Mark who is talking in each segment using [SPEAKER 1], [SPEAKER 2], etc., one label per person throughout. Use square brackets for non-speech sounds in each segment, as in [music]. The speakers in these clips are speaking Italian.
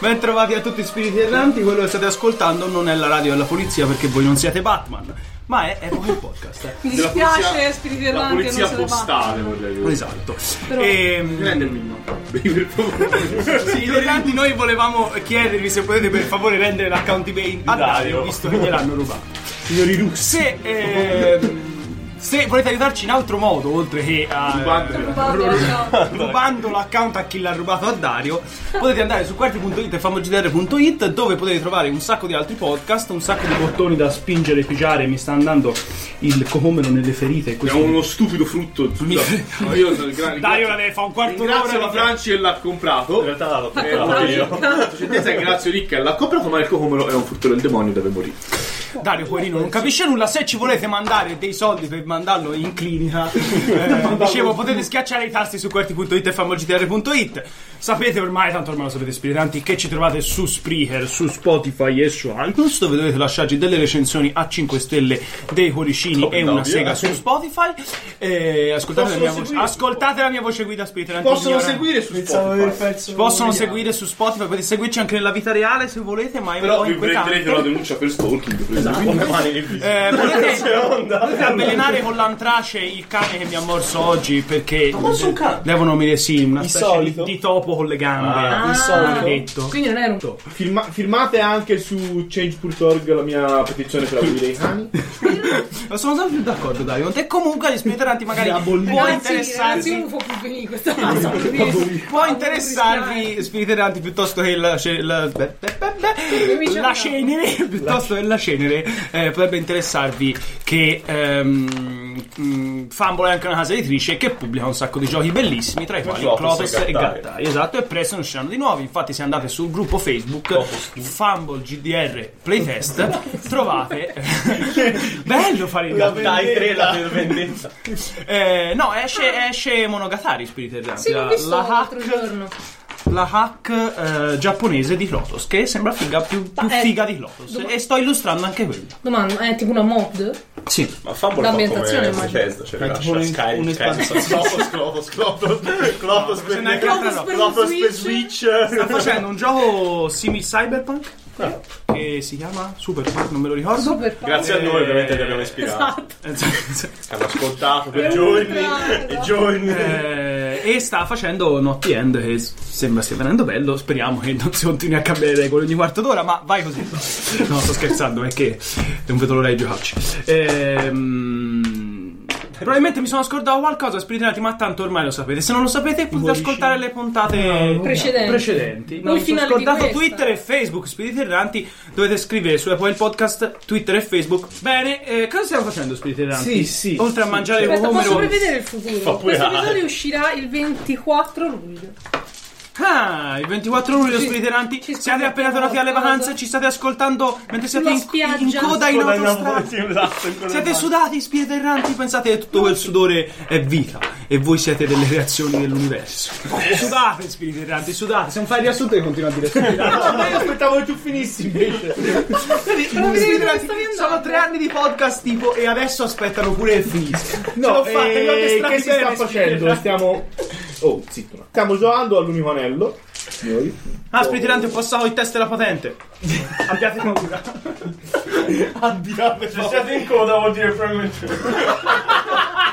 [SPEAKER 1] Ben trovati a tutti spiriti erranti, quello che state ascoltando non è la radio della polizia perché voi non siete Batman, ma è Epoca il podcast. eh.
[SPEAKER 2] Mi
[SPEAKER 3] Della
[SPEAKER 2] dispiace,
[SPEAKER 3] polizia-
[SPEAKER 2] spiriti
[SPEAKER 3] La
[SPEAKER 2] erranti,
[SPEAKER 3] polizia
[SPEAKER 2] non se ne
[SPEAKER 3] postale, vorrei dire.
[SPEAKER 1] Esatto.
[SPEAKER 2] Però-
[SPEAKER 1] Ehm,
[SPEAKER 3] Prendermi in mano. Per
[SPEAKER 4] [laughs]
[SPEAKER 3] favore.
[SPEAKER 1] Sì, in realtà noi volevamo chiedervi se potete per favore rendere l'account eBay a Dario,
[SPEAKER 3] Dario.
[SPEAKER 1] visto che gliel'hanno rubato.
[SPEAKER 3] Signori russi.
[SPEAKER 1] Se, ehm, se volete aiutarci in altro modo, oltre che a,
[SPEAKER 3] Rubando.
[SPEAKER 2] Rubato, no.
[SPEAKER 1] rubando l'account a chi l'ha rubato a Dario, potete andare su quarti.it e famogdr.it dove potete trovare un sacco di altri podcast, un sacco di bottoni da spingere e pigiare. Mi sta andando il cocomero nelle ferite.
[SPEAKER 3] Abbiamo uno stupido frutto.
[SPEAKER 1] Mi-
[SPEAKER 3] No, io sono il gran-
[SPEAKER 1] Dario la deve fare un quarto
[SPEAKER 3] Ringrazio
[SPEAKER 1] d'ora
[SPEAKER 3] la
[SPEAKER 1] di-
[SPEAKER 3] Franci e l'ha comprato.
[SPEAKER 4] In realtà l'ho
[SPEAKER 3] Eh,
[SPEAKER 4] comprato
[SPEAKER 3] vabbè,
[SPEAKER 4] io.
[SPEAKER 3] io. Certezza che Grazio Ricca l'ha comprato, ma il cocomero è un frutto del demonio deve morire.
[SPEAKER 1] Dario Guarino non capisce nulla. Se ci volete mandare dei soldi per mandarlo in
[SPEAKER 3] [laughs]
[SPEAKER 1] clinica, eh, dicevo, potete schiacciare i tasti su quarti.it e famogtr.it. Sapete ormai, tanto ormai lo sapete, spiritanti, che ci trovate su Spreaker, su Spotify e su iTunes, dove dovete lasciarci delle recensioni a 5 stelle, dei cuoricini e una sega su Spotify. Eh, ascoltate, la mia, voce, ascoltate la mia voce guida, spiritanti.
[SPEAKER 3] Possono
[SPEAKER 1] signora.
[SPEAKER 3] seguire su Spotify.
[SPEAKER 1] Possono seguire su Spotify, potete seguirci anche nella vita reale se volete, ma è un
[SPEAKER 3] Però
[SPEAKER 2] Oh,
[SPEAKER 1] po'
[SPEAKER 3] vi prenderete
[SPEAKER 1] inquietante.
[SPEAKER 3] la denuncia per stalking. per esempio.
[SPEAKER 1] Eh, potete, potete avvelenare con l'antrace il cane che mi ha morso oggi perché devono venire sì, una specie di,
[SPEAKER 5] solito? Ah,
[SPEAKER 1] di topo con le gambe. Ah.
[SPEAKER 5] il solito.
[SPEAKER 1] maledetto.
[SPEAKER 2] Quindi non è un topo.
[SPEAKER 5] Firma- firmate anche su change.org la mia petizione
[SPEAKER 4] [laughs]
[SPEAKER 5] per la guida dei cani.
[SPEAKER 1] Ma sono sempre più d'accordo, Dario. con te. E comunque gli spiriteranti magari può
[SPEAKER 2] Ragazzi, ragazzi,
[SPEAKER 1] interessarvi.
[SPEAKER 2] non può più venire questa cosa. Mi
[SPEAKER 1] Può interessarvi spiriteranti piuttosto che la, ce- la, beh, beh, beh, beh,
[SPEAKER 2] mi
[SPEAKER 1] la
[SPEAKER 2] cercavo.
[SPEAKER 1] cenere,
[SPEAKER 2] [laughs]
[SPEAKER 1] piuttosto che la cenere, eh, potrebbe interessarvi che ehm, mm, Fumble è anche una casa editrice che pubblica un sacco di giochi bellissimi, tra i quali Clovis e Gattai. Esatto, e presto ne usciranno di nuovi. Infatti, se andate sul gruppo Facebook Fumble GDR Playtest,
[SPEAKER 4] [laughs]
[SPEAKER 1] trovate. eh, [laughs] Bello fare il Gattai.
[SPEAKER 4] Dai, tre la vendetta.
[SPEAKER 1] Eh, no, esce, esce Monogatari Spiriteranti,
[SPEAKER 2] Sì, l'ho
[SPEAKER 1] la,
[SPEAKER 2] visto
[SPEAKER 1] la
[SPEAKER 2] l'altro
[SPEAKER 1] hack
[SPEAKER 2] giorno.
[SPEAKER 1] la hack eh, giapponese di Lotus, che sembra figa più, più
[SPEAKER 2] eh,
[SPEAKER 1] figa di Lotus. E sto illustrando anche quella.
[SPEAKER 2] Domanda, è tipo una mod?
[SPEAKER 1] Sì.
[SPEAKER 4] Ma Fumble fa come
[SPEAKER 2] L'ambientazione, immagino.
[SPEAKER 4] Bethesda, cioè
[SPEAKER 5] tipo
[SPEAKER 4] lascia
[SPEAKER 5] un-
[SPEAKER 4] Skyrim.
[SPEAKER 5] un'espansione.
[SPEAKER 4] Clopos, Clopos, Clopos. Clopos
[SPEAKER 1] se ne è
[SPEAKER 4] per...
[SPEAKER 1] chiaro-
[SPEAKER 2] Clopus per un
[SPEAKER 4] Clopos per
[SPEAKER 2] Switch?
[SPEAKER 4] Switch.
[SPEAKER 1] Sta facendo un gioco simil cyberpunk che si chiama Superpunk, non me lo ricordo. Eh,
[SPEAKER 2] Super fan.
[SPEAKER 4] Grazie a noi ovviamente che abbiamo ispirato.
[SPEAKER 2] Esatto.
[SPEAKER 1] [laughs]
[SPEAKER 4] Hanno ascoltato per
[SPEAKER 2] Per
[SPEAKER 4] giorni
[SPEAKER 2] ultra,
[SPEAKER 4] e
[SPEAKER 2] esatto.
[SPEAKER 4] giorni.
[SPEAKER 1] Eh, e sta facendo Naughty End che s- sembra stia venendo bello speriamo che non si continui a cambiare le regole ogni quarto d'ora ma vai così no sto scherzando perché non vedo l'ora di giocarci Ehm, probabilmente mi sono scordato qualcosa spiritinati ma tanto ormai lo sapete se non lo sapete potete ascoltare le puntate
[SPEAKER 2] Precedenti.
[SPEAKER 1] precedenti. No, mi sono
[SPEAKER 2] Il finale di
[SPEAKER 1] scordato
[SPEAKER 2] questa.
[SPEAKER 1] Twitter e Facebook Spiriti Erranti dovete scrivere su Apple Podcast Twitter e Facebook bene eh, cosa stiamo facendo Spiriti Erranti?
[SPEAKER 5] Sì, sì.
[SPEAKER 1] oltre a mangiare il
[SPEAKER 2] Aspetta, posso
[SPEAKER 1] cocomero
[SPEAKER 2] prevedere il
[SPEAKER 4] Fa
[SPEAKER 2] futuro?
[SPEAKER 4] pure
[SPEAKER 2] Questo
[SPEAKER 4] male.
[SPEAKER 2] episodio uscirà il 24 luglio.
[SPEAKER 1] Ah, il 24 luglio,
[SPEAKER 2] Ci-
[SPEAKER 1] spiriteranti,
[SPEAKER 2] ci
[SPEAKER 1] siete appena
[SPEAKER 2] scopriamo
[SPEAKER 1] tornati dalle
[SPEAKER 2] qualcosa.
[SPEAKER 1] vacanze, ci state ascoltando mentre siete
[SPEAKER 2] Sulla
[SPEAKER 1] in, in
[SPEAKER 2] spiaggia.
[SPEAKER 1] coda in
[SPEAKER 4] Con la
[SPEAKER 1] autostrada.
[SPEAKER 4] innovazione, esatto, ancora
[SPEAKER 1] Siete
[SPEAKER 4] no.
[SPEAKER 1] sudati, spiriteranti, pensate che tutto quel sudore è vita e voi siete delle reazioni dell'universo. [laughs] Sudate, spiriteranti, sudate. Se non fai il riassunto io continuo a dire spiriteranti.
[SPEAKER 5] Ma io aspettavo che tu finissi invece.
[SPEAKER 1] Spiriteranti,
[SPEAKER 2] stavi andando?
[SPEAKER 1] Sono tre anni di podcast tipo e adesso aspettano pure il finisca.
[SPEAKER 5] No,
[SPEAKER 1] Ce l'ho fatta,
[SPEAKER 5] eh,
[SPEAKER 1] io che
[SPEAKER 5] che si sta
[SPEAKER 1] strabene,
[SPEAKER 5] facendo? Stiamo... Oh, zitto. un attimo. Stiamo giocando all'unico anello. Signori.
[SPEAKER 1] Ah, spiriteranti, ho passato il test della
[SPEAKER 5] [laughs]
[SPEAKER 1] patente. Abbiate paura.
[SPEAKER 5] Esatto.
[SPEAKER 4] Se siete in coda vuol dire probabilmente...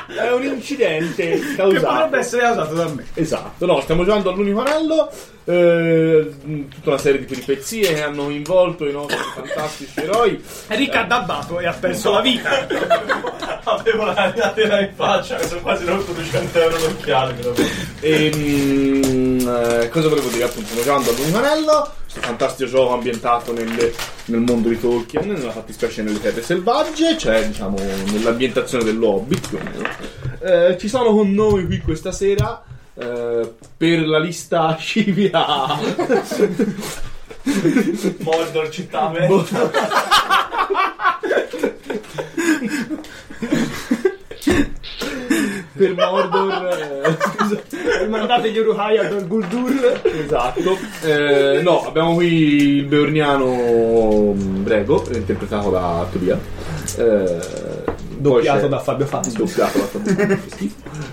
[SPEAKER 5] È un incidente
[SPEAKER 1] [laughs] Che potrebbe
[SPEAKER 5] causato.
[SPEAKER 1] essere usato da me.
[SPEAKER 5] Esatto, no, stiamo giocando all'unico anello. eh, tutta una serie di peripezie che hanno involto i nostri fantastici eroi.
[SPEAKER 1] Ricca ha
[SPEAKER 5] Eh.
[SPEAKER 1] dabbato e ha perso la vita.
[SPEAKER 4] [laughs] Avevo la la tela in faccia, sono quasi rotto 200 euro d'occhiale. però.
[SPEAKER 5] E mm, eh, cosa volevo dire appunto? Stiamo giocando all'unico anello, questo fantastico gioco ambientato nel, nel mondo di Tolkien, nella fattispecie nelle terre selvagge, cioè diciamo nell'ambientazione dell'Hobbit più o meno. Eh, ci sono con noi qui questa sera eh, per la lista [laughs] civia
[SPEAKER 4] Mordor città [laughs] aperta.
[SPEAKER 5] per Mordor. eh, scusa.
[SPEAKER 1] Mandate gli Uruhai a Dol Guldur.
[SPEAKER 5] [laughs] Esatto, Eh, no, abbiamo qui il beorniano Brego, interpretato da Tobia. Eh, poi c'è-
[SPEAKER 1] Fabio Fazio.
[SPEAKER 5] Sdoppiato la tabella.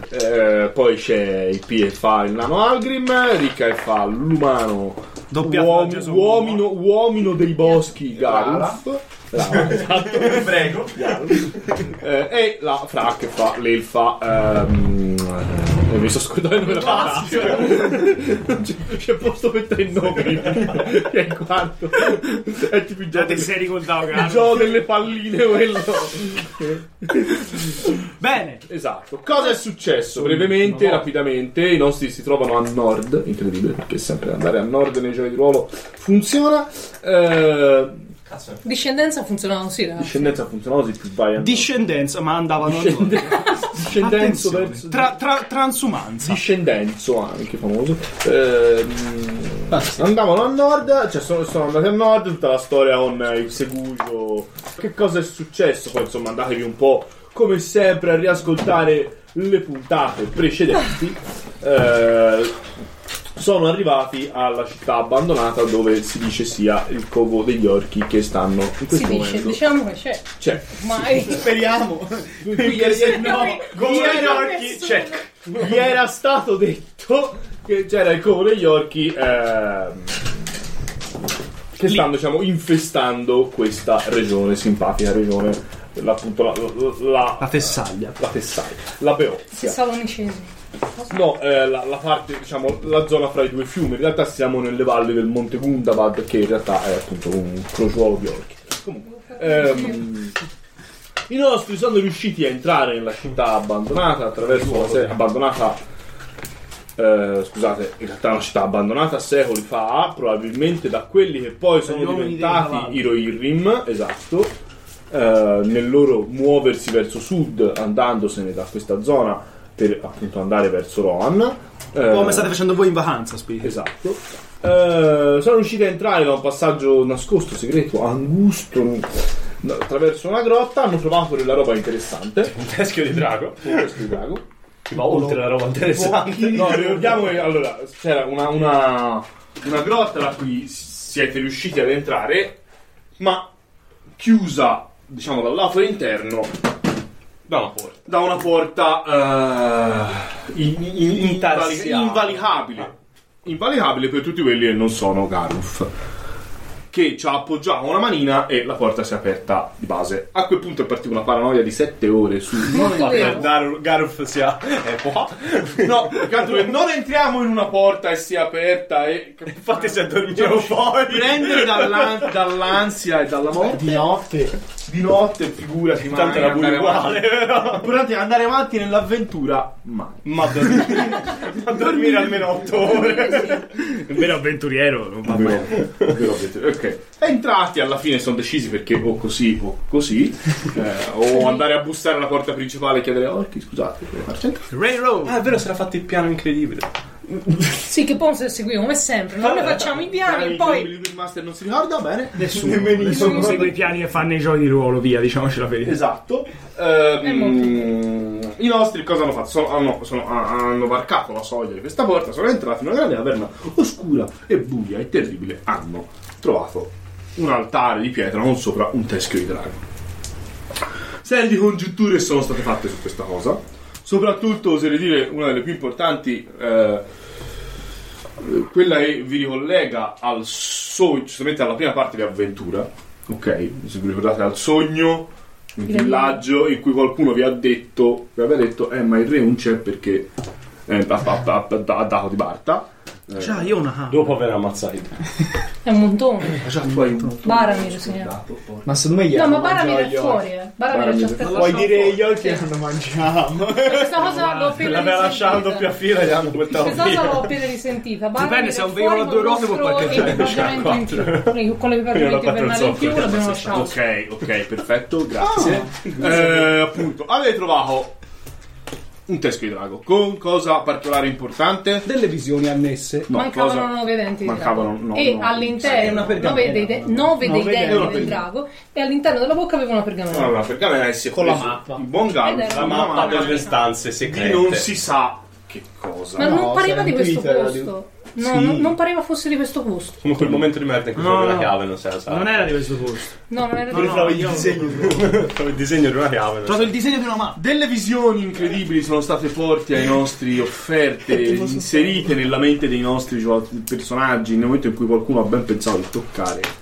[SPEAKER 5] Eh, poi c'è il P e fa il nano Algrim, Ricca e fa l'umano
[SPEAKER 1] Doppiato da
[SPEAKER 5] Uom-
[SPEAKER 1] Jason
[SPEAKER 5] uomino, uomino dei boschi Garuf Lara,
[SPEAKER 3] Prego.
[SPEAKER 5] eh, e la Fra che fa l'elfa ehm, eh, mi sto scordando il nome della fantastica c'è, c'è posto per tre nomi che è il quarto è tipo il
[SPEAKER 1] Già
[SPEAKER 5] gioco,
[SPEAKER 1] te sei ricordato,
[SPEAKER 5] il
[SPEAKER 1] caro.
[SPEAKER 5] gioco delle palline quello
[SPEAKER 1] Bene.
[SPEAKER 5] Esatto, cosa è successo? Brevemente, rapidamente, i nostri si trovano a nord, incredibile, perché sempre andare a nord nei giochi di ruolo funziona. Eh,
[SPEAKER 3] Cazzo.
[SPEAKER 2] Discendenza funziona così, eh. raga.
[SPEAKER 5] discendenza funziona così, più vai a nord.
[SPEAKER 1] Discendenza, ma andavano a noi.
[SPEAKER 5] Discendenzo
[SPEAKER 1] Attenzione.
[SPEAKER 5] verso...
[SPEAKER 1] Tra, tra- transumanza.
[SPEAKER 5] Discendenzo anche famoso. Eh, andavano a nord, cioè sono, sono andati a nord, tutta la storia con eh, il seguito. Che cosa è successo? Poi insomma andatevi un po' come sempre a riascoltare le puntate precedenti. Eh, sono arrivati alla città abbandonata dove si dice sia il covo degli orchi che stanno in questo
[SPEAKER 2] Si dice,
[SPEAKER 5] momento.
[SPEAKER 2] diciamo che c'è.
[SPEAKER 5] Cioè,
[SPEAKER 2] Mai.
[SPEAKER 1] Speriamo.
[SPEAKER 5] qui ieri-
[SPEAKER 2] No,
[SPEAKER 1] Gli
[SPEAKER 2] orchi, check.
[SPEAKER 5] cioè, gli era stato detto che c'era il covo degli orchi ehm, che stanno diciamo infestando questa regione simpatica regione la- appunto la la, la,
[SPEAKER 1] La Tessaglia.
[SPEAKER 5] la Tessaglia, la Beozia
[SPEAKER 2] Salonicesi.
[SPEAKER 5] No, eh, la, la parte, diciamo, la zona fra i due fiumi. In realtà siamo nelle valli del Monte Gundabad, che in realtà è appunto un crogiolo di orchi. Comunque, ehm, i nostri sono riusciti a entrare nella città abbandonata attraverso una serie abbandonata. eh, scusate, in realtà è una città abbandonata secoli fa, probabilmente da quelli che poi sono
[SPEAKER 1] Dagli uomini dei
[SPEAKER 5] diventati
[SPEAKER 1] cavalli.
[SPEAKER 5] i Rohirrim, esatto, eh, nel loro muoversi verso sud, andandosene da questa zona per appunto andare verso Rohan. eh,
[SPEAKER 1] Come state facendo voi in vacanza, Spirito?
[SPEAKER 5] Esatto. Eh, sono riusciti a entrare da un passaggio nascosto, segreto, angusto, n- attraverso una grotta. Hanno trovato della roba interessante.
[SPEAKER 3] Un teschio di drago.
[SPEAKER 5] con [laughs] questo drago.
[SPEAKER 3] Ma oltre la roba interessante.
[SPEAKER 5] No, ricordiamo che allora c'era una, una, una grotta da cui siete riusciti ad entrare, ma chiusa, diciamo, dal lato interno
[SPEAKER 6] Da una porta.
[SPEAKER 5] da una porta eh, in- in- invali-
[SPEAKER 6] Intarsiata.
[SPEAKER 5] invalicabile. Invalicabile per tutti quelli che non sono Garuf. Che ci ha appoggiato una manina e la porta si è aperta di base. A quel punto è partita una paranoia di 7 ore su.
[SPEAKER 2] Molto vero.
[SPEAKER 3] Dar- Garuf sia. Eh, qua.
[SPEAKER 5] No, canto che non entriamo in una porta e si è aperta e.
[SPEAKER 3] Infatti se dormivo fuori.
[SPEAKER 5] Prendere dall'an- dall'ansia e dalla morte. Di notte. Di notte, figurati.
[SPEAKER 3] Tanto
[SPEAKER 5] mai
[SPEAKER 3] era pure
[SPEAKER 5] andare
[SPEAKER 3] uguale, però.
[SPEAKER 5] avanti. Pure andare avanti nell'avventura, mai.
[SPEAKER 3] Ma dormire, ma dormire almeno 8 ore.
[SPEAKER 1] Un vero avventuriero, non va bene.
[SPEAKER 5] Ok. Entrati alla fine sono decisi perché o così o così. eh, o andare a bussare alla porta principale e chiedere orchi, scusate, volevo farci entrare?"
[SPEAKER 1] Railroad.
[SPEAKER 3] Ah, è vero, si era fatto il piano incredibile.
[SPEAKER 2] Sì, che poi se seguiamo come sempre. Non ne facciamo i piani
[SPEAKER 5] Il
[SPEAKER 2] e Ah, poi.
[SPEAKER 5] Little Master non si ricorda bene.
[SPEAKER 1] Nessuno, nessuno segue i piani che fanno i giochi di ruolo, via, diciamoci la verità.
[SPEAKER 5] Esatto. Ehm, I nostri cosa hanno fatto? Sono- hanno, sono- hanno varcato la soglia di questa porta, sono entrati in una grande caverna oscura e buia e terribile. Hanno trovato un altare di pietra con sopra un teschio di drago. Serie di congiunture sono state fatte su questa cosa. Soprattutto, oserei dire, una delle più importanti. eh, quella che vi ricollega al sogno, giustamente alla prima parte di avventura, ok? Se vi ricordate al sogno, un
[SPEAKER 2] Grande.
[SPEAKER 5] villaggio in cui qualcuno vi ha detto, vi aveva detto, eh ma il re non c'è perché eh, ha, ha- ha- ha- ha dato di Barta.
[SPEAKER 3] Eh,
[SPEAKER 1] Già, io una
[SPEAKER 3] Dopo aver ammazzato.
[SPEAKER 2] È un montone.
[SPEAKER 5] Già, tu hai un
[SPEAKER 2] Baramir, signora.
[SPEAKER 7] Ma secondo me gli
[SPEAKER 2] No,
[SPEAKER 7] hanno
[SPEAKER 2] ma Baramir
[SPEAKER 7] mangiato
[SPEAKER 2] è
[SPEAKER 7] gli
[SPEAKER 2] fuori.
[SPEAKER 7] orchi.
[SPEAKER 2] eh. Baramir
[SPEAKER 5] Baramir
[SPEAKER 2] ci
[SPEAKER 5] è
[SPEAKER 2] aspetta.
[SPEAKER 7] Vuoi dire gli orchi
[SPEAKER 1] Eh,
[SPEAKER 2] Sì.
[SPEAKER 7] hanno mangiato?
[SPEAKER 2] Questa cosa l'ho appena
[SPEAKER 3] L'aveva lasciato a
[SPEAKER 2] risentita.
[SPEAKER 3] doppia fila e gli hanno buttato
[SPEAKER 2] Questa cosa
[SPEAKER 3] via.
[SPEAKER 2] l'ho appena risentita.
[SPEAKER 1] Dipende se è un veicolo a due ruote può parcheggiare,
[SPEAKER 2] più. Con l'equipaggiamento
[SPEAKER 3] Io l'ho
[SPEAKER 2] invernale in
[SPEAKER 3] fatto il
[SPEAKER 2] più l'abbiamo
[SPEAKER 5] Ah,
[SPEAKER 2] lasciato. Ah,
[SPEAKER 5] Ok, ok, perfetto, grazie. Eh, appunto, avete trovato un teschio di drago con cosa particolare importante?
[SPEAKER 8] delle visioni annesse.
[SPEAKER 5] No,
[SPEAKER 2] Mancavano
[SPEAKER 5] cosa-
[SPEAKER 2] nove denti di
[SPEAKER 5] Mancavano
[SPEAKER 2] drago.
[SPEAKER 5] no,
[SPEAKER 2] e
[SPEAKER 5] no,
[SPEAKER 8] Sì,
[SPEAKER 2] all'interno
[SPEAKER 8] una pergamena.
[SPEAKER 2] nove dei, de- nove dei
[SPEAKER 7] Nove
[SPEAKER 2] denti
[SPEAKER 5] denti.
[SPEAKER 2] del
[SPEAKER 5] Una pergamena.
[SPEAKER 2] drago e all'interno della bocca aveva una
[SPEAKER 5] No,
[SPEAKER 2] pergamena.
[SPEAKER 5] no, perché me ne si è
[SPEAKER 8] Con la
[SPEAKER 5] preso
[SPEAKER 8] mappa.
[SPEAKER 5] Il buon Gallo,
[SPEAKER 2] Ed era
[SPEAKER 5] la
[SPEAKER 2] una
[SPEAKER 5] mappa
[SPEAKER 2] mappa
[SPEAKER 5] del
[SPEAKER 2] delle
[SPEAKER 5] restante
[SPEAKER 3] stanze
[SPEAKER 5] non si sa che cosa.
[SPEAKER 2] Ma non
[SPEAKER 7] No,
[SPEAKER 2] pareva
[SPEAKER 7] c'era
[SPEAKER 2] di
[SPEAKER 7] un
[SPEAKER 2] questo
[SPEAKER 7] Twitter,
[SPEAKER 2] posto. No,
[SPEAKER 9] Sì.
[SPEAKER 2] non- non pareva fosse di questo gusto.
[SPEAKER 9] Come quel momento di merda in cui
[SPEAKER 1] No,
[SPEAKER 9] trovi
[SPEAKER 1] no.
[SPEAKER 9] la chiave, non se la sa.
[SPEAKER 1] Non era di questo posto.
[SPEAKER 2] No, non era
[SPEAKER 1] No,
[SPEAKER 2] di
[SPEAKER 1] no,
[SPEAKER 10] il
[SPEAKER 1] io-
[SPEAKER 10] disegno.
[SPEAKER 9] Trovi il disegno di una chiave.
[SPEAKER 1] Ho
[SPEAKER 9] non
[SPEAKER 1] trovato il disegno di una mappa.
[SPEAKER 5] Delle visioni incredibili sono state forti ai nostri offerte, inserite nella mente dei nostri gio- personaggi nel momento in cui qualcuno ha ben pensato di toccare.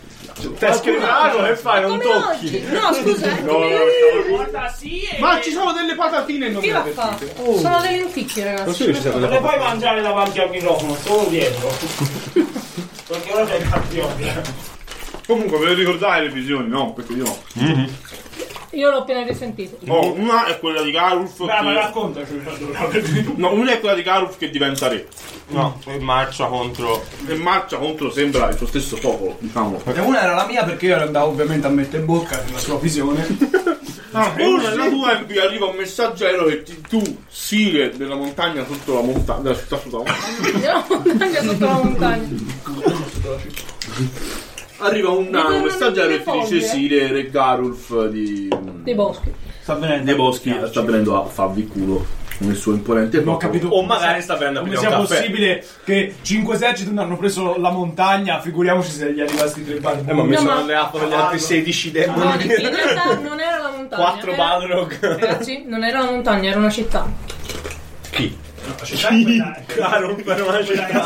[SPEAKER 9] Teschi di mano, che fai? Non
[SPEAKER 2] Come
[SPEAKER 9] tocchi.
[SPEAKER 2] oggi? No, scusa, eh, come-
[SPEAKER 5] Ma ci sono delle patatine non
[SPEAKER 2] chi l'ha fatto? Sono delle lenticchie,
[SPEAKER 3] Non
[SPEAKER 2] ragazzi.
[SPEAKER 3] so che ci sia quella
[SPEAKER 9] Non
[SPEAKER 3] cosa.
[SPEAKER 9] puoi mangiare davanti al microfono, solo dietro. Perché ora sei campione.
[SPEAKER 5] Comunque ve le ricordate le visioni? No, perché io no.
[SPEAKER 2] Io l'ho appena risentito.
[SPEAKER 5] No, Oh, una è quella di Garulf.
[SPEAKER 1] Ah,
[SPEAKER 9] Beh, ma
[SPEAKER 5] Che...
[SPEAKER 9] raccontaci.
[SPEAKER 5] No, una è quella di Garulf che diventa re
[SPEAKER 3] No, poi marcia contro.
[SPEAKER 5] e marcia contro sembra il suo stesso popolo, diciamo.
[SPEAKER 1] E una era la mia perché io andavo ovviamente a mettere in bocca nella sua visione. [laughs]
[SPEAKER 5] Ah, e una è la tua e vi arriva un messaggero che ti- tu, Sire della montagna sotto la montagna, della città sotto la montagna.
[SPEAKER 2] Andiamo [laughs] montagna sotto la montagna.
[SPEAKER 5] Arriva un
[SPEAKER 2] Mi
[SPEAKER 5] nano
[SPEAKER 2] tornano
[SPEAKER 5] messaggero e
[SPEAKER 2] le
[SPEAKER 5] ti dice
[SPEAKER 2] foglie.
[SPEAKER 5] Sire Re Garulf di
[SPEAKER 2] Dei boschi.
[SPEAKER 1] Sta venendo.
[SPEAKER 5] dei boschi sta venendo a farvi culo con il suo imponente
[SPEAKER 1] Non ho
[SPEAKER 5] popolo.
[SPEAKER 1] capito.
[SPEAKER 3] O magari sta venendo a
[SPEAKER 1] Come
[SPEAKER 3] prendere
[SPEAKER 1] sia
[SPEAKER 3] un caffè.
[SPEAKER 1] possibile che cinque eserciti non hanno preso la montagna, figuriamoci se gli è rimasti tre
[SPEAKER 3] Eh, ma
[SPEAKER 1] barboni.
[SPEAKER 3] mi
[SPEAKER 2] No,
[SPEAKER 3] sono
[SPEAKER 2] ma-
[SPEAKER 3] alleato con gli altri 16 demoni.
[SPEAKER 2] No, di- in realtà non era la montagna.
[SPEAKER 3] 4
[SPEAKER 2] era-
[SPEAKER 3] Balrog. [laughs]
[SPEAKER 2] Ragazzi, non era una montagna, era una città.
[SPEAKER 3] Chi?
[SPEAKER 9] Caro, per una città.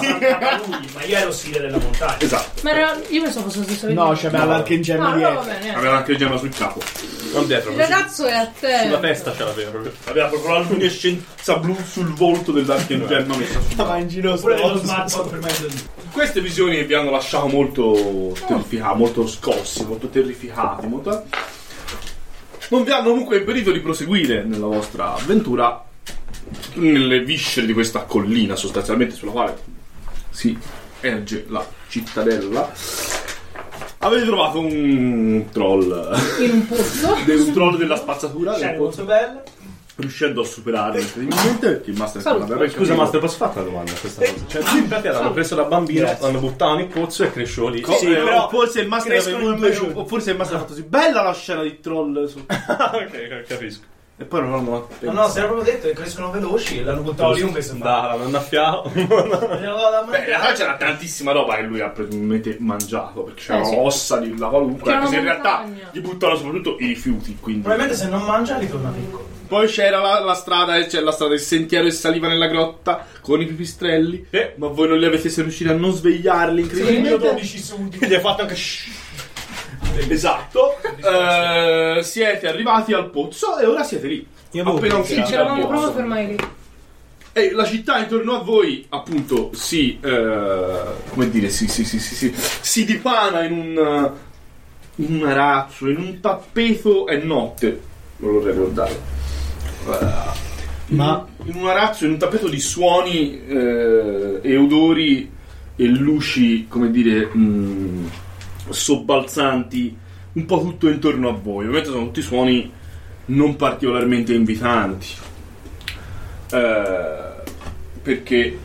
[SPEAKER 9] Ma io ero stile della montagna.
[SPEAKER 5] Esatto.
[SPEAKER 2] Ma era... io pensavo fosse lo stesso
[SPEAKER 10] No,
[SPEAKER 2] video.
[SPEAKER 10] c'aveva l'archeggiamento
[SPEAKER 2] No, allora va
[SPEAKER 10] dietro.
[SPEAKER 2] bene. eh.
[SPEAKER 5] Aveva anche il gemma sul capo.
[SPEAKER 3] Non dietro,
[SPEAKER 2] Il
[SPEAKER 3] così.
[SPEAKER 2] ragazzo è a te.
[SPEAKER 3] Sulla testa ce l'aveva proprio.
[SPEAKER 5] Aveva proprio la luminescenza blu sul volto dell'archigemma messa sul
[SPEAKER 10] Va in giro
[SPEAKER 9] Pure dello
[SPEAKER 10] sto.
[SPEAKER 9] smartphone per mezzo di...
[SPEAKER 5] Queste visioni vi hanno lasciato molto
[SPEAKER 2] Oh.
[SPEAKER 5] terrificati, molto scossi, molto terrificati, molto... Non vi hanno comunque impedito di proseguire nella vostra avventura nelle viscere di questa collina sostanzialmente sulla quale si erge la cittadella. Avete trovato un troll,
[SPEAKER 2] In un
[SPEAKER 5] [laughs]
[SPEAKER 2] pozzo.
[SPEAKER 5] un troll della spazzatura,
[SPEAKER 9] C'era
[SPEAKER 5] del pozzo,
[SPEAKER 9] molto bello.
[SPEAKER 5] riuscendo a
[SPEAKER 2] [laughs]
[SPEAKER 5] superare incredibilmente perché il master
[SPEAKER 2] Salute.
[SPEAKER 5] aveva
[SPEAKER 3] Scusa,
[SPEAKER 5] capito-
[SPEAKER 3] Master, posso fare una domanda a questa cosa? Cioè, in pratica l'hanno preso da bambino, l'hanno buttato nel pozzo e cresciò lì. Cioè,
[SPEAKER 5] Co-
[SPEAKER 9] Sì,
[SPEAKER 5] eh,
[SPEAKER 9] però
[SPEAKER 5] o forse il master
[SPEAKER 9] crescono
[SPEAKER 5] aveva
[SPEAKER 9] in
[SPEAKER 5] voluto-
[SPEAKER 9] maggiore.
[SPEAKER 5] o forse il master ha fatto così bella la scena di troll [laughs] su-
[SPEAKER 3] ok, capisco.
[SPEAKER 5] e poi non hanno
[SPEAKER 9] No, no, se era proprio detto che crescono veloci e l'hanno buttato lì un pezzo in
[SPEAKER 3] Da, l'hanno [laughs] annaffiato.
[SPEAKER 5] Beh, in realtà c'era tantissima roba che lui ha presumibilmente mangiato perché c'era
[SPEAKER 2] Eh, sì.
[SPEAKER 5] ossa di la qualunque.
[SPEAKER 2] C'era
[SPEAKER 5] Anche se in
[SPEAKER 2] una
[SPEAKER 5] realtà
[SPEAKER 2] montagna.
[SPEAKER 5] gli buttano soprattutto i rifiuti. Quindi.
[SPEAKER 9] Probabilmente se non mangia ritorna piccolo.
[SPEAKER 5] Poi c'era la, la strada, eh, c'era la strada, il sentiero e saliva nella grotta con i pipistrelli.
[SPEAKER 3] Sì.
[SPEAKER 5] Ma voi non li avete se riusciti a non svegliarli, incredibile.
[SPEAKER 9] Io 12 sudi.
[SPEAKER 3] Gli hai fatto anche
[SPEAKER 5] Esatto. Eh, siete arrivati al pozzo e ora siete lì. Appena
[SPEAKER 2] Sì,
[SPEAKER 5] usciti dal
[SPEAKER 2] c'eravamo
[SPEAKER 5] pozzo.
[SPEAKER 2] proprio fermati lì.
[SPEAKER 5] E Eh, la città intorno a voi, appunto, si. eh, come dire, si, si, si, si, si, si dipana in un. eh, in un arazzo, in un tappeto. È notte, non lo vorrei ricordare. Ma. In un arazzo, in un tappeto di suoni eh, e odori e luci, come dire, mh, sobbalzanti, un po' tutto intorno a voi. Ovviamente sono tutti suoni non particolarmente invitanti. Eh, perché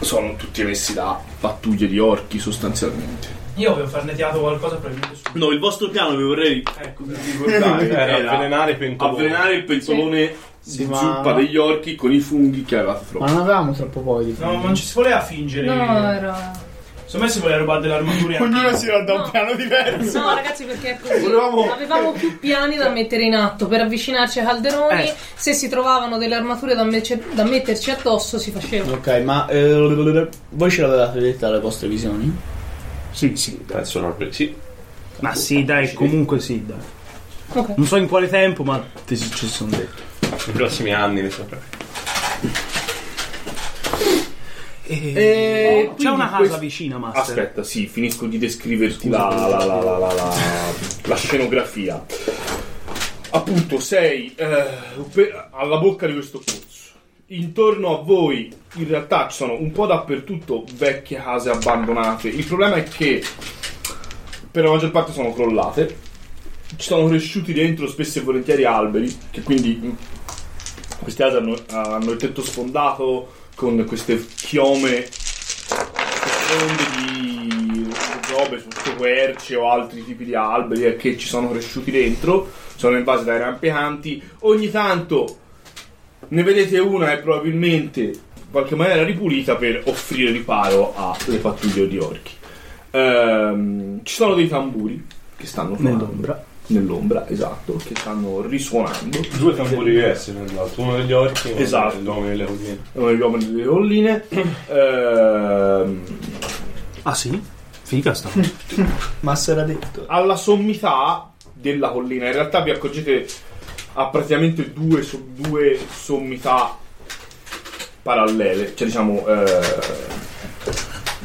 [SPEAKER 5] sono tutti emessi da pattuglie di orchi sostanzialmente.
[SPEAKER 9] Io avevo farneteato qualcosa probabilmente su.
[SPEAKER 5] No, il vostro piano vi vorrei
[SPEAKER 9] Ecco,
[SPEAKER 5] ricordare
[SPEAKER 3] Era
[SPEAKER 5] era
[SPEAKER 3] avvelenare pentolone.
[SPEAKER 5] avvelenare il pentolone
[SPEAKER 10] Sì,
[SPEAKER 5] di
[SPEAKER 10] ma-
[SPEAKER 5] zuppa degli orchi con i funghi che avevate
[SPEAKER 10] Ma
[SPEAKER 5] troppo.
[SPEAKER 10] non avevamo troppo poi di
[SPEAKER 9] no, non ci si voleva fingere.
[SPEAKER 2] No, era...
[SPEAKER 9] Secondo me si voleva rubare dell'armatura.
[SPEAKER 10] Ognuno si era da
[SPEAKER 2] No.
[SPEAKER 10] un piano diverso.
[SPEAKER 2] No, ragazzi, perché è così.
[SPEAKER 5] Volevamo-
[SPEAKER 2] Avevamo più piani da mettere in atto per avvicinarci ai calderoni. Se si trovavano delle armature da, mece- da metterci addosso, si faceva.
[SPEAKER 10] Ok, ma eh, voi ce l'avevate detta le vostre visioni?
[SPEAKER 1] Sì, sì.
[SPEAKER 3] Penso non Sì.
[SPEAKER 1] [laughs] Ma sì, dai, comunque sì, dai.
[SPEAKER 2] Ok.
[SPEAKER 1] Non so in quale tempo, ma ti si- ci Eh, sono detto.
[SPEAKER 3] I prossimi anni ne saprei.
[SPEAKER 1] E... C'è
[SPEAKER 5] Eh, quindi
[SPEAKER 1] una casa
[SPEAKER 5] questo-
[SPEAKER 1] vicina, Master.
[SPEAKER 5] Aspetta, sì, finisco di descriverti la, la- la- la- la- la- la scenografia. Appunto, sei eh, pe- alla bocca di questo pozzo. Intorno a voi, in realtà, ci sono un po' dappertutto vecchie case abbandonate. Il problema è che per la maggior parte sono crollate. Ci sono cresciuti dentro spesso e volentieri alberi, che quindi mm, queste case hanno, hanno il tetto sfondato con queste chiome onde di robe sotto querce o altri tipi di alberi eh, che ci sono cresciuti dentro, sono invasi dai rampicanti. Ogni tanto ne vedete una e probabilmente qualche maniera ripulita per offrire riparo alle pattuglie di orchi. Ehm, ci sono dei tamburi che stanno suonando.
[SPEAKER 11] Nell'ombra.
[SPEAKER 5] Nell'ombra, esatto, che stanno risuonando.
[SPEAKER 3] Due tamburi diversi, tra l'altro, uno degli orchi e
[SPEAKER 5] Esatto.
[SPEAKER 3] l'uomo delle colline.
[SPEAKER 5] Sono gli uomini delle colline. Ehm,
[SPEAKER 1] Ah sì? Figa [laughs] sta.
[SPEAKER 11] Ma se era detto.
[SPEAKER 5] alla sommità della collina. In realtà vi accorgete ha praticamente due, so- due sommità parallele, cioè diciamo eh,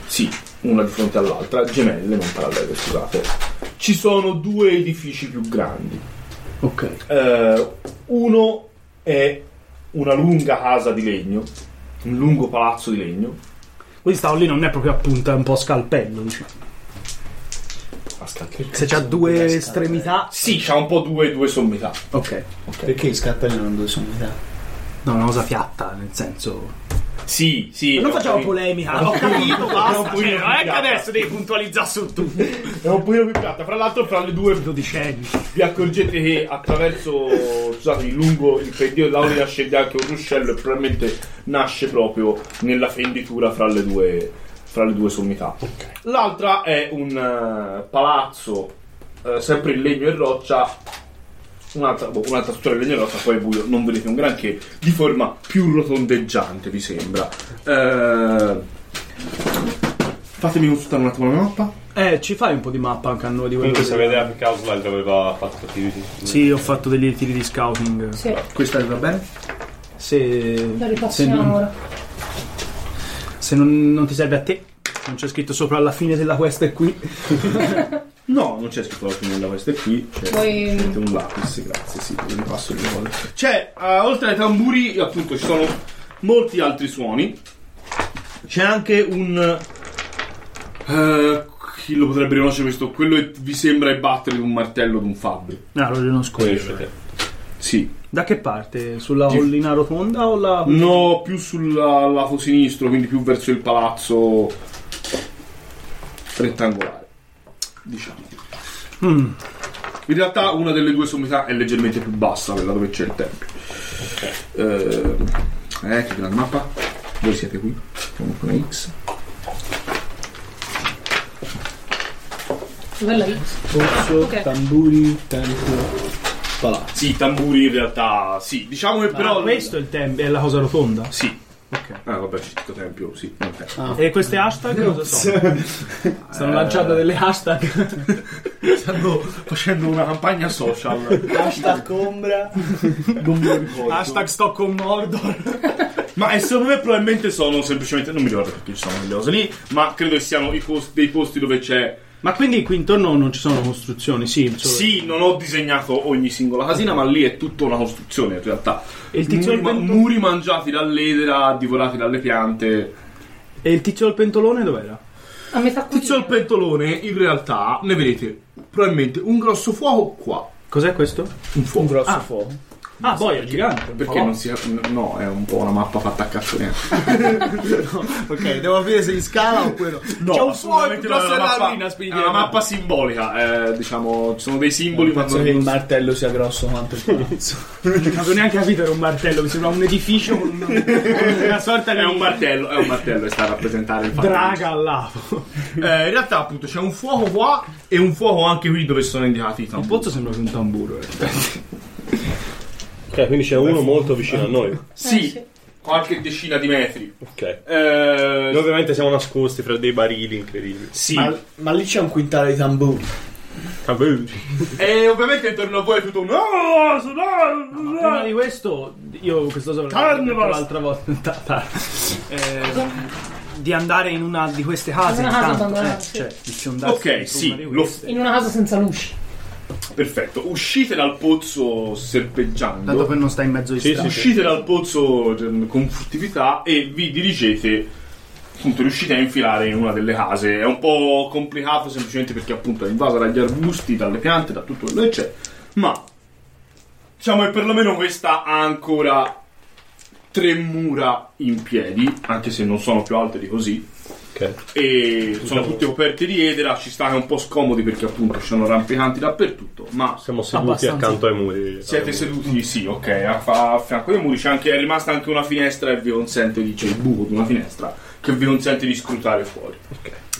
[SPEAKER 5] sì, una di fronte all'altra, gemelle, non parallele, scusate. Ci sono due edifici più grandi.
[SPEAKER 1] Ok.
[SPEAKER 5] Eh, uno è una lunga casa di legno, un lungo palazzo di legno,
[SPEAKER 1] Questa lì non è proprio a punta, è un po' a scalpello, diciamo.
[SPEAKER 5] a scalpello.
[SPEAKER 1] Se c'ha due estremità.
[SPEAKER 5] Sì, c'ha un po' due, due sommità.
[SPEAKER 1] Ok.
[SPEAKER 11] Perché i scappelli non due sommità?
[SPEAKER 1] No, una cosa fiatta, nel senso.
[SPEAKER 5] Sì, sì.
[SPEAKER 1] Non
[SPEAKER 5] ho
[SPEAKER 1] facciamo
[SPEAKER 5] capito.
[SPEAKER 1] polemica, ho capito,
[SPEAKER 5] È
[SPEAKER 1] basta.
[SPEAKER 5] un pulino
[SPEAKER 1] cioè,
[SPEAKER 9] Eh,
[SPEAKER 1] non è che
[SPEAKER 5] fiatta.
[SPEAKER 1] adesso devi puntualizzare su tutto.
[SPEAKER 5] È un pochino più piatta. Fra l'altro, fra le due
[SPEAKER 1] Dodicenni.
[SPEAKER 5] vi accorgete che attraverso scusate, il lungo il pendio dell'aula scende anche un ruscello e probabilmente nasce proprio nella fenditura fra le due, fra le due sommità. L'altra è un eh, palazzo, eh, sempre in legno e roccia. Un'altra, boh, un'altra struttura in legno e roccia, poi è buio, non vedete un granché, di forma più rotondeggiante, vi sembra. Eh, fatemi consultare un attimo la mappa.
[SPEAKER 1] Eh, ci fai un po' di mappa anche a noi di quello
[SPEAKER 3] Comunque
[SPEAKER 1] che-
[SPEAKER 3] sapete anche che Oswald aveva fatto attività.
[SPEAKER 1] Sì, ho fatto degli tiri di scouting.
[SPEAKER 2] Sì,
[SPEAKER 5] Questa va bene?
[SPEAKER 1] Se.
[SPEAKER 2] la
[SPEAKER 1] se
[SPEAKER 2] ripassiamo
[SPEAKER 1] non,
[SPEAKER 2] ora.
[SPEAKER 1] se non- non ti serve a te. Non c'è scritto sopra alla fine della quest è qui.
[SPEAKER 5] No, non c'è scritto la fine della questa qui, c'è
[SPEAKER 2] Poi-
[SPEAKER 5] c'è un lapis, grazie, sì, ve ne passo il nome. C'è, eh, oltre ai tamburi, appunto, ci sono molti altri suoni. C'è anche un... eh, chi lo potrebbe riconoscere questo? Quello che vi sembra il battere di un martello di un fabbro.
[SPEAKER 1] No, lo riconosco. io.
[SPEAKER 5] Sì.
[SPEAKER 1] Da che parte? Sulla
[SPEAKER 5] Di-
[SPEAKER 1] collina rotonda o la.
[SPEAKER 12] Mm.
[SPEAKER 5] No, più sul lato sinistro, quindi più verso il palazzo rettangolare. Diciamo.
[SPEAKER 1] Mm.
[SPEAKER 5] In realtà una delle due sommità è leggermente più bassa, quella dove c'è il tempio. Eh, eh, che grande mappa. Voi siete qui, comunque una X.
[SPEAKER 2] Bella X.
[SPEAKER 11] Pozzo,
[SPEAKER 2] Ok.
[SPEAKER 11] tamburi, tempio, palazzo.
[SPEAKER 5] Sì, tamburi in realtà, sì. Diciamo che
[SPEAKER 1] Però questo è il tempo, è la cosa rotonda.
[SPEAKER 5] Sì.
[SPEAKER 1] Ok.
[SPEAKER 5] Ah, vabbè, c'è scritto tempio, sì. non tempio.
[SPEAKER 10] Ah.
[SPEAKER 1] E queste hashtag cosa [laughs] sono? Stanno lanciando delle hashtag.
[SPEAKER 5] Stanno facendo una campagna [laughs] social.
[SPEAKER 11] Hashtag Combra. Non mi ricordo.
[SPEAKER 1] hashtag sto con Mordor.
[SPEAKER 5] Ma e secondo me probabilmente sono semplicemente... Non mi ricordo perché ci sono quelle cose lì, ma credo che siano i post- dei posti dove c'è...
[SPEAKER 1] Ma quindi qui intorno non ci sono costruzioni? Sì, cioè- solo-
[SPEAKER 5] Sì, non ho disegnato ogni singola casina, ma lì è tutta una costruzione in realtà.
[SPEAKER 1] E il tizio
[SPEAKER 5] muri,
[SPEAKER 1] del
[SPEAKER 5] ma-
[SPEAKER 1] pentolone?
[SPEAKER 5] muri mangiati dall'edera, divorati dalle piante.
[SPEAKER 1] E il tizio del pentolone dov'era?
[SPEAKER 2] A metà
[SPEAKER 5] Il tizio al
[SPEAKER 2] qui.
[SPEAKER 5] pentolone, in realtà, ne vedete probabilmente un grosso fuoco qua.
[SPEAKER 1] Cos'è questo?
[SPEAKER 5] Un
[SPEAKER 11] Un
[SPEAKER 5] fuoco.
[SPEAKER 11] grosso
[SPEAKER 1] Ah.
[SPEAKER 11] fuoco.
[SPEAKER 1] Ah, boia, gigante.
[SPEAKER 5] Perché non si. No, è un po' una mappa fatta a cazzone.
[SPEAKER 12] Ok, devo capire se in scala oppure no.
[SPEAKER 5] No,
[SPEAKER 1] C'è un fuoco,
[SPEAKER 5] assolutamente
[SPEAKER 1] grosso
[SPEAKER 5] no, è una
[SPEAKER 1] e
[SPEAKER 5] mappa-
[SPEAKER 1] lavina,
[SPEAKER 5] È
[SPEAKER 1] spinello.
[SPEAKER 5] una mappa simbolica, eh, diciamo, ci sono dei simboli, ma
[SPEAKER 11] Penso
[SPEAKER 5] non
[SPEAKER 11] che il martello sia grosso quanto il palazzo.
[SPEAKER 1] [laughs] Non avevo neanche capito era un martello, mi sembra un edificio con una, con una sorta di
[SPEAKER 5] È un martello, è un martello che sta a rappresentare il fatto.
[SPEAKER 1] draga al lato.
[SPEAKER 5] Eh, in realtà, appunto, c'è un fuoco qua e un fuoco anche qui dove sono indicati i
[SPEAKER 1] Il
[SPEAKER 5] tamburi.
[SPEAKER 1] pozzo sembra più un tamburo. eh.
[SPEAKER 3] Ok, quindi c'è uno molto vicino a [laughs] noi.
[SPEAKER 5] Sì,
[SPEAKER 2] Eh, sì.
[SPEAKER 5] qualche decina di metri.
[SPEAKER 3] Ok.
[SPEAKER 5] Eh,
[SPEAKER 3] Noi ovviamente siamo nascosti fra dei barili incredibili.
[SPEAKER 5] sì.
[SPEAKER 11] Ma, ma lì c'è un quintale di tamburi.
[SPEAKER 5] E ovviamente intorno a voi è tutto un... No, sono...
[SPEAKER 1] Prima di questo, io questo so
[SPEAKER 5] Carnival!
[SPEAKER 1] l'altra volta. [laughs] ta- ta- eh, di andare in una di queste case
[SPEAKER 2] In una casa
[SPEAKER 1] intanto,
[SPEAKER 2] abbandonata,
[SPEAKER 1] eh,
[SPEAKER 2] sì.
[SPEAKER 1] cioè, di fiondarsi in una
[SPEAKER 5] Ok, sì,
[SPEAKER 1] di
[SPEAKER 5] lo-
[SPEAKER 1] queste.
[SPEAKER 2] In una casa senza luci.
[SPEAKER 5] perfetto. Uscite dal pozzo serpeggiando.
[SPEAKER 1] Dato che non sta in mezzo ai
[SPEAKER 3] Sì,
[SPEAKER 1] strati.
[SPEAKER 5] Uscite dal pozzo eh, con furtività e vi dirigete. Appunto, riuscite a infilare in una delle case. È un po' complicato semplicemente perché, appunto, è invasa dagli arbusti, dalle piante, da tutto quello che c'è. Ma diciamo che perlomeno questa ha ancora tre mura in piedi, anche se non sono più alte di così.
[SPEAKER 1] Ok.
[SPEAKER 5] e sono tutte coperte di edera, ci sta che è un po' scomodi perché appunto ci sono rampicanti dappertutto, ma
[SPEAKER 3] Siamo seduti
[SPEAKER 9] Abbastanza.
[SPEAKER 3] accanto ai muri.
[SPEAKER 5] siete seduti, sì, ok, a, fa- a fianco dei muri c'è anche, è rimasta anche una finestra e vi consente di, c'è il buco di una finestra che vi consente di scrutare fuori.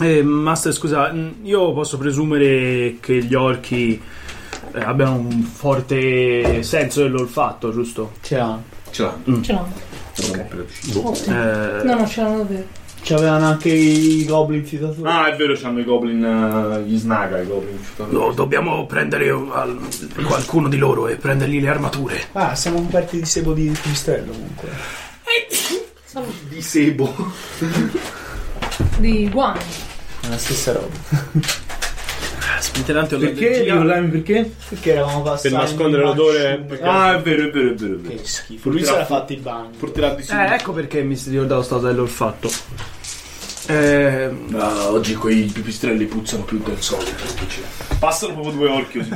[SPEAKER 9] Eh, master, scusa, mh, io posso presumere che gli orchi eh, abbiano un forte senso dell'olfatto, giusto?
[SPEAKER 1] C'era.
[SPEAKER 5] Ce l'hanno. Boh.
[SPEAKER 2] Ce l'hanno.
[SPEAKER 9] Eh,
[SPEAKER 2] No, non ce l'hanno davvero.
[SPEAKER 1] C'avevano anche i goblin fiutatori.
[SPEAKER 5] Ah, è vero, c'hanno i goblin, eh, gli snaga, i goblin.
[SPEAKER 9] no, dobbiamo prendere uh, al- qualcuno di loro e prendergli le armature.
[SPEAKER 1] Ah, siamo coperti di sebo di pistello comunque.
[SPEAKER 5] Di sebo.
[SPEAKER 2] Di guano.
[SPEAKER 1] È la stessa roba.
[SPEAKER 9] Ah, Spinterante o
[SPEAKER 1] Perché? Ricordami perché? Perché eravamo passati.
[SPEAKER 3] Per nascondere l'odore,
[SPEAKER 1] Perché...
[SPEAKER 3] perché-
[SPEAKER 5] Ah, è vero, è vero, è vero. È vero.
[SPEAKER 1] Che schifo. Lui si era fatto il bagno.
[SPEAKER 5] Porterà di sebo.
[SPEAKER 9] Eh, ecco perché mi si ricordava stato dell'olfatto. Eh,
[SPEAKER 5] Ah, oggi quei pipistrelli puzzano più del solito. dice. Passano proprio due orchi così.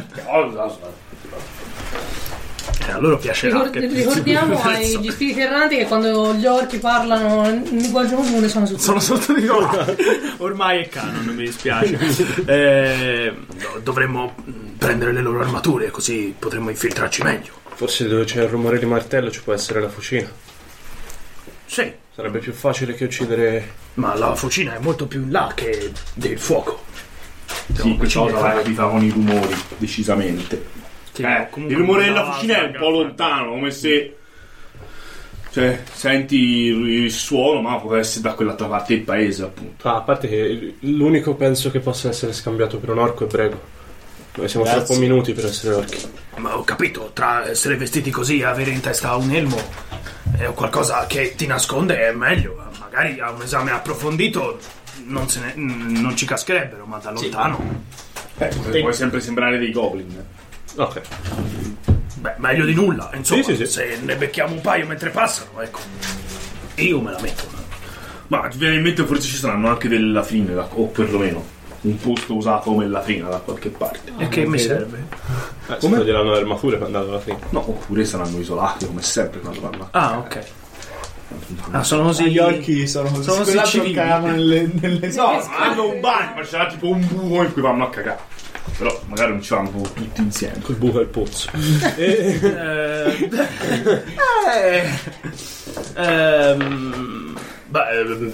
[SPEAKER 9] eh, a loro piacerà.
[SPEAKER 2] Ricord-
[SPEAKER 9] che-
[SPEAKER 2] ricordiamo ai gli spiriti erranti che quando gli orchi parlano in linguaggio comune sono su
[SPEAKER 9] Sono sotto di loro. [laughs] Ormai è canon, mi [laughs] dispiace. Eh, no, dovremmo mh, prendere le loro armature così potremmo infiltrarci meglio.
[SPEAKER 3] Forse dove c'è il rumore di martello ci può essere la fucina.
[SPEAKER 9] Sì,
[SPEAKER 3] Sarebbe più facile che uccidere.
[SPEAKER 9] ma la fucina è molto più in là che del fuoco.
[SPEAKER 5] Sì, questa cosa la capita con i rumori, decisamente. Eh, il rumore della fucina è un po' lontano, come se. Cioè, senti il, il suono, ma può essere da quell'altra parte del paese, appunto.
[SPEAKER 3] Ah, a parte che l'unico penso che possa essere scambiato per un orco è prego. Noi siamo
[SPEAKER 1] Grazie.
[SPEAKER 3] troppo minuti per essere orchi.
[SPEAKER 9] Ma ho capito, tra essere vestiti così e avere in testa un elmo eh, o qualcosa che ti nasconde è meglio. Magari a un esame approfondito non, se ne- mm, non ci cascherebbero, ma da lontano.
[SPEAKER 5] Eh, puoi sempre sembrare dei goblin.
[SPEAKER 3] Ok. Eh,
[SPEAKER 9] Beh, meglio di nulla, insomma,
[SPEAKER 3] Sì, sì, sì.
[SPEAKER 9] se ne becchiamo un paio mentre passano, ecco. Io me la metto.
[SPEAKER 5] Ma ti viene in mente forse ci saranno anche delle latrine, da- o perlomeno un posto usato come latrina da qualche parte.
[SPEAKER 9] e che mi serve?
[SPEAKER 3] Eh, si toglieranno le armature quando andare alla fine.
[SPEAKER 5] No, oppure saranno isolati, come sempre quando vanno a
[SPEAKER 9] Ah, ok. Ah, sono così
[SPEAKER 1] Gli orchi sono così.
[SPEAKER 9] Sono
[SPEAKER 1] Quell'altro
[SPEAKER 9] civili.
[SPEAKER 1] cavava nelle, nelle
[SPEAKER 5] No, ma hanno un bagno, ma c'era tipo un buco in cui vanno a cagare. Però magari non ci vanno proprio tutti insieme.
[SPEAKER 3] Col buco e il pozzo.
[SPEAKER 9] Eh, eh, ehm, beh, ehm,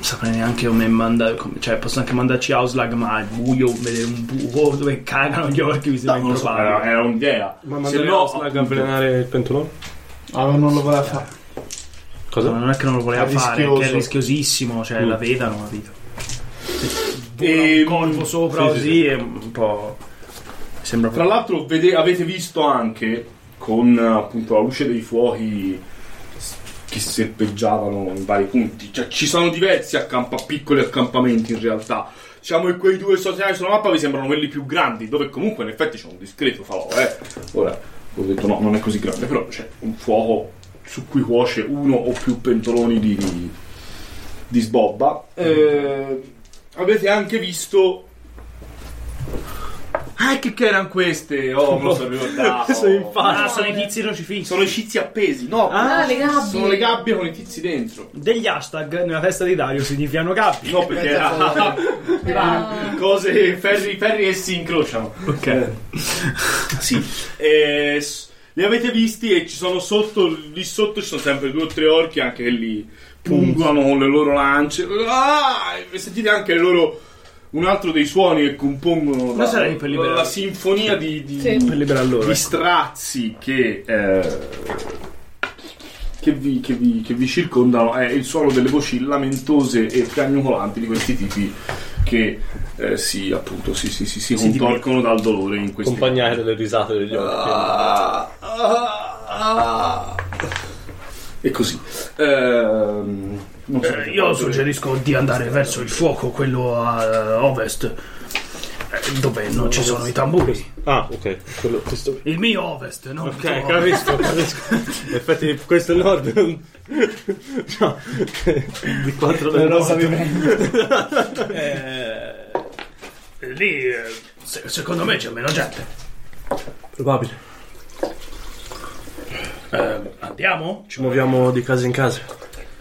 [SPEAKER 9] saprei neanche come manda come- cioè posso anche mandarci Auslag ma è buio vedere un buco dove cagano gli orchi mi sembra
[SPEAKER 5] Non lo so, era,
[SPEAKER 9] improbabile
[SPEAKER 5] era un'idea.
[SPEAKER 3] Ma
[SPEAKER 5] Se
[SPEAKER 3] manderemo
[SPEAKER 5] no,
[SPEAKER 3] no, a
[SPEAKER 5] appunto,
[SPEAKER 3] avvelenare il pentolone?
[SPEAKER 1] Ah, ma non lo voleva fare.
[SPEAKER 9] No,
[SPEAKER 3] Cosa?
[SPEAKER 9] non è che non lo voleva
[SPEAKER 1] È
[SPEAKER 9] fare
[SPEAKER 1] rischioso.
[SPEAKER 9] che è rischiosissimo cioè la vedano capito
[SPEAKER 5] E- Ehm,
[SPEAKER 9] e un corpo sopra
[SPEAKER 3] sì, sì,
[SPEAKER 9] così
[SPEAKER 3] sì.
[SPEAKER 9] è un po' mi sembra
[SPEAKER 5] tra l'altro vede- avete visto anche con appunto la luce dei fuochi s- che serpeggiavano in vari punti. Cioè ci sono diversi accampa- piccoli accampamenti in realtà. Diciamo che quei due sottolineati sulla mappa vi sembrano quelli più grandi, dove comunque in effetti c'è un discreto falò, eh. Ora, ho detto no, non è così grande, però c'è un fuoco su cui cuoce uno o più pentoloni di, di, di sbobba. Eh, avete anche visto... Ah, che, che erano queste? Oh, me lo sono ricordato.
[SPEAKER 3] Sono in faccia.
[SPEAKER 9] ah sono i tizi crocifissi
[SPEAKER 5] Sono i cizi appesi, no?
[SPEAKER 2] Ah, le gabbie.
[SPEAKER 5] Sono le gabbie con i tizi dentro.
[SPEAKER 9] degli hashtag nella testa di Dario significano gabbie
[SPEAKER 5] No, perché [laughs] era
[SPEAKER 2] Ah. Era-
[SPEAKER 5] cose ferri, ferri che si incrociano. Eh.
[SPEAKER 9] ok
[SPEAKER 5] Sì. Eh, s- li avete visti e ci sono sotto, lì sotto ci sono sempre due o tre orchi anche che li punguano con le loro lance. Ah, e sentite anche le loro un altro dei suoni che compongono la,
[SPEAKER 9] sarei per
[SPEAKER 5] la-
[SPEAKER 9] liberare.
[SPEAKER 5] la sinfonia di, di-
[SPEAKER 2] Sì.
[SPEAKER 9] per liberare loro
[SPEAKER 5] di strazzi che, eh, che, vi, che vi- che vi circondano è il suono delle voci lamentose e piagnucolanti di questi tipi che eh, si appunto si, si, si, si contorcono dal dolore in questi
[SPEAKER 3] Accompagnare le risate degli orchi.
[SPEAKER 5] Ah, ah, ah. e così Ehm, non so
[SPEAKER 9] Eh, io suggerisco di andare verso il fuoco, quello a ovest, eh, dove non ci sono i tamburi.
[SPEAKER 3] Ah, ok. Quello, questo...
[SPEAKER 9] Il mio ovest, non il
[SPEAKER 3] Ok,
[SPEAKER 9] tuo.
[SPEAKER 3] capisco, capisco. In effetti questo è il nord. [laughs] no. Di quattro del
[SPEAKER 1] Rosa
[SPEAKER 3] nord.
[SPEAKER 1] mi prende.
[SPEAKER 9] Eh, lì, eh, se- secondo me c'è meno gente.
[SPEAKER 3] Probabile.
[SPEAKER 9] Eh, andiamo?
[SPEAKER 3] Ci muoviamo di casa in casa.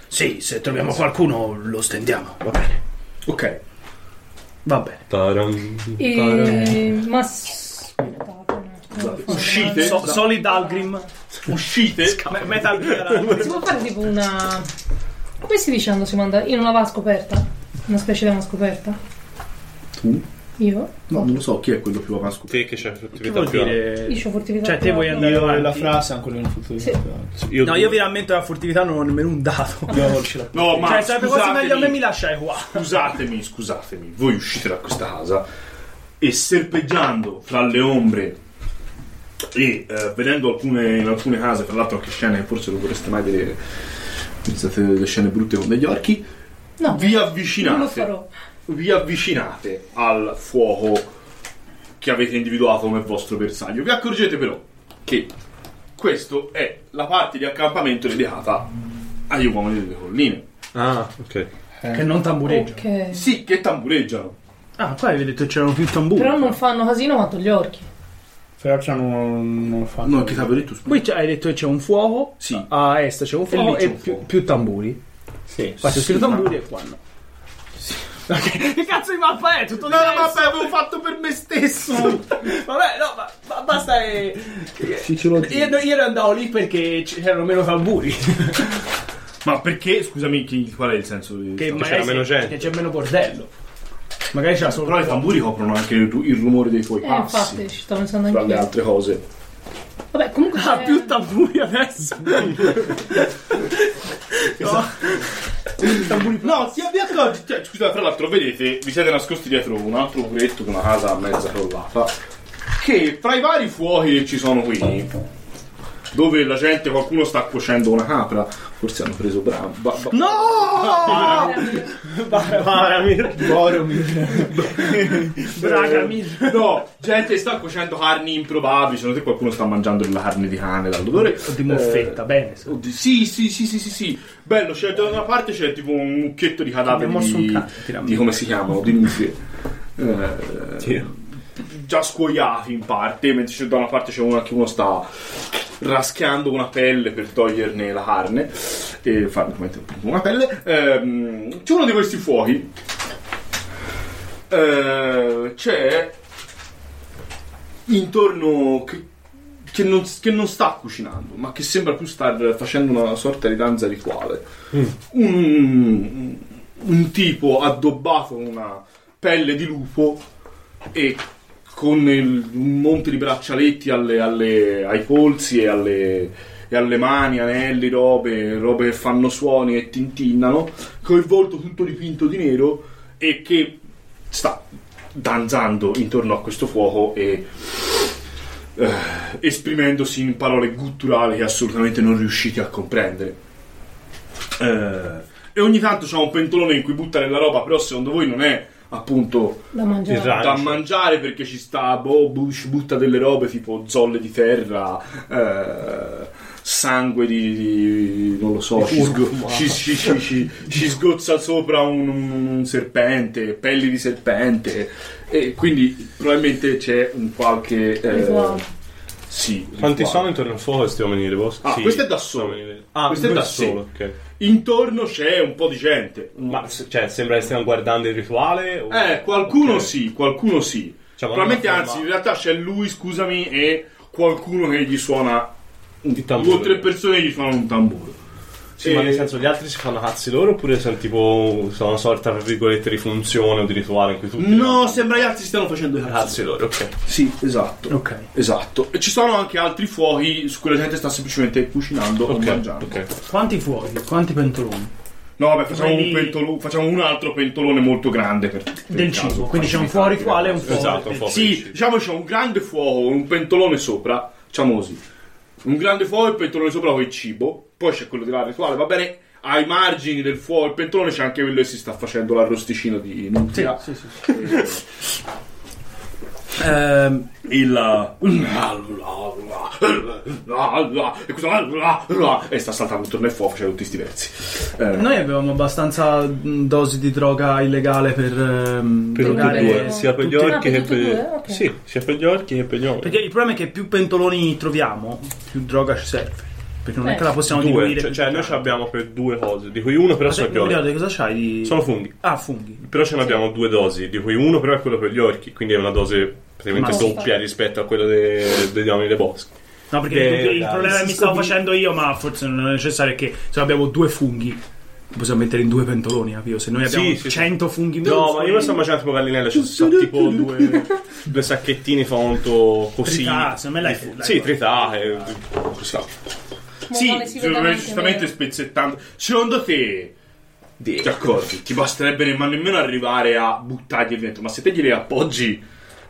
[SPEAKER 9] Sì, se troviamo qualcuno lo stendiamo, va bene.
[SPEAKER 5] Ok.
[SPEAKER 9] Va bene.
[SPEAKER 3] Taran, taran.
[SPEAKER 2] E... Ma... aspettate un attimo, devo fare
[SPEAKER 5] Uscite.
[SPEAKER 2] una-
[SPEAKER 9] So- Solid Algrim,
[SPEAKER 5] Uscite.
[SPEAKER 9] Me- Metal Gear.
[SPEAKER 2] Si può fare tipo una... Come si dice quando si manda in una va scoperta? Una specie di una scoperta?
[SPEAKER 1] Tu?
[SPEAKER 2] Io?
[SPEAKER 1] No, non lo so chi è quello più avanti.
[SPEAKER 9] Cioè,
[SPEAKER 3] Te che c'è furtività
[SPEAKER 9] Vuol
[SPEAKER 3] più alta.
[SPEAKER 9] dire...
[SPEAKER 2] Io ho fortificato.
[SPEAKER 9] Cioè, te vuoi andare avanti?
[SPEAKER 1] anche lui in futuro.
[SPEAKER 2] Sì.
[SPEAKER 3] Io
[SPEAKER 9] No, io vi rammento la furtività non ho nemmeno un dato.
[SPEAKER 5] No, ma
[SPEAKER 9] cioè, sarebbe quasi
[SPEAKER 5] scusatemi.
[SPEAKER 9] meglio a me mi lasciai qua.
[SPEAKER 5] Scusatemi, scusatemi, voi uscite da questa casa e serpeggiando fra le ombre e eh, vedendo alcune, in alcune case, tra l'altro anche scene che forse non vorreste mai vedere, pensate le scene brutte con degli orchi,
[SPEAKER 2] No,
[SPEAKER 5] vi
[SPEAKER 2] non lo
[SPEAKER 5] avvicinate,
[SPEAKER 2] farò.
[SPEAKER 5] vi avvicinate al fuoco che avete individuato come vostro bersaglio. Vi accorgete però che questa è la parte di accampamento dedicata agli uomini delle colline.
[SPEAKER 3] Ah, ok.
[SPEAKER 9] Che non tambureggia.
[SPEAKER 2] Ok.
[SPEAKER 5] Sì, che tambureggiano.
[SPEAKER 9] Ah, qua avevi detto che c'erano più tamburi.
[SPEAKER 2] Però non fanno casino quanto gli orchi.
[SPEAKER 13] Ferraccia non, non lo fa.
[SPEAKER 5] No, che tamburetto
[SPEAKER 9] Qui c'è- hai detto che c'è un fuoco.
[SPEAKER 5] Sì.
[SPEAKER 9] A est c'è un fuoco
[SPEAKER 5] lì c'è
[SPEAKER 9] e,
[SPEAKER 5] un
[SPEAKER 9] più,
[SPEAKER 5] fuoco.
[SPEAKER 9] più tamburi.
[SPEAKER 13] Sì.
[SPEAKER 9] Qua c'è
[SPEAKER 5] Sì,
[SPEAKER 9] scritto
[SPEAKER 5] ma-
[SPEAKER 9] tamburi e qua no. Ok, [laughs] Che cazzo di mappa è? Tutto
[SPEAKER 5] No, no,
[SPEAKER 9] diverso.
[SPEAKER 5] vabbè, avevo fatto per me stesso.
[SPEAKER 9] Vabbè, no, ma, ma basta. eh,
[SPEAKER 13] Chi ce lo dice?
[SPEAKER 9] Io, io andavo lì perché c'erano meno tamburi.
[SPEAKER 5] Ma perché, scusami, chi- qual è il senso di...
[SPEAKER 9] Che
[SPEAKER 5] No,
[SPEAKER 9] magari
[SPEAKER 3] c'era meno
[SPEAKER 9] se-
[SPEAKER 3] gente.
[SPEAKER 9] Che c'è meno bordello. Magari c'era solo.
[SPEAKER 5] Però i tamburi coprono anche il, ru- il rumore dei tuoi
[SPEAKER 2] Eh,
[SPEAKER 5] passi,
[SPEAKER 2] infatti, ci sto pensando
[SPEAKER 5] tra le
[SPEAKER 2] anch'io.
[SPEAKER 5] altre cose.
[SPEAKER 2] Vabbè, comunque...
[SPEAKER 9] Ah,
[SPEAKER 2] c'è-
[SPEAKER 9] più tamburi adesso.
[SPEAKER 5] No, ti vi accorgi... Cioè, scusate, tra l'altro, vedete, vi siete nascosti dietro un altro muretto con una casa mezza crollata, che fra i vari fuochi che ci sono qui, dove la gente, qualcuno sta cuocendo una capra, forse hanno preso bravo.
[SPEAKER 9] no!
[SPEAKER 1] Boromir. Boromir.
[SPEAKER 9] Bragamir.
[SPEAKER 5] No, gente sta cuocendo carni improbabili, secondo te qualcuno sta mangiando della carne di cane dall'odore.
[SPEAKER 9] Di moffetta, bene. sì.
[SPEAKER 5] Oddio, sì, sì, sì, sì, sì, sì. Bello, c'è da una parte c'è tipo un mucchietto di cadaveri
[SPEAKER 9] Abbiamo mosso un
[SPEAKER 5] di,
[SPEAKER 9] cane, tirami.
[SPEAKER 5] di come si chiamano, di muffe. Eh, già scuoiati in parte, mentre c'è da una parte c'è uno che uno sta raschiando una pelle per toglierne la carne e farne come te, appunto, una pelle. Ehm, c'è uno di questi fuochi. Eh, c'è intorno che, che non, che non sta cucinando, ma che sembra più star facendo una sorta di danza rituale. Un, un tipo addobbato con una pelle di lupo e con il- un monte di braccialetti alle- alle- ai polsi e alle, e alle mani, anelli, robe, robe che fanno suoni e tintinnano, col volto tutto dipinto di nero e che sta danzando intorno a questo fuoco e eh, esprimendosi in parole gutturali che assolutamente non riuscite a comprendere. Eh, e ogni tanto c'ha un pentolone in cui butta della roba, però secondo voi non è appunto
[SPEAKER 2] Da mangiare.
[SPEAKER 3] Il ra-
[SPEAKER 5] da
[SPEAKER 3] Anche.
[SPEAKER 5] mangiare perché ci sta boh, Bush butta delle robe tipo zolle di terra eh, sangue di, di- non lo so ci, sgo- ci- ci- ci- ci- ci sgozza sopra un, un serpente pelli di serpente e quindi probabilmente c'è un qualche eh,
[SPEAKER 2] Rituale.
[SPEAKER 5] sì
[SPEAKER 3] Quanti
[SPEAKER 5] rituale.
[SPEAKER 3] sono intorno al fuoco boh? questi uomini dei boschi?
[SPEAKER 5] Ah, questo è da solo.
[SPEAKER 3] uomini- Ah,
[SPEAKER 5] Questo è da
[SPEAKER 3] solo, ok.
[SPEAKER 5] intorno c'è un po' di gente
[SPEAKER 3] Ma se- cioè, sembra che stiamo guardando il rituale? o-
[SPEAKER 5] eh qualcuno
[SPEAKER 3] Ok.
[SPEAKER 5] sì qualcuno sì
[SPEAKER 3] Cioè, ma non
[SPEAKER 5] Probabilmente,
[SPEAKER 3] una
[SPEAKER 5] anzi, in
[SPEAKER 3] forma-
[SPEAKER 5] realtà c'è lui, scusami, e qualcuno che gli suona. un-
[SPEAKER 3] Il tamburo.
[SPEAKER 5] Due o tre persone gli suonano un tamburo.
[SPEAKER 3] Sì, ma
[SPEAKER 5] Eh,
[SPEAKER 3] nel senso gli altri si fanno cazzi loro oppure sono tipo sono una sorta tra virgolette di funzione o di rituale in cui tutti
[SPEAKER 5] No, sembra gli altri stiano facendo i cazzi.
[SPEAKER 3] cazzi loro, ok.
[SPEAKER 5] Sì, esatto.
[SPEAKER 9] Ok.
[SPEAKER 5] Esatto. E ci sono anche altri fuochi su cui la gente sta semplicemente cucinando
[SPEAKER 3] Ok,
[SPEAKER 5] o mangiando.
[SPEAKER 3] ok.
[SPEAKER 9] Quanti fuochi? Quanti pentoloni?
[SPEAKER 5] No, vabbè, facciamo un,
[SPEAKER 9] Quindi-
[SPEAKER 5] pentolo- facciamo un altro pentolone molto grande per, per
[SPEAKER 9] Del
[SPEAKER 5] il caso,
[SPEAKER 9] cibo. Quindi c'è un
[SPEAKER 5] facilitare.
[SPEAKER 9] fuori quale e un fuori.
[SPEAKER 3] Esatto, un po' per il
[SPEAKER 5] Sì,
[SPEAKER 3] cibo.
[SPEAKER 5] diciamo c'è un grande fuoco con un pentolone sopra, diciamo così. Un grande fuoco e il pentolone sopra con il cibo. Poi c'è quello di là il rituale, va bene. Ai margini del fuoco, il pentolone c'è anche quello che si sta facendo l'arrosticino di nutria.
[SPEAKER 9] Sì, sì, Ehm,
[SPEAKER 5] Il e questo e sta saltando intorno al fuoco, c'è tutti sti versi. Eh,
[SPEAKER 9] Noi avevamo abbastanza mh, dosi di droga illegale per, ehm,
[SPEAKER 3] Per tutti
[SPEAKER 9] drogare-
[SPEAKER 3] e due, sia per gli
[SPEAKER 9] tutti-
[SPEAKER 3] orchi
[SPEAKER 2] Ah,
[SPEAKER 3] che
[SPEAKER 2] per tutti e
[SPEAKER 3] per
[SPEAKER 2] due, ok.
[SPEAKER 3] Sì, sia per gli orchi che per gli uomini.
[SPEAKER 9] Perché il problema è che più pentoloni troviamo, più droga ci serve. Perché non è
[SPEAKER 2] Eh.
[SPEAKER 9] che la possiamo
[SPEAKER 3] Due,
[SPEAKER 9] diluire.
[SPEAKER 3] cioè,
[SPEAKER 9] più
[SPEAKER 3] cioè
[SPEAKER 9] di
[SPEAKER 3] noi
[SPEAKER 9] tanto.
[SPEAKER 3] ci abbiamo per due cose, di cui uno però sono gli
[SPEAKER 9] Non mi
[SPEAKER 3] orchi.
[SPEAKER 9] ricordo cosa c'hai di...
[SPEAKER 3] Sono funghi.
[SPEAKER 9] Ah, funghi.
[SPEAKER 3] Però ce ne abbiamo due dosi, di cui uno però è quello per gli orchi, quindi è una dose praticamente
[SPEAKER 9] Ma-
[SPEAKER 3] doppia rispetto a quella de- dei diavoli dei boschi.
[SPEAKER 9] No, perché
[SPEAKER 3] Che-
[SPEAKER 9] il dubbio- il
[SPEAKER 3] Eh, dai,
[SPEAKER 9] problema che mi stavo facendo io, ma forse non è necessario, è che se abbiamo due funghi, possiamo mettere in due pentoloni, capito? Se noi
[SPEAKER 3] Sì,
[SPEAKER 9] abbiamo
[SPEAKER 3] sì, sì.
[SPEAKER 9] 100 funghi in due
[SPEAKER 3] No, ma io lo sto immaginando tipo gallinella, ci sono tipo due, due sacchettini fonto così.
[SPEAKER 9] Trità, secondo me lei-
[SPEAKER 3] Di-
[SPEAKER 9] lei-
[SPEAKER 3] Sì, trità, eh, così.
[SPEAKER 2] Morale Cioè, si
[SPEAKER 5] Sì, eh,
[SPEAKER 2] vede anche
[SPEAKER 5] giustamente
[SPEAKER 2] meno.
[SPEAKER 5] spezzettando. Secondo te,
[SPEAKER 3] Di-
[SPEAKER 5] ti accorgi, ti basterebbe ne- ma nemmeno arrivare a buttargli dentro, ma se te glieli appoggi,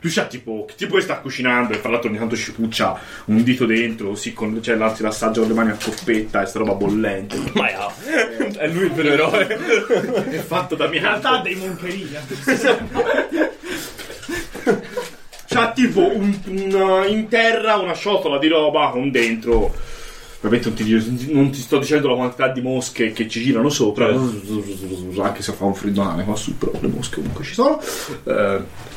[SPEAKER 5] tu c'ha tipo, che tipo che sta cucinando e fra l'altro ogni tanto ci puccia un dito dentro, così con, cioè l'altro l'assaggio con le mani a coppetta e sta roba bollente.
[SPEAKER 3] Ma no, è lui il vero eroe.
[SPEAKER 5] È fatto da mia
[SPEAKER 9] realtà dei moncheria.
[SPEAKER 5] C'ha tipo un- un- in terra una ciotola di roba con dentro. Ovviamente non ti, non ti sto dicendo la quantità di mosche che ci girano sopra, anche se fa un freddolane qua su, però le mosche comunque ci sono. Eh,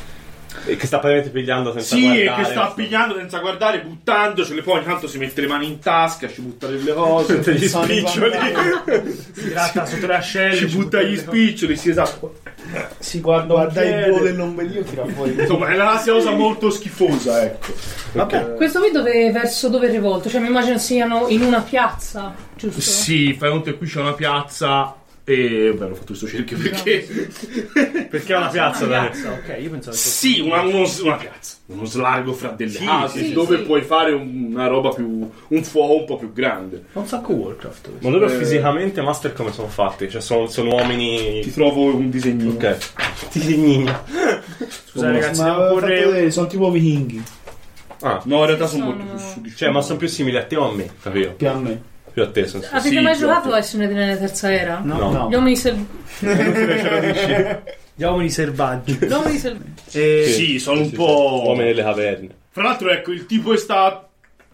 [SPEAKER 3] E che sta praticamente pigliando senza
[SPEAKER 5] sì, e
[SPEAKER 3] guardare.
[SPEAKER 5] che sta pigliando senza guardare, buttandocele, poi intanto si mette le mani in tasca, ci butta delle cose,
[SPEAKER 3] Gli spiccioli.
[SPEAKER 9] Si gratta sotto le ascelle.
[SPEAKER 5] ci butta gli spiccioli, sì esatto.
[SPEAKER 1] Si guarda, guarda
[SPEAKER 5] il
[SPEAKER 1] il
[SPEAKER 5] volo
[SPEAKER 1] volo e l'ombelico tira fuori.
[SPEAKER 5] Insomma, è una cosa molto schifosa, ecco.
[SPEAKER 2] Questo qui dove, verso dove è rivolto? Cioè mi immagino siano in una piazza, giusto?
[SPEAKER 5] Sì, fai conto che qui c'è una piazza e... Beh, l'ho fatto questo cerchio perché...
[SPEAKER 3] Perché è una piazza, dai.
[SPEAKER 9] Ok, io pensavo che fosse-
[SPEAKER 5] Sì, una, uno s- una piazza, uno slargo fra delle
[SPEAKER 3] Sì,
[SPEAKER 5] case
[SPEAKER 2] sì, sì,
[SPEAKER 5] dove
[SPEAKER 2] sì.
[SPEAKER 5] puoi fare un- una roba più... un fuoco un po' più grande.
[SPEAKER 1] Fa un sacco Warcraft.
[SPEAKER 3] Ma loro fisicamente, Master, come sono fatti? Cioè, sono, sono
[SPEAKER 5] Ti
[SPEAKER 3] uomini.
[SPEAKER 5] trovo un disegnino.
[SPEAKER 3] Ok. Tignina.
[SPEAKER 9] Scusate Cioè, ragazzi,
[SPEAKER 1] Ma
[SPEAKER 9] devo correre-
[SPEAKER 1] sono tipo vichinghi.
[SPEAKER 5] No, in realtà
[SPEAKER 2] Sì,
[SPEAKER 5] sono
[SPEAKER 2] sono-
[SPEAKER 5] molto più su di
[SPEAKER 3] Cioè, ma sono più simili a te o a me, capito?
[SPEAKER 1] Più a me.
[SPEAKER 3] Più a te, sono
[SPEAKER 2] Avete
[SPEAKER 5] Sì,
[SPEAKER 2] mai
[SPEAKER 5] certo.
[SPEAKER 2] giocato a Escendere nella terza era?
[SPEAKER 9] No.
[SPEAKER 3] No.
[SPEAKER 2] Gli uomini sel-
[SPEAKER 9] Gli uomini selvaggi.
[SPEAKER 2] gli uomini sel-
[SPEAKER 9] E...
[SPEAKER 5] Sì, sono un
[SPEAKER 3] Uomini
[SPEAKER 5] po'...
[SPEAKER 3] delle caverne.
[SPEAKER 5] Fra l'altro, ecco, il tipo che sta,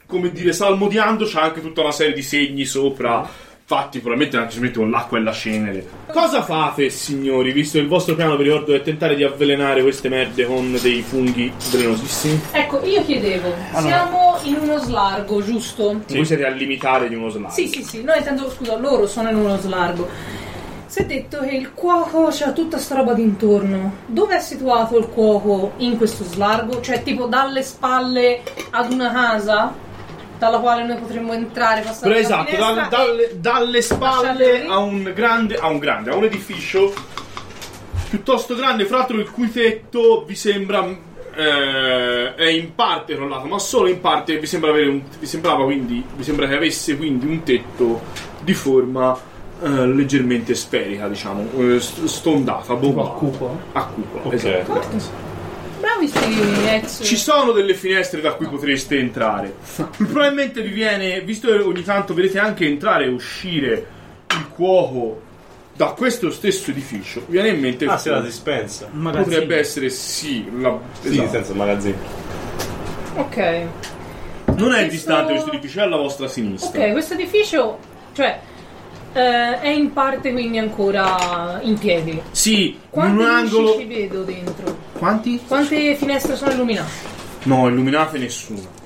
[SPEAKER 5] come dire, salmodiando, c'ha anche tutta una serie di segni sopra, fatti probabilmente anche semplicemente con l'acqua e la cenere. Cosa fate, signori, visto che il vostro piano, vi ricordo, è tentare di avvelenare queste merde con dei funghi velenosissimi?
[SPEAKER 2] Ecco, io chiedevo,
[SPEAKER 5] Ah,
[SPEAKER 2] siamo in uno slargo, giusto?
[SPEAKER 5] Voi siete al limitare di uno slime.
[SPEAKER 2] Sì, sì, sì, no, intanto scusa, loro sono in uno slargo. Si è detto che il cuoco c'ha tutta sta roba d'intorno. Dove è situato il cuoco in questo slargo? Cioè, tipo dalle spalle ad una casa dalla quale noi potremmo entrare, passare
[SPEAKER 5] Però
[SPEAKER 2] dalla
[SPEAKER 5] esatto,
[SPEAKER 2] finestra e-
[SPEAKER 5] dal- dalle, dalle
[SPEAKER 2] Lasciate
[SPEAKER 5] spalle
[SPEAKER 2] lì.
[SPEAKER 5] a un grande, a un grande, a un edificio piuttosto grande, fra l'altro il cui tetto vi sembra eh, è in parte crollato, ma solo in parte vi sembra avere un, vi sembrava quindi, vi sembra che avesse quindi un tetto di forma eh, leggermente sferica, diciamo, eh, st- stondata, bombata. a cupola. esatto.
[SPEAKER 2] Bravi sti ex.
[SPEAKER 5] Ci sono delle finestre da cui potreste entrare.
[SPEAKER 3] [laughs]
[SPEAKER 5] Probabilmente vi viene, visto che ogni tanto vedete anche entrare e uscire il cuoco da questo stesso edificio, vi viene in mente il
[SPEAKER 3] Ah, se la
[SPEAKER 5] fuoco.
[SPEAKER 3] dispensa.
[SPEAKER 5] potrebbe essere sì, la,
[SPEAKER 3] Sì,
[SPEAKER 5] esatto.
[SPEAKER 3] senza magazzino.
[SPEAKER 2] Ok.
[SPEAKER 5] non è
[SPEAKER 2] Questo-
[SPEAKER 5] distante questo edificio, è alla vostra sinistra.
[SPEAKER 2] Ok, questo edificio, cioè, eh, è in parte quindi ancora in piedi.
[SPEAKER 5] Sì, in
[SPEAKER 2] Quanti
[SPEAKER 5] un
[SPEAKER 2] luci
[SPEAKER 5] angolo.
[SPEAKER 2] ci vedo dentro?
[SPEAKER 5] Quanti?
[SPEAKER 2] Quante finestre sono illuminate?
[SPEAKER 5] No, illuminate nessuno.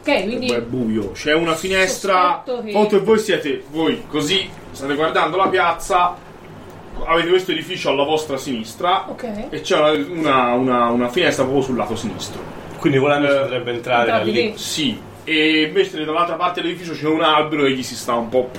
[SPEAKER 2] Ok, quindi
[SPEAKER 5] Beh, è buio. C'è una finestra.
[SPEAKER 2] Sospetto che-
[SPEAKER 5] Foto e voi siete voi così. State guardando la piazza. Avete questo edificio alla vostra sinistra.
[SPEAKER 2] Ok.
[SPEAKER 5] E c'è una, una- una- una finestra proprio sul lato sinistro.
[SPEAKER 3] Quindi volendo
[SPEAKER 5] Eh,
[SPEAKER 3] si potrebbe entrare da
[SPEAKER 2] Entrarli
[SPEAKER 3] lì.
[SPEAKER 2] lì.
[SPEAKER 5] Sì. E invece dall'altra parte dell'edificio c'è un albero e gli si sta un po'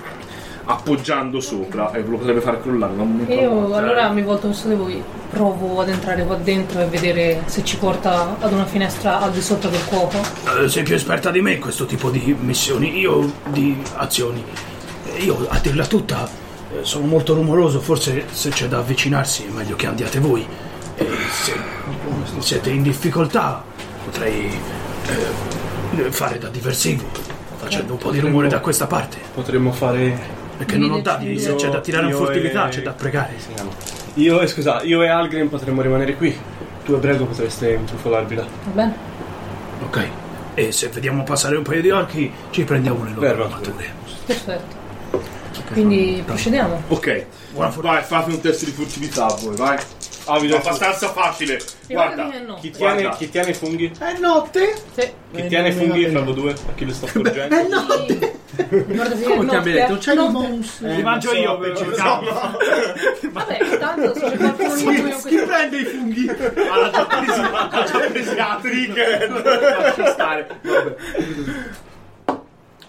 [SPEAKER 5] appoggiando sopra. E ve lo potrebbe far crollare da un momento
[SPEAKER 2] io
[SPEAKER 5] all'altro.
[SPEAKER 2] allora mi volto verso di voi, provo ad entrare qua dentro e vedere se ci porta ad una finestra al di sotto del cuoco.
[SPEAKER 9] Eh, sei più esperta di me in questo tipo di missioni, io di azioni. Eh, Io a dirla tutta eh, sono molto rumoroso, forse se c'è da avvicinarsi è meglio che andiate voi. E se siete in difficoltà potrei eh, fare da diversivo, facendo un po' di rumore da questa parte.
[SPEAKER 3] Potremmo fare.
[SPEAKER 9] Perché non ho dati,
[SPEAKER 2] Dividerci
[SPEAKER 9] se c'è da tirare in
[SPEAKER 3] io
[SPEAKER 9] furtività
[SPEAKER 3] e-
[SPEAKER 9] c'è da pregare.
[SPEAKER 3] Io e scusa, io e Algrim potremmo rimanere qui. Tu e Brego potreste intrufolarvi là.
[SPEAKER 2] Va bene?
[SPEAKER 9] Ok. E se vediamo passare un paio di orchi ci prendiamo le loro
[SPEAKER 3] Fermo.
[SPEAKER 9] armature.
[SPEAKER 2] Perfetto. Quindi procediamo.
[SPEAKER 5] Ok.
[SPEAKER 9] Buona fortuna.
[SPEAKER 5] Vai, fate un test di furtività voi, vai. Avido, abbastanza facile. Guarda,
[SPEAKER 2] che no.
[SPEAKER 5] chi
[SPEAKER 14] Tiene-
[SPEAKER 5] tiene, chi
[SPEAKER 14] chi tiene i funghi?
[SPEAKER 5] Eh,
[SPEAKER 15] È notte?
[SPEAKER 2] Sì.
[SPEAKER 14] Chi tiene i funghi? Fallo due a chi le sta scorgendo.
[SPEAKER 5] Eh.
[SPEAKER 15] È notte?
[SPEAKER 2] Guardate,
[SPEAKER 15] Come ti
[SPEAKER 2] notte,
[SPEAKER 15] abbia detto? C'è il
[SPEAKER 2] notte.
[SPEAKER 15] monstro.
[SPEAKER 1] Li mangio io per cercare.
[SPEAKER 2] Vabbè, intanto se c'è qualcuno in cui ho questo-
[SPEAKER 5] prende i funghi? Alla giapponese, alla
[SPEAKER 2] [laughs]
[SPEAKER 5] giapponese, la [laughs] trigger. Lascia stare. Vabbè.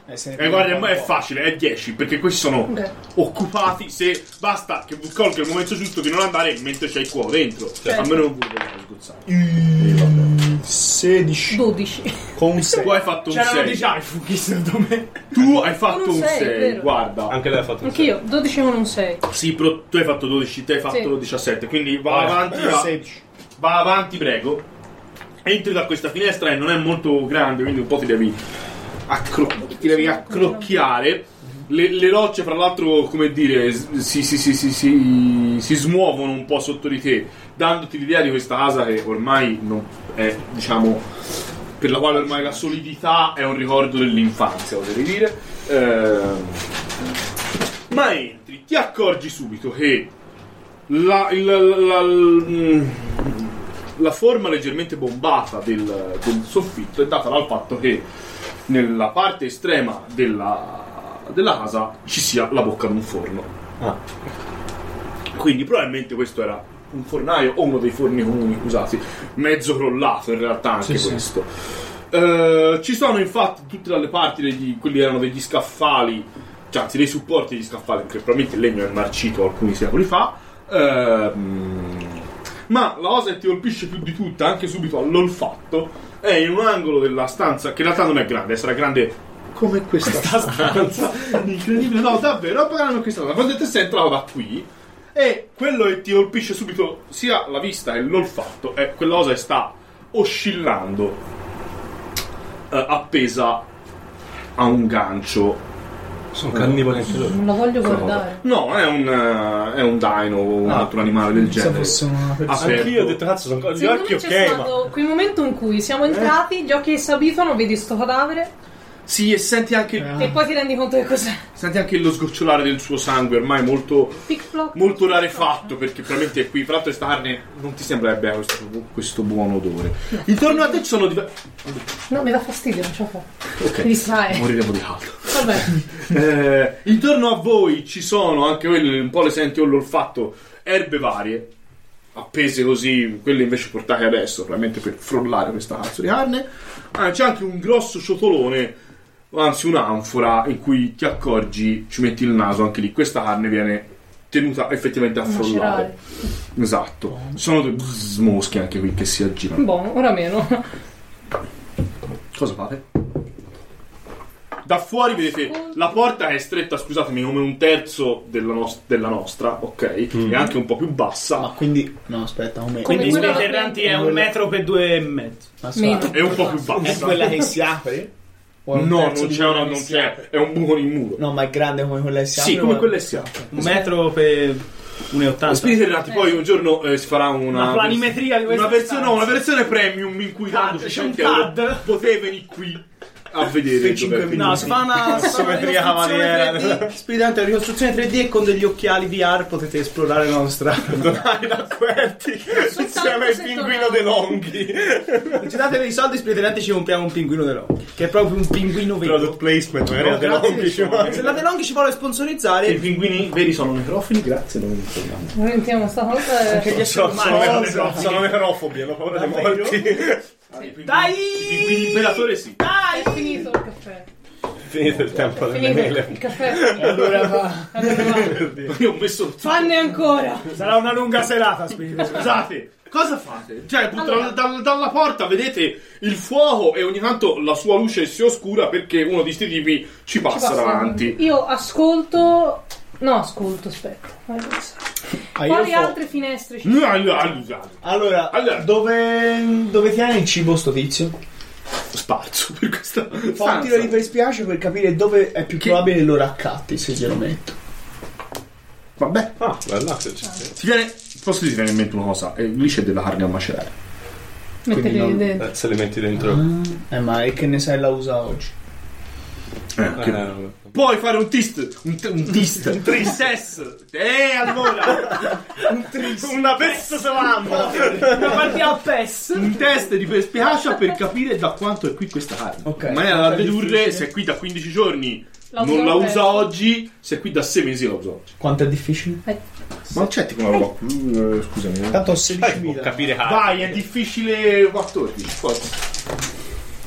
[SPEAKER 15] Eh, se ne
[SPEAKER 5] E guarda, ma è facile, è 10, perché questi sono
[SPEAKER 2] Ok.
[SPEAKER 5] occupati se basta che colga il momento giusto di non andare mentre c'è il cuoco dentro.
[SPEAKER 2] Certo.
[SPEAKER 5] Cioè, a meno non vuoi sgozzare.
[SPEAKER 15] 16
[SPEAKER 2] 12.
[SPEAKER 15] con 6.
[SPEAKER 5] Tu hai fatto un
[SPEAKER 1] C'erano
[SPEAKER 5] 6.
[SPEAKER 1] già i funghi secondo me.
[SPEAKER 5] Tu hai fatto
[SPEAKER 2] Un
[SPEAKER 5] un
[SPEAKER 2] sei, è
[SPEAKER 5] 6,
[SPEAKER 2] vero.
[SPEAKER 5] guarda.
[SPEAKER 14] Anche lei ha fatto un
[SPEAKER 2] Anch'io, 12 con un 6.
[SPEAKER 5] Sì, però tu hai fatto 12, te hai fatto
[SPEAKER 2] Sì.
[SPEAKER 5] 17, quindi va avanti, va,
[SPEAKER 15] 16.
[SPEAKER 5] va avanti, prego. Entri da questa finestra e non è molto grande, quindi un po' ti devi, accro- ti devi accrocchiare. Le, le rocce, fra l'altro, come dire, s- si, si, si, si, si, si smuovono un po' sotto di te, dandoti l'idea di questa casa che ormai non è, diciamo, per la quale ormai la solidità è un ricordo dell'infanzia, oserei dire. Ehm, ma entri, ti accorgi subito che la, il- la- la- mm, la forma leggermente bombata del, del soffitto è data dal fatto che nella parte estrema della, della casa ci sia la bocca di un forno. Quindi probabilmente questo era un fornaio o uno dei forni comuni usati, mezzo crollato in realtà anche questo. Eh, ci sono infatti tutte dalle parti degli, quelli erano degli scaffali, cioè anzi dei supporti degli scaffali, perché probabilmente il legno è marcito alcuni secoli fa. Ehm, ma la cosa che ti colpisce più di tutta, anche subito all'olfatto, è in un angolo della stanza, che in realtà non è grande, sarà grande come questa, stanza. Incredibile, no, davvero, però come questa stanza. Quando te sei entrato da qui, e quello che ti colpisce subito, sia la vista che l'olfatto, è quella cosa che sta oscillando, eh, appesa a un gancio
[SPEAKER 14] Sono cannibali anche loro.
[SPEAKER 2] Non la voglio guardare.
[SPEAKER 5] No, è un, eh, è un dino o un altro animale del
[SPEAKER 15] Ah, Se
[SPEAKER 5] genere.
[SPEAKER 15] fosse una
[SPEAKER 5] Aperto.
[SPEAKER 14] Anch'io ho detto, cazzo, sono gli
[SPEAKER 2] Secondo
[SPEAKER 14] occhi,
[SPEAKER 2] me c'è
[SPEAKER 14] ok, ma.
[SPEAKER 2] stato quel momento in cui siamo entrati, gli occhi si abituano, vedi sto cadavere
[SPEAKER 5] Sì, e senti anche,
[SPEAKER 15] Ah. Eh.
[SPEAKER 2] e poi ti rendi conto che cos'è.
[SPEAKER 5] senti anche lo sgocciolare del suo sangue, ormai molto,
[SPEAKER 2] Pick flock.
[SPEAKER 5] molto rarefatto, perché veramente qui, fra l'altro, questa carne non ti sembrerebbe abbia questo, questo buon odore. Intorno a te ci sono diversi...
[SPEAKER 2] No, mi dà fastidio, non ce la fa.
[SPEAKER 5] Ok.
[SPEAKER 2] Mi distrae.
[SPEAKER 5] Moriremo di caldo.
[SPEAKER 2] Vabbè.
[SPEAKER 5] Eh, intorno a voi ci sono anche quelli un po' le senti o l'olfatto erbe varie appese così quelle invece portate adesso probabilmente per frollare questa cazzo di carne Ah, c'è anche un grosso ciotolone anzi un'anfora in cui ti accorgi ci metti il naso anche lì questa carne viene tenuta effettivamente a frollare
[SPEAKER 2] Macerare.
[SPEAKER 5] esatto Ci sono due bzz, mosche anche qui che si aggirano
[SPEAKER 2] Buono, boh, ora meno.
[SPEAKER 5] Cosa fate? Da fuori vedete la porta è stretta, scusatemi, come un terzo della, nos- della nostra, ok? E anche un po' più
[SPEAKER 15] Ma
[SPEAKER 5] bassa.
[SPEAKER 15] quindi. No, aspetta, un me-
[SPEAKER 1] Quindi
[SPEAKER 2] quella-
[SPEAKER 1] Sotterranti è un metro per due e mezzo.
[SPEAKER 15] ma
[SPEAKER 2] Meno.
[SPEAKER 15] aspetta.
[SPEAKER 5] È un po' più
[SPEAKER 15] È
[SPEAKER 5] bassa.
[SPEAKER 15] quella che si apre? O è
[SPEAKER 5] No,
[SPEAKER 15] un
[SPEAKER 5] non
[SPEAKER 15] pezzo di
[SPEAKER 5] c'è una,
[SPEAKER 15] quella che
[SPEAKER 5] non
[SPEAKER 15] si
[SPEAKER 5] c'è.
[SPEAKER 15] apre?
[SPEAKER 5] È un buco nel muro.
[SPEAKER 15] No, ma è grande come quella che si apre.
[SPEAKER 5] Sì, come
[SPEAKER 15] ma-
[SPEAKER 5] quella che si apre.
[SPEAKER 1] Un metro per
[SPEAKER 5] Spiriti
[SPEAKER 1] 1,80.
[SPEAKER 5] Erranti, poi un giorno eh, si farà una.
[SPEAKER 1] La planimetria di questa
[SPEAKER 5] una versione, no,
[SPEAKER 1] stanza.
[SPEAKER 5] una versione premium in cui tanto
[SPEAKER 1] Cad,
[SPEAKER 5] se
[SPEAKER 1] c'è un
[SPEAKER 5] senti euro,
[SPEAKER 1] cad.
[SPEAKER 5] potete venire qui a vedere.
[SPEAKER 15] Per cinque
[SPEAKER 5] dov'è.
[SPEAKER 15] minuti.
[SPEAKER 1] No, si fa una
[SPEAKER 15] Ricostruzione
[SPEAKER 1] simmetria cavaliera.
[SPEAKER 15] 3D, Spiritante, è una ricostruzione 3D e con degli occhiali VR potete esplorare la
[SPEAKER 1] [laughs]
[SPEAKER 15] nostra.
[SPEAKER 2] Insieme al pinguino De
[SPEAKER 14] Longhi.
[SPEAKER 1] Ci date dei soldi, Spiritante ci compriamo un pinguino De Longhi. Che è proprio un pinguino vero.
[SPEAKER 14] Product placement, magari
[SPEAKER 1] No,
[SPEAKER 14] la De
[SPEAKER 1] grazie,
[SPEAKER 14] Longhi ci
[SPEAKER 1] diciamo.
[SPEAKER 14] vuole.
[SPEAKER 1] Se la De Longhi ci vuole sponsorizzare,
[SPEAKER 5] I pinguini veri sono necrofili, grazie. Non
[SPEAKER 2] Sentiamo, sta cosa è...
[SPEAKER 1] gli esseri umani.
[SPEAKER 14] Sono necrofobi, hanno paura dei morti.
[SPEAKER 1] Dai!
[SPEAKER 5] I pinguini imperatore sì.
[SPEAKER 2] È finito il caffè.
[SPEAKER 14] Finito il tempo
[SPEAKER 2] È
[SPEAKER 14] delle
[SPEAKER 2] finito
[SPEAKER 14] mele.
[SPEAKER 2] il caffè. Allora va. Allora va.
[SPEAKER 5] Io ho messo
[SPEAKER 2] Fanne ancora.
[SPEAKER 1] Sarà una lunga serata, Spiritante.
[SPEAKER 5] Scusate, cosa fate? Cioè, tra-
[SPEAKER 2] Allora.
[SPEAKER 5] dal- dalla porta vedete il fuoco e ogni tanto la sua luce si oscura perché uno di sti tipi ci passa, davanti.
[SPEAKER 2] Io ascolto. No, ascolto, aspetta.
[SPEAKER 15] Ah, io
[SPEAKER 2] Quali
[SPEAKER 15] fo-
[SPEAKER 2] altre finestre ci
[SPEAKER 5] No, no, no, no.
[SPEAKER 15] Allora,
[SPEAKER 5] Allora.
[SPEAKER 15] dove, dove tiene il cibo sto tizio?
[SPEAKER 5] Sparso per questa
[SPEAKER 15] Fa un
[SPEAKER 5] stanza.
[SPEAKER 15] tiro di perspiace per capire dove è più probabile che lo raccatti se glielo metto.
[SPEAKER 5] Vabbè,
[SPEAKER 14] Ah, bella, che c'è.
[SPEAKER 5] ti viene. Posso dire ti viene in mente una cosa? Eh, Lì c'è della carne a macerare.
[SPEAKER 2] metterli
[SPEAKER 15] non-
[SPEAKER 2] dentro?
[SPEAKER 14] Eh, Se le metti dentro.
[SPEAKER 15] Eh, ma e che ne sai la usa oggi?
[SPEAKER 5] Ah. Puoi fare un tist. Un, t- un tist. un trissess. Eh, allora.
[SPEAKER 9] Una pezza salamandra.
[SPEAKER 15] Una partita a PES.
[SPEAKER 5] Un test di perspicacia per capire da quanto è qui questa carne.
[SPEAKER 16] Ok.
[SPEAKER 5] In maniera da dedurre se è qui da 15 giorni.
[SPEAKER 2] La
[SPEAKER 5] non la
[SPEAKER 2] usiamo
[SPEAKER 5] usa
[SPEAKER 2] adesso.
[SPEAKER 5] oggi, se è qui da 6 mesi la usa oggi.
[SPEAKER 16] Quanto è difficile?
[SPEAKER 17] Ma c'è tipo una roba qui, eh, scusami. eh.
[SPEAKER 16] Tanto ho
[SPEAKER 3] Può
[SPEAKER 16] 16.000.
[SPEAKER 3] capire hard.
[SPEAKER 5] Vai, è difficile 14.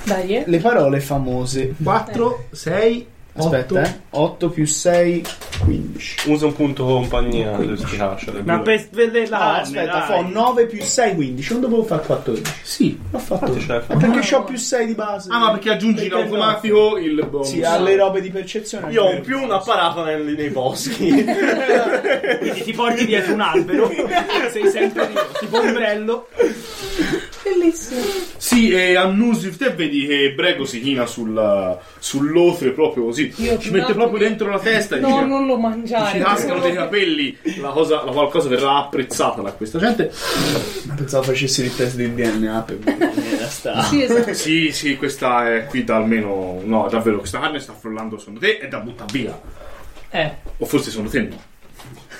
[SPEAKER 2] Dai, eh.
[SPEAKER 16] Le parole famose.
[SPEAKER 5] 4, 6,
[SPEAKER 16] Aspetta, eh. 8 più 6, 15.
[SPEAKER 3] Usa un punto compagnia.
[SPEAKER 1] Ma per svelarne,
[SPEAKER 16] Ah, aspetta,
[SPEAKER 1] dai.
[SPEAKER 16] fa 9 più 6, 15. Non dovevo fare 14.
[SPEAKER 5] Sì.
[SPEAKER 16] L'ho fatto io.
[SPEAKER 3] ce l'hai
[SPEAKER 16] È perché ho più 6 di base.
[SPEAKER 5] Ah, ma perché aggiungi in
[SPEAKER 16] Perché no?
[SPEAKER 5] automatico il bonus?
[SPEAKER 16] Sì, alle robe di percezione.
[SPEAKER 3] Io ho in più una parata nei, nei boschi.
[SPEAKER 1] Quindi ti porti dietro un albero. Sei sempre lì, tipo ombrello.
[SPEAKER 2] Bellissimo.
[SPEAKER 5] Sì, e annusi te vedi che Brego si china sulla, sull'otre proprio così.
[SPEAKER 2] Io
[SPEAKER 5] ci
[SPEAKER 2] ti
[SPEAKER 5] mette
[SPEAKER 2] dato-
[SPEAKER 5] proprio dentro la testa e
[SPEAKER 2] No,
[SPEAKER 5] dice-
[SPEAKER 2] non lo
[SPEAKER 5] ci
[SPEAKER 2] mangiare.
[SPEAKER 5] cascano dei capelli. La, cosa, la qualcosa verrà apprezzata da questa gente.
[SPEAKER 16] Pensavo facessi il test di DNA per era sta.
[SPEAKER 2] Sì, esatto.
[SPEAKER 5] Sì, sì, questa è qui da almeno. No, davvero, questa carne sta frullando secondo te è da buttare via.
[SPEAKER 2] Eh.
[SPEAKER 5] O forse secondo te no.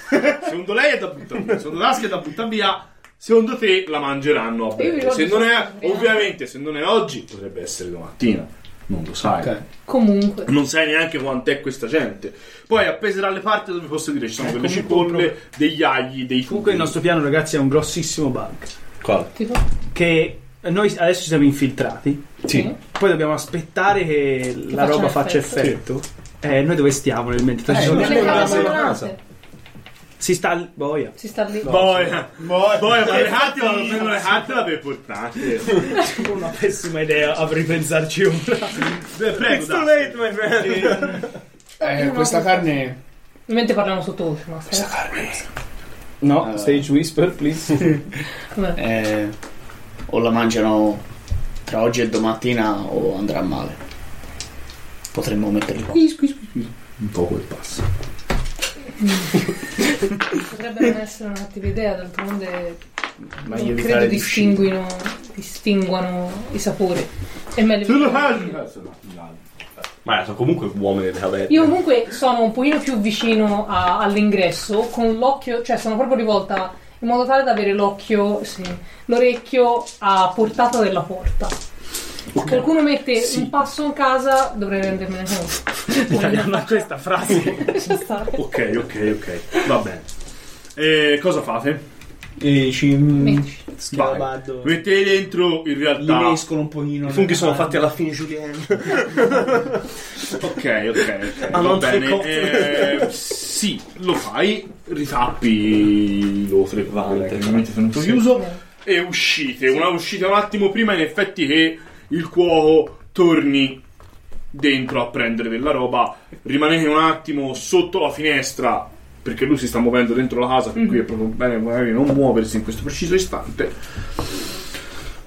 [SPEAKER 5] [laughs] secondo lei è da buttare via. Secondo Dasca è da buttare via. Secondo te la mangeranno a
[SPEAKER 2] Io mi
[SPEAKER 5] breve. Se non è,
[SPEAKER 2] ricordo-
[SPEAKER 5] ovviamente, se non è oggi, potrebbe essere domattina. Non lo sai.
[SPEAKER 16] Ok.
[SPEAKER 2] Comunque.
[SPEAKER 5] Non sai neanche quant'è questa gente. Poi appese dalle parti dove posso dire ci sono delle cipolle, degli agli, dei
[SPEAKER 1] Eh, Comunque il
[SPEAKER 5] funghi.
[SPEAKER 1] nostro piano, ragazzi, è un grossissimo bug.
[SPEAKER 2] Tipo.
[SPEAKER 1] Che noi adesso ci siamo infiltrati.
[SPEAKER 2] Sì.
[SPEAKER 1] Poi dobbiamo aspettare che, la
[SPEAKER 2] faccia
[SPEAKER 1] roba faccia
[SPEAKER 2] effetto.
[SPEAKER 1] effetto. Eh, noi dove stiamo nel mentre? Ci sono-
[SPEAKER 2] Nelle
[SPEAKER 16] Nelle
[SPEAKER 2] case
[SPEAKER 16] case.
[SPEAKER 2] abbandonate.
[SPEAKER 1] Si sta boia.
[SPEAKER 2] Si sta lì.
[SPEAKER 1] [laughs]
[SPEAKER 5] Poi, poi, ma
[SPEAKER 1] Esatto,
[SPEAKER 5] le carte vanno prima le carte la per portare.
[SPEAKER 1] Una pessima idea, avrei pensarci ora.
[SPEAKER 5] Beh, prego, dai.
[SPEAKER 16] Eh, questa carne.
[SPEAKER 2] Ovviamente parliamo sottovoce, ma
[SPEAKER 1] No,
[SPEAKER 16] Allora.
[SPEAKER 1] stage whisper, please.
[SPEAKER 2] Vabbè.
[SPEAKER 16] eh, o la mangiano tra oggi e domattina o andrà male. Potremmo metterli qua.
[SPEAKER 17] Un po' quel passo.
[SPEAKER 2] potrebbe non essere una cattiva idea, d'altronde
[SPEAKER 16] Meglio
[SPEAKER 2] non credo
[SPEAKER 16] evitare di uscire.
[SPEAKER 2] distinguino, distinguano i sapori. È meglio
[SPEAKER 5] Tu lo
[SPEAKER 2] evitare.
[SPEAKER 1] Ah,
[SPEAKER 3] ma sono comunque uomini della vecchia.
[SPEAKER 2] Io comunque sono un pochino più vicino a- all'ingresso, con l'occhio, cioè sono proprio rivolta in modo tale da avere l'occhio, sì, l'orecchio a portata della porta. Se qualcuno mette un passo in casa dovrei rendermene
[SPEAKER 1] [laughs]
[SPEAKER 2] conto.
[SPEAKER 1] Ma questa frase.
[SPEAKER 2] Lascia stare.
[SPEAKER 5] Ok, ok, ok. Va bene. E cosa fate?
[SPEAKER 16] E ci
[SPEAKER 2] Mettici.
[SPEAKER 16] schiavado. Li
[SPEAKER 5] Mettete dentro in realtà.
[SPEAKER 16] mescolo un pochino.
[SPEAKER 3] I funghi sono fatti alla fine Julien.
[SPEAKER 5] Ok, ok, ok.
[SPEAKER 3] Ah,
[SPEAKER 5] Va
[SPEAKER 3] non
[SPEAKER 5] bene.
[SPEAKER 3] tre
[SPEAKER 5] Eh, sì, lo fai, ritappi l'otre
[SPEAKER 3] Vale,
[SPEAKER 5] che ovviamente sono tutto chiuso e uscite. Una uscita un attimo prima in effetti che il cuoco torni dentro a prendere della roba. Rimanete un attimo sotto la finestra perché lui si sta muovendo dentro la casa, per cui è proprio bene magari non muoversi in questo preciso istante.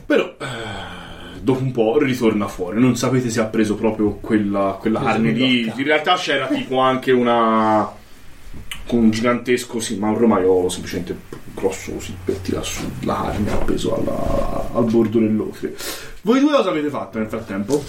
[SPEAKER 5] Però eh, dopo un po' ritorna fuori. Non sapete se ha preso proprio quella, quella carne lì. In realtà c'era tipo anche una. Con un gigantesco, sì, ma un romaiolo semplicemente grosso così per tirare su la carne appeso alla- al bordo dell'otre. Voi due cosa avete fatto nel frattempo?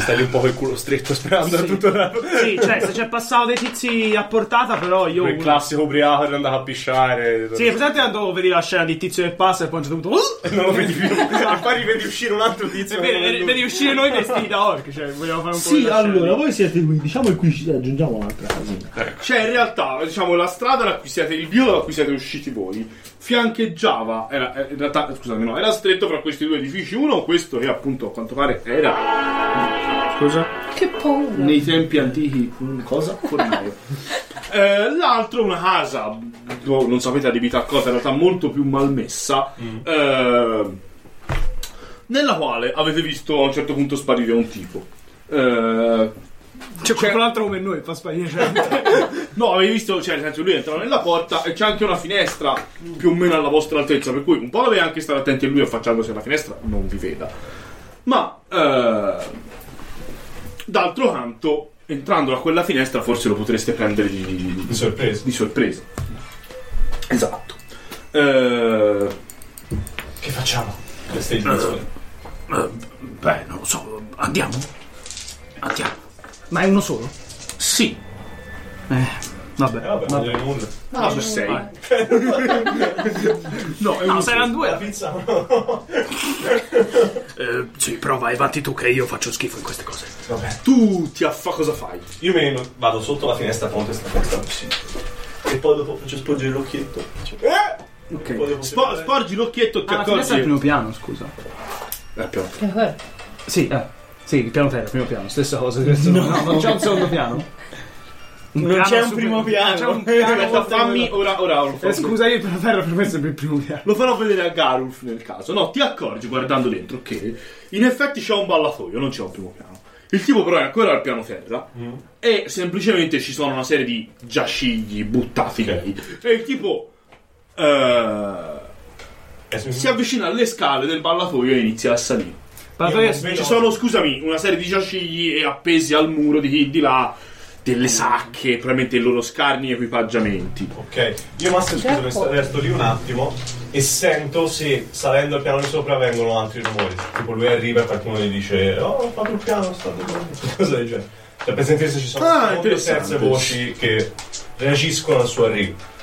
[SPEAKER 3] Stai lì un po' col culo stretto sperando a tutto il
[SPEAKER 1] Sì, cioè, se c'è passato dei tizi a portata, però io.
[SPEAKER 3] Quel classico ubriaco che è andato a pisciare.
[SPEAKER 1] Sì, presente quando vedi la scena di tizio che passa e poi a un certo punto. Uh!
[SPEAKER 3] non lo vedi
[SPEAKER 1] [laughs]
[SPEAKER 3] più. E poi rivedi uscire un altro tizio.
[SPEAKER 1] Vedi, vedi- vedi uscire noi vestiti da orc, cioè, vogliamo fare un po' quella scena lì.
[SPEAKER 17] voi siete qui, diciamo che qui ci aggiungiamo un'altra casina.
[SPEAKER 5] Cioè, in realtà, diciamo, la strada da cui siete, il violo da cui siete usciti voi, fiancheggiava, era, eh, in realtà, scusami, no, era stretto fra questi due edifici. Uno, questo che appunto, a quanto pare, era
[SPEAKER 2] Che paura.
[SPEAKER 5] nei tempi antichi, un- cosa? Fornaio. [laughs] Eh, l'altro, una casa, no, non sapete adibita a cosa, in realtà molto più malmessa, eh, nella quale avete visto a un certo punto sparire un tipo. Eh,
[SPEAKER 1] C'è qualcun altro come noi, fa sparire. cioè.
[SPEAKER 5] No, avevi visto, cioè, nel senso, lui entrava nella porta e c'è anche una finestra più o meno alla vostra altezza, per cui un po' dovete anche stare attenti a lui affacciandosi alla finestra, non vi veda. Ma, eh, d'altro canto, entrando da quella finestra, forse lo potreste prendere di, di- di-
[SPEAKER 3] sorpresa.
[SPEAKER 5] di sorpresa. Esatto. Eh,
[SPEAKER 3] Che facciamo? Queste giuste.
[SPEAKER 5] beh, non lo so, andiamo. Andiamo.
[SPEAKER 15] Ma è uno solo.
[SPEAKER 5] Sì.
[SPEAKER 15] Vabbè.
[SPEAKER 3] Eh, non è nulla.
[SPEAKER 5] Ah, sono sei. [laughs]
[SPEAKER 1] No, no saranno due. alla fine.
[SPEAKER 5] Eh, sì, però vai avanti tu che io faccio schifo in queste
[SPEAKER 1] Ah,
[SPEAKER 5] cose. Tu ti affa cosa fai?
[SPEAKER 3] Io me ne vado sotto la finestra con questa finestra così. E poi dopo faccio sporgere l'occhietto. Faccio-
[SPEAKER 1] Eh!
[SPEAKER 3] E
[SPEAKER 15] Ok.
[SPEAKER 3] poi devo
[SPEAKER 5] Spo- sporgi l'occhietto e ti
[SPEAKER 15] Ah, la finestra è il
[SPEAKER 5] accorgi.
[SPEAKER 15] primo piano, scusa. Sì, eh. Sì, il piano terra, primo piano, stessa cosa. Diverso no, non c'è un
[SPEAKER 1] [laughs]
[SPEAKER 15] secondo piano.
[SPEAKER 16] Non c'è un primo piano.
[SPEAKER 15] C'è un [laughs] piano.
[SPEAKER 5] Fammi ora, ora lo farò.
[SPEAKER 15] Eh, scusa, io il piano terra per me è sempre il primo piano.
[SPEAKER 5] Lo farò vedere a Garulf nel caso. No, ti accorgi guardando dentro che in effetti c'è un ballatoio, non c'è un primo piano. Il tipo però è ancora al piano terra e semplicemente ci sono una serie di giacigli buttati lì. E il tipo eh, si avvicina alle scale del ballatoio e inizia a salire.
[SPEAKER 1] Paratoio-
[SPEAKER 5] Ci sono, scusami, una serie di giacigli e appesi al muro di di là delle sacche, probabilmente i loro scarni equipaggiamenti.
[SPEAKER 3] Ok, io Master scusa, resto, resto lì un attimo e sento se salendo al piano di sopra vengono altri rumori. Tipo lui arriva e qualcuno gli dice Oh, fate il piano, state buoni", [laughs] Cosa del genere. Cioè, per sentire se ci sono
[SPEAKER 5] Ah,
[SPEAKER 3] seconde o
[SPEAKER 5] interessante.
[SPEAKER 3] terze voci che reagiscono al suo arrivo.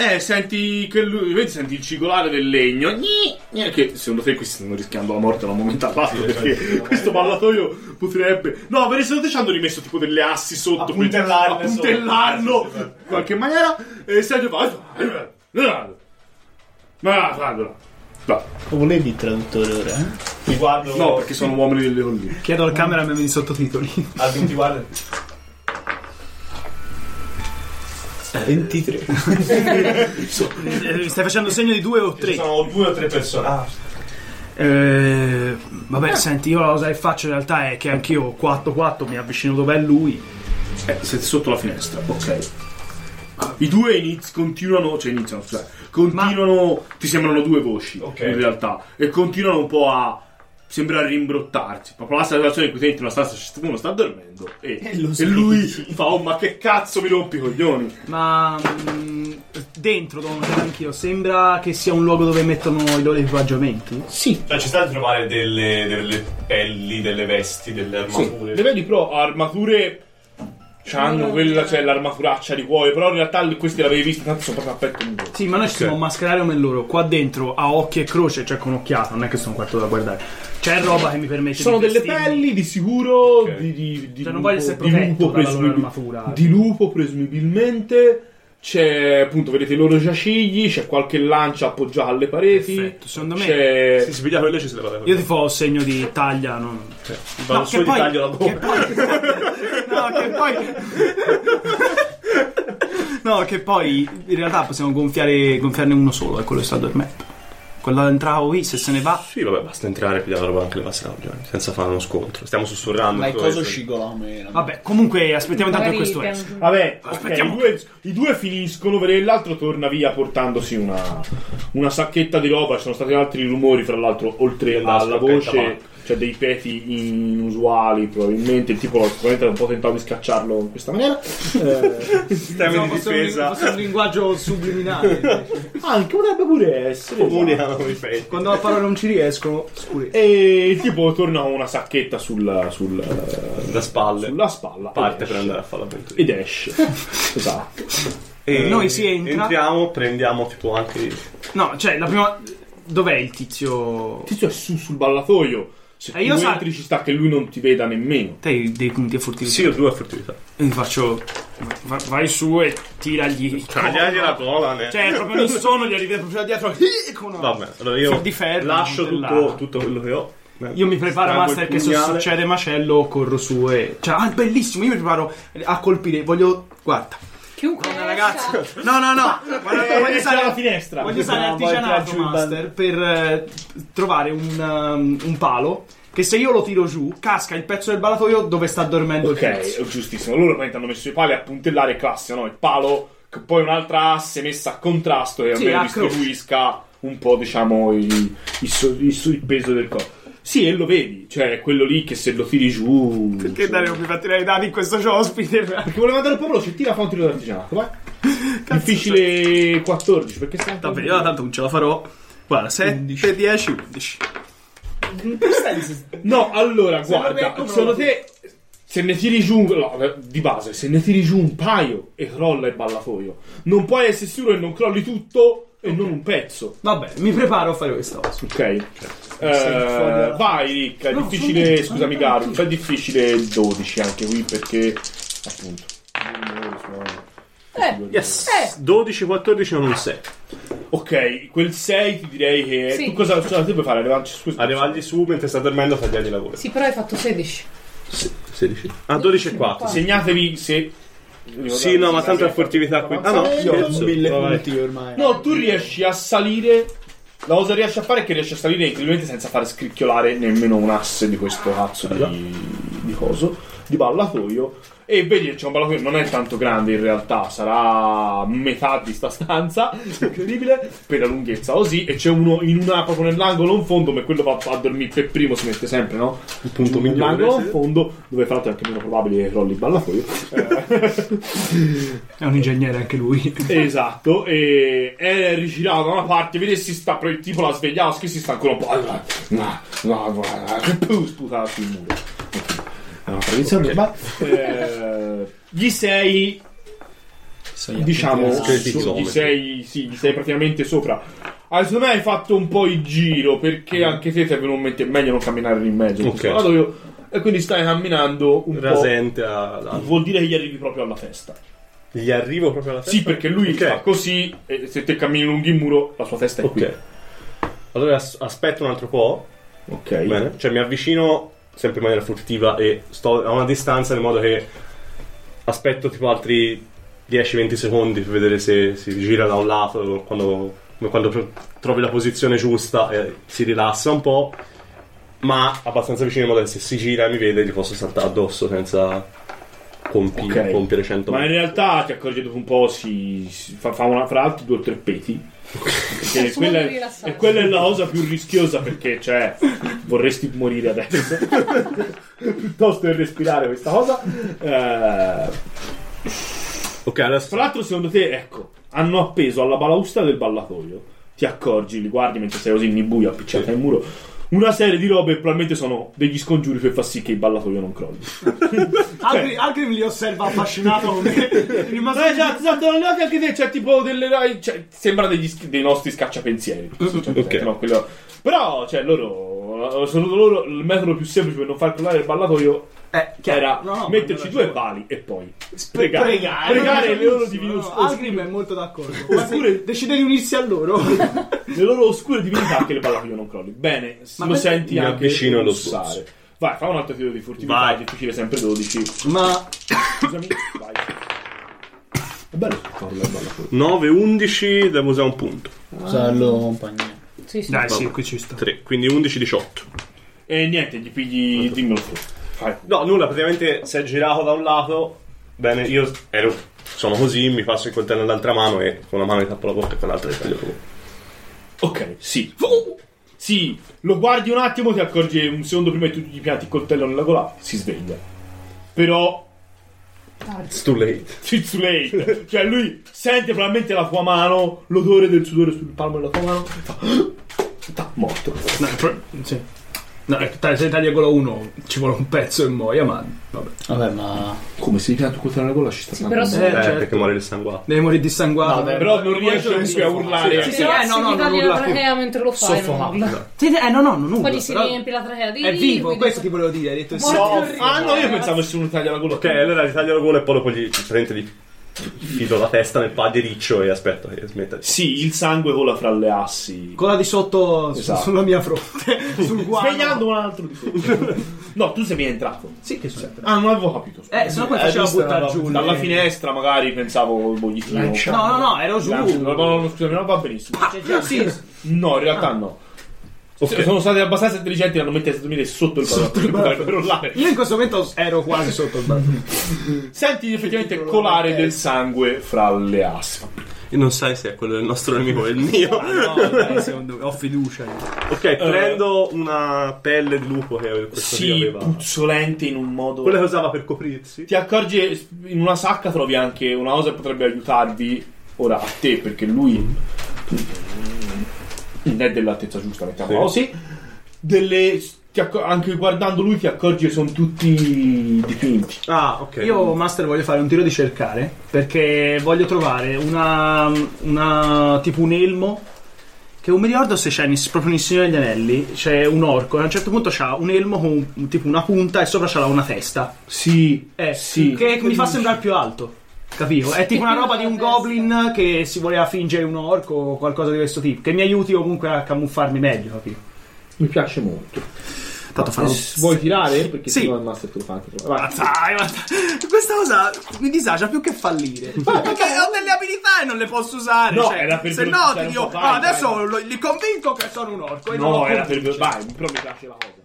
[SPEAKER 5] Eh, senti che lui, vedi, senti il cigolare del legno. Gni, gni, Che secondo te qui stanno rischiando la morte da un momento all'altro. Perché questo ballatoio potrebbe. No, ve ne secondo te ci hanno rimesso tipo delle assi sotto
[SPEAKER 3] A puntellarle
[SPEAKER 5] per- a puntellarlo
[SPEAKER 3] sotto. Sì, sì, sì.
[SPEAKER 5] in qualche maniera. E Sergio fa. Ma va, va, va. Va.
[SPEAKER 16] Lo volevi il traduttore ora? eh?
[SPEAKER 3] Ti guardo.
[SPEAKER 5] No, perché sono uomini delle colline.
[SPEAKER 15] Chiedo al cameraman i sottotitoli.
[SPEAKER 3] Alvin ti guarda.
[SPEAKER 16] 23.
[SPEAKER 1] Eh, Stai facendo segno di due o
[SPEAKER 3] Ci
[SPEAKER 1] tre.
[SPEAKER 3] sono due o tre persone. Ah,
[SPEAKER 1] Eh, vabbè, senti, io la cosa che faccio in realtà è che anch'io 4-4 mi avvicino dove è lui.
[SPEAKER 5] Eh, siete sotto la finestra, ok. I due iniz- continuano, cioè iniziano, cioè, continuano, ti sembrano due voci
[SPEAKER 3] Ok.
[SPEAKER 5] in realtà, e continuano un po' a, sembra rimbrottarsi, proprio la situazione in cui senti una stanza, c'è uno sta dormendo, e, e lui fa, oh ma che cazzo mi rompi i coglioni,
[SPEAKER 1] Ma mm, dentro, dove sono anch'io, sembra Ah, che sia un luogo dove mettono i loro equipaggiamenti.
[SPEAKER 16] Sì.
[SPEAKER 3] cioè, ci sta di trovare delle, delle pelli, delle vesti, delle armature.
[SPEAKER 5] le vedi però armature, c'hanno quella, cioè l'armaturaccia di cuoio, però in realtà questi l'avevi vista, tanto sono proprio a petto nudo.
[SPEAKER 1] Sì, ma noi ci siamo mascherare come loro. Qua dentro, a occhi e croce, cioè con occhiata, non è che sono quarto da guardare. C'è roba che mi permette
[SPEAKER 5] Sono
[SPEAKER 1] di
[SPEAKER 5] delle
[SPEAKER 1] vestirmi.
[SPEAKER 5] pelli di sicuro
[SPEAKER 3] Ok.
[SPEAKER 5] di, di, di
[SPEAKER 1] Cioè, non voglio essere
[SPEAKER 5] di
[SPEAKER 1] protetto
[SPEAKER 5] lupo
[SPEAKER 1] dalla loro
[SPEAKER 5] presumibil-
[SPEAKER 1] armatura. eh.
[SPEAKER 5] di lupo presumibilmente c'è appunto vedete i loro giacigli c'è qualche lancia appoggiata alle pareti
[SPEAKER 1] Perfetto, secondo me-
[SPEAKER 5] c'è
[SPEAKER 3] Si piglia quello e ci si leva da
[SPEAKER 1] Io ti fo segno di taglia, non...
[SPEAKER 3] Vado
[SPEAKER 1] No,
[SPEAKER 3] su e ti
[SPEAKER 1] poi-
[SPEAKER 3] taglio la
[SPEAKER 1] che
[SPEAKER 3] bocca.
[SPEAKER 1] poi... [laughs] no, che poi... [laughs] no, che poi in realtà possiamo gonfiare, gonfiarne uno solo, è quello che sta dormendo. Quello entravo qui, se se ne va...
[SPEAKER 3] Sì, vabbè, basta entrare e pigliare la roba anche le basse ragioni, senza fare uno scontro. Stiamo sussurrando.
[SPEAKER 16] Ma il
[SPEAKER 3] tutto
[SPEAKER 16] coso
[SPEAKER 3] questo.
[SPEAKER 16] scivola a me. la-
[SPEAKER 1] Vabbè, comunque aspettiamo intanto che questo
[SPEAKER 2] Magari
[SPEAKER 1] esca.
[SPEAKER 2] abbiamo-
[SPEAKER 5] vabbè ok, i, due, i due finiscono perché l'altro torna via portandosi una, una sacchetta di roba ci sono stati altri rumori fra l'altro oltre alla, alla
[SPEAKER 3] scoppetta,
[SPEAKER 5] voce
[SPEAKER 3] ma-
[SPEAKER 5] c'è dei peti inusuali probabilmente il tipo sicuramente era un po' tentato di scacciarlo in
[SPEAKER 1] [laughs]
[SPEAKER 5] questa maniera Eh,
[SPEAKER 3] Sistema di difesa.
[SPEAKER 1] un linguaggio [laughs] subliminale.
[SPEAKER 5] anche potrebbe pure essere esatto.
[SPEAKER 3] Comuniano con i fake.
[SPEAKER 1] Quando le parole non ci riescono, scuri.
[SPEAKER 5] E il tipo torna con una sacchetta sul, sul, eh,
[SPEAKER 3] Da spalle.
[SPEAKER 5] sulla spalla.
[SPEAKER 3] Parte
[SPEAKER 5] ed
[SPEAKER 3] per
[SPEAKER 5] esce.
[SPEAKER 3] andare a fare la punta.
[SPEAKER 5] Ed esce. esatto.
[SPEAKER 3] E
[SPEAKER 1] Noi si entra.
[SPEAKER 3] Entriamo, prendiamo tipo anche. i-
[SPEAKER 1] No, cioè, la prima... Dov'è il tizio?
[SPEAKER 5] Il tizio è su sul ballatoio. Se
[SPEAKER 1] E Eh, io
[SPEAKER 5] tu
[SPEAKER 1] sa-
[SPEAKER 5] entri ci sta che lui non ti veda nemmeno.
[SPEAKER 1] Te hai dei punti a furtività.
[SPEAKER 3] Sì, ho due furtività.
[SPEAKER 1] E gli faccio... va- Vai su e tiragli...
[SPEAKER 5] Cioè,
[SPEAKER 3] Tagliagli la gola, ne.
[SPEAKER 1] Cioè, proprio nel sonno gli arriva proprio da [laughs] dietro. eh, con una-
[SPEAKER 3] Vabbè, allora io
[SPEAKER 1] Di ferro,
[SPEAKER 3] lascio
[SPEAKER 1] puntellata.
[SPEAKER 3] tutto, tutto quello che ho.
[SPEAKER 1] Io mi preparo,
[SPEAKER 3] Strango
[SPEAKER 1] Master,
[SPEAKER 3] il
[SPEAKER 1] che se
[SPEAKER 3] pugnale.
[SPEAKER 1] succede macello, corro su e... Cioè, ah, bellissimo, io mi preparo a colpire, voglio... Guarda.
[SPEAKER 2] Chiunque esca,
[SPEAKER 1] No, no, no. Guarda, che voglio
[SPEAKER 5] Esce dalla
[SPEAKER 1] usare,
[SPEAKER 5] Eh, finestra.
[SPEAKER 1] voglio usare artigianato, Master, per eh, trovare un, um, un palo che se io lo tiro giù, casca il pezzo del ballatoio dove sta dormendo il
[SPEAKER 5] Ok,
[SPEAKER 1] tizio.
[SPEAKER 5] è giustissimo. Loro ovviamente hanno messo i pali a puntellare classe, no? Il palo, che poi un'altra asse messa a contrasto e
[SPEAKER 1] Sì,
[SPEAKER 5] almeno
[SPEAKER 1] a
[SPEAKER 5] distribuisca un po', diciamo, i- i so- il, so- il peso del corpo. Sì, e lo vedi, cioè è quello lì che se lo tiri giù.
[SPEAKER 1] Perché Dario mi fa tirare i dadi in questo suo ospite?
[SPEAKER 5] Perché voleva andare un po' veloce, tira fa un tiro d'artigianato, vai. Difficile 14, perché stai
[SPEAKER 1] Vabbè, io tanto non ce la farò. Guarda, 7, 10, 11.
[SPEAKER 5] No, allora, guarda,
[SPEAKER 1] becco, me lo
[SPEAKER 5] sono te Se ne tiri giù, un- no, eh, di base, se ne tiri giù un paio e crolla il ballatoio, non puoi essere sicuro che non crolli tutto e non un pezzo.
[SPEAKER 1] [laughs] Vabbè, mi preparo a fare questa cosa.
[SPEAKER 5] Ok. Eh, vai Rick, è difficile, scusami Garu, è difficile 12 anche qui perché appunto.
[SPEAKER 2] Eh, eh,
[SPEAKER 14] 12, 14 non un 6.
[SPEAKER 5] Ok, quel 6 ti direi che
[SPEAKER 2] Sì.
[SPEAKER 5] tu cosa, cosa ti puoi fare? Arrivarci, scusa.
[SPEAKER 3] Arrivargli su mentre sta dormendo e fargli la voce.
[SPEAKER 2] sì, però hai fatto 16.
[SPEAKER 14] 16. Ah, 12 e 4.
[SPEAKER 5] Segnatevi se
[SPEAKER 14] Sì, no, ma tanto è furtività qui. Ah, no, scherzo. Vabbè.
[SPEAKER 15] ormai.
[SPEAKER 5] No, tu riesci a salire. La cosa che riesci a fare è che riesci a salire incredibilmente senza fare scricchiolare nemmeno un asse di questo cazzo di, di coso, di ballatoio. E vedi che c'è un ballatoio, non è tanto grande in realtà, sarà metà di sta stanza, [laughs] incredibile, per la lunghezza così. E c'è uno in una, proprio nell'angolo in fondo, ma quello va a dormire per primo, si mette sempre, no?
[SPEAKER 14] Il punto
[SPEAKER 5] Nell'angolo
[SPEAKER 14] migliore.
[SPEAKER 5] in
[SPEAKER 14] sì.
[SPEAKER 5] fondo, dove fra l'altro è anche meno probabile che crolli il ballatoio.
[SPEAKER 1] Eh. [laughs] È un ingegnere anche lui.
[SPEAKER 5] Esatto, e è rigirato da una parte, vede si sta pre- tipo la svegliava, che si sta ancora un po'. No, no, no, no, sputava sul muro. No, tradizione, Ah, ma, eh, gli sei, diciamo,
[SPEAKER 14] Scherzi
[SPEAKER 5] su- gli
[SPEAKER 14] chilometri.
[SPEAKER 5] sei, sì, gli sei praticamente sopra. Ah, secondo me hai fatto un po' il giro perché anche te ti è venuto in mente meglio non camminare lì in mezzo. in
[SPEAKER 14] Ok.
[SPEAKER 5] questo ballatoio, E quindi stai camminando un
[SPEAKER 3] Rasente a-
[SPEAKER 5] po'. Vuol dire che gli arrivi proprio alla festa.
[SPEAKER 3] Gli arrivo proprio alla
[SPEAKER 5] Sì,
[SPEAKER 3] testa?
[SPEAKER 5] perché lui
[SPEAKER 3] Ok.
[SPEAKER 5] fa così e se te cammini lungo il muro, la sua testa è qui.
[SPEAKER 3] Ok. Allora as- aspetto un altro po'.
[SPEAKER 5] Ok.
[SPEAKER 3] Bene. Cioè mi avvicino sempre in maniera furtiva e sto a una distanza in modo che aspetto tipo altri 10-20 secondi per vedere se si gira da un lato quando, come quando pro- trovi la posizione giusta e si rilassa un po'. Ma abbastanza vicino in modo che se si gira e mi vede gli posso saltare addosso senza compi-
[SPEAKER 5] Ok.
[SPEAKER 3] compiere 100
[SPEAKER 5] Ma in realtà ti accorgi dopo un po', si, si fa, fa una fra l'altro due o tre peti. Perché
[SPEAKER 2] Sono
[SPEAKER 5] quella,
[SPEAKER 2] molto
[SPEAKER 5] è,
[SPEAKER 2] rilassante.
[SPEAKER 5] e quella è la cosa più rischiosa perché, cioè, vorresti morire adesso. Piuttosto che respirare questa cosa. Eh,
[SPEAKER 3] Ok, adesso
[SPEAKER 5] fra l'altro, secondo te, ecco, hanno appeso alla balaustra del ballatoio. Ti accorgi, li guardi mentre sei così in buio appicciata al muro. Una serie di robe che probabilmente sono degli scongiuri per far sì che il ballatoio non crolli.
[SPEAKER 1] Algrim, Algrim li osserva affascinato come
[SPEAKER 5] [laughs] Ma
[SPEAKER 1] rimasto
[SPEAKER 5] sai Eh, già, esatto, ti saltano gli occhi anche te, c'è tipo delle. rai- Cioè, sembra degli sch- dei nostri scacciapensieri.
[SPEAKER 3] Mm,
[SPEAKER 5] certo,
[SPEAKER 3] Ok.
[SPEAKER 5] No, quello- Però, cioè, loro. Sono loro il metodo più semplice per non far crollare il ballatoio.
[SPEAKER 1] Eh,
[SPEAKER 5] Era
[SPEAKER 1] No, no, ma
[SPEAKER 5] metterci
[SPEAKER 1] non
[SPEAKER 5] due
[SPEAKER 1] ragione.
[SPEAKER 5] pali e poi
[SPEAKER 1] Pregare,
[SPEAKER 5] pregare, pregare, le loro divinità
[SPEAKER 1] No,
[SPEAKER 5] oscure,
[SPEAKER 1] Algrim è molto d'accordo.
[SPEAKER 5] Oppure-
[SPEAKER 1] Oppure decide di unirsi a loro.
[SPEAKER 5] le loro oscure divinità che il ballatoio non crolli. Bene,
[SPEAKER 1] Ma
[SPEAKER 5] lo
[SPEAKER 1] per-
[SPEAKER 5] senti
[SPEAKER 3] Mi
[SPEAKER 5] anche
[SPEAKER 3] avvicino allo
[SPEAKER 5] russare.
[SPEAKER 3] sforzo.
[SPEAKER 5] Vai, fa un altro tiro di furtività,
[SPEAKER 3] Vai.
[SPEAKER 5] difficile sempre 12.
[SPEAKER 1] [laughs] Ma
[SPEAKER 5] Scusami, vai. È bello crollo il ballatoio.
[SPEAKER 3] 9-11 devo usare un punto.
[SPEAKER 16] Usarlo compagnia.
[SPEAKER 2] Sì, sì.
[SPEAKER 1] dai, sì, qui ci sta.
[SPEAKER 3] 3, quindi 11-18.
[SPEAKER 5] E niente, gli pigli. Dimmelo tu. Fai.
[SPEAKER 3] No, nulla, praticamente si è girato da un lato. Bene, io ero, sono così, mi passo il coltello nell'altra mano e con una mano mi tappo la bocca e con l'altra mi taglio proprio.
[SPEAKER 5] Ok, sì. Sì, lo guardi un attimo, ti accorgi un secondo prima che tu gli pianti il coltello nella gola, si sveglia. Però [laughs]
[SPEAKER 3] It's too late.
[SPEAKER 5] it's too late. Cioè lui sente probabilmente la tua mano, l'odore del sudore sul palmo della tua mano. e fa, "Ah!" Morto.
[SPEAKER 1] No, pro- sì. No, ecco, dai, se taglia quello uno ci vuole un pezzo e muoia, ma vabbè.
[SPEAKER 16] Vabbè, ma
[SPEAKER 17] Come si pianta coltello nella gola ci sta
[SPEAKER 2] Sì, però se
[SPEAKER 1] Eh,
[SPEAKER 3] Eh,
[SPEAKER 1] certo.
[SPEAKER 3] perché muore il sanguato.
[SPEAKER 1] Devi morire dissanguato.
[SPEAKER 5] Però non riesce comunque a urlare.
[SPEAKER 1] Sì, sì,
[SPEAKER 2] però
[SPEAKER 1] eh, no,
[SPEAKER 2] se
[SPEAKER 1] no,
[SPEAKER 2] ti
[SPEAKER 1] non
[SPEAKER 2] tagli
[SPEAKER 1] urla
[SPEAKER 2] la
[SPEAKER 1] più.
[SPEAKER 2] trachea mentre lo fai, non
[SPEAKER 1] Soffocato.
[SPEAKER 2] urla.
[SPEAKER 1] Sì, sì, eh no, no, non urla.
[SPEAKER 2] Poi gli si
[SPEAKER 1] però
[SPEAKER 2] riempie la trachea di
[SPEAKER 1] È vivo,
[SPEAKER 2] liquido.
[SPEAKER 1] questo ti volevo dire. Hai detto il
[SPEAKER 2] Morto
[SPEAKER 1] soffo.
[SPEAKER 2] orribile.
[SPEAKER 5] Ah no, io pensavo fosse uno taglia la gola.
[SPEAKER 3] Ok, allora ritaglio la gola e poi dopo gli, praticamente gli fido la testa nel padericcio e aspetto che smetta di...
[SPEAKER 5] Sì, il sangue vola fra le assi.
[SPEAKER 1] Quella di sotto su-
[SPEAKER 5] Esatto.
[SPEAKER 1] sulla mia [laughs] fronte. sul guano.
[SPEAKER 5] Svegliando un altro di sotto. No, tu sei ben entrato.
[SPEAKER 1] Sì, che succede?
[SPEAKER 5] Ah, non avevo capito. scusa.
[SPEAKER 1] Eh, se no poi faceva buttare giù. le-
[SPEAKER 5] Dalla finestra magari pensavo boh, gli tiro.
[SPEAKER 1] No, no, no, ero giù.
[SPEAKER 5] Anzi, No, no, no, scusami, non va benissimo.
[SPEAKER 1] Sì,
[SPEAKER 5] No, in realtà no.
[SPEAKER 3] Ok.
[SPEAKER 5] Ah. Sono stati abbastanza intelligenti da non mettersi a dormire sotto il ballatoio per rollare.
[SPEAKER 1] io in questo momento ero quasi sotto il [laughs] balcone.
[SPEAKER 5] Senti effettivamente colare del sangue fra le aspe.
[SPEAKER 3] E non sai se è quello del nostro nemico o il mio.
[SPEAKER 1] No, dai, Eh, secondo me, ho fiducia. io.
[SPEAKER 3] [laughs] Ok, prendo una pelle di lupo che aveva- questo lì
[SPEAKER 5] Sì,
[SPEAKER 3] aveva...
[SPEAKER 5] puzzolente in un modo.
[SPEAKER 3] Quella che usava per coprirsi.
[SPEAKER 5] Ti accorgi in una sacca trovi anche una cosa che potrebbe aiutarvi ora a te perché lui non è dell'altezza giusta, mettiamo così.
[SPEAKER 3] Sì.
[SPEAKER 5] Delle ti ti acco- anche guardando lui ti accorgi che sono tutti dipinti.
[SPEAKER 9] Ah, ok.
[SPEAKER 1] Io, Master, voglio fare un tiro di cercare perché voglio trovare una. una tipo un elmo. Che non mi ricordo se c'è in- proprio in Signore degli Anelli. C'è un orco. e A un certo punto c'ha un elmo con un- tipo una punta e sopra c'ha una testa.
[SPEAKER 5] Sì,
[SPEAKER 1] Eh,
[SPEAKER 5] sì.
[SPEAKER 1] Che mi fa sembrare più alto. Capito? È tipo una roba di un goblin che si voleva fingere un orco o qualcosa di questo tipo. Che mi aiuti comunque a camuffarmi meglio, capito?
[SPEAKER 5] mi piace molto.
[SPEAKER 1] Tanto farò.
[SPEAKER 5] Eh, Vuoi tirare? Perché
[SPEAKER 1] Sì.
[SPEAKER 5] se no il master te lo fa anche tu. Vai.
[SPEAKER 1] Dai, ma- Questa cosa mi disagia più che
[SPEAKER 5] [laughs]
[SPEAKER 1] fallire. Perché ho delle abilità e non le posso usare.
[SPEAKER 5] No,
[SPEAKER 1] cioè,
[SPEAKER 5] era per
[SPEAKER 1] se no,
[SPEAKER 5] velocizzare
[SPEAKER 1] ti
[SPEAKER 5] un
[SPEAKER 1] dico,
[SPEAKER 5] po', vai,
[SPEAKER 1] "Ah, adesso
[SPEAKER 5] vai.
[SPEAKER 1] lo- li convinco che sono un orco. E non
[SPEAKER 5] No,
[SPEAKER 1] lo
[SPEAKER 5] era per...
[SPEAKER 1] convinco".
[SPEAKER 5] Vai, però mi piace la cosa.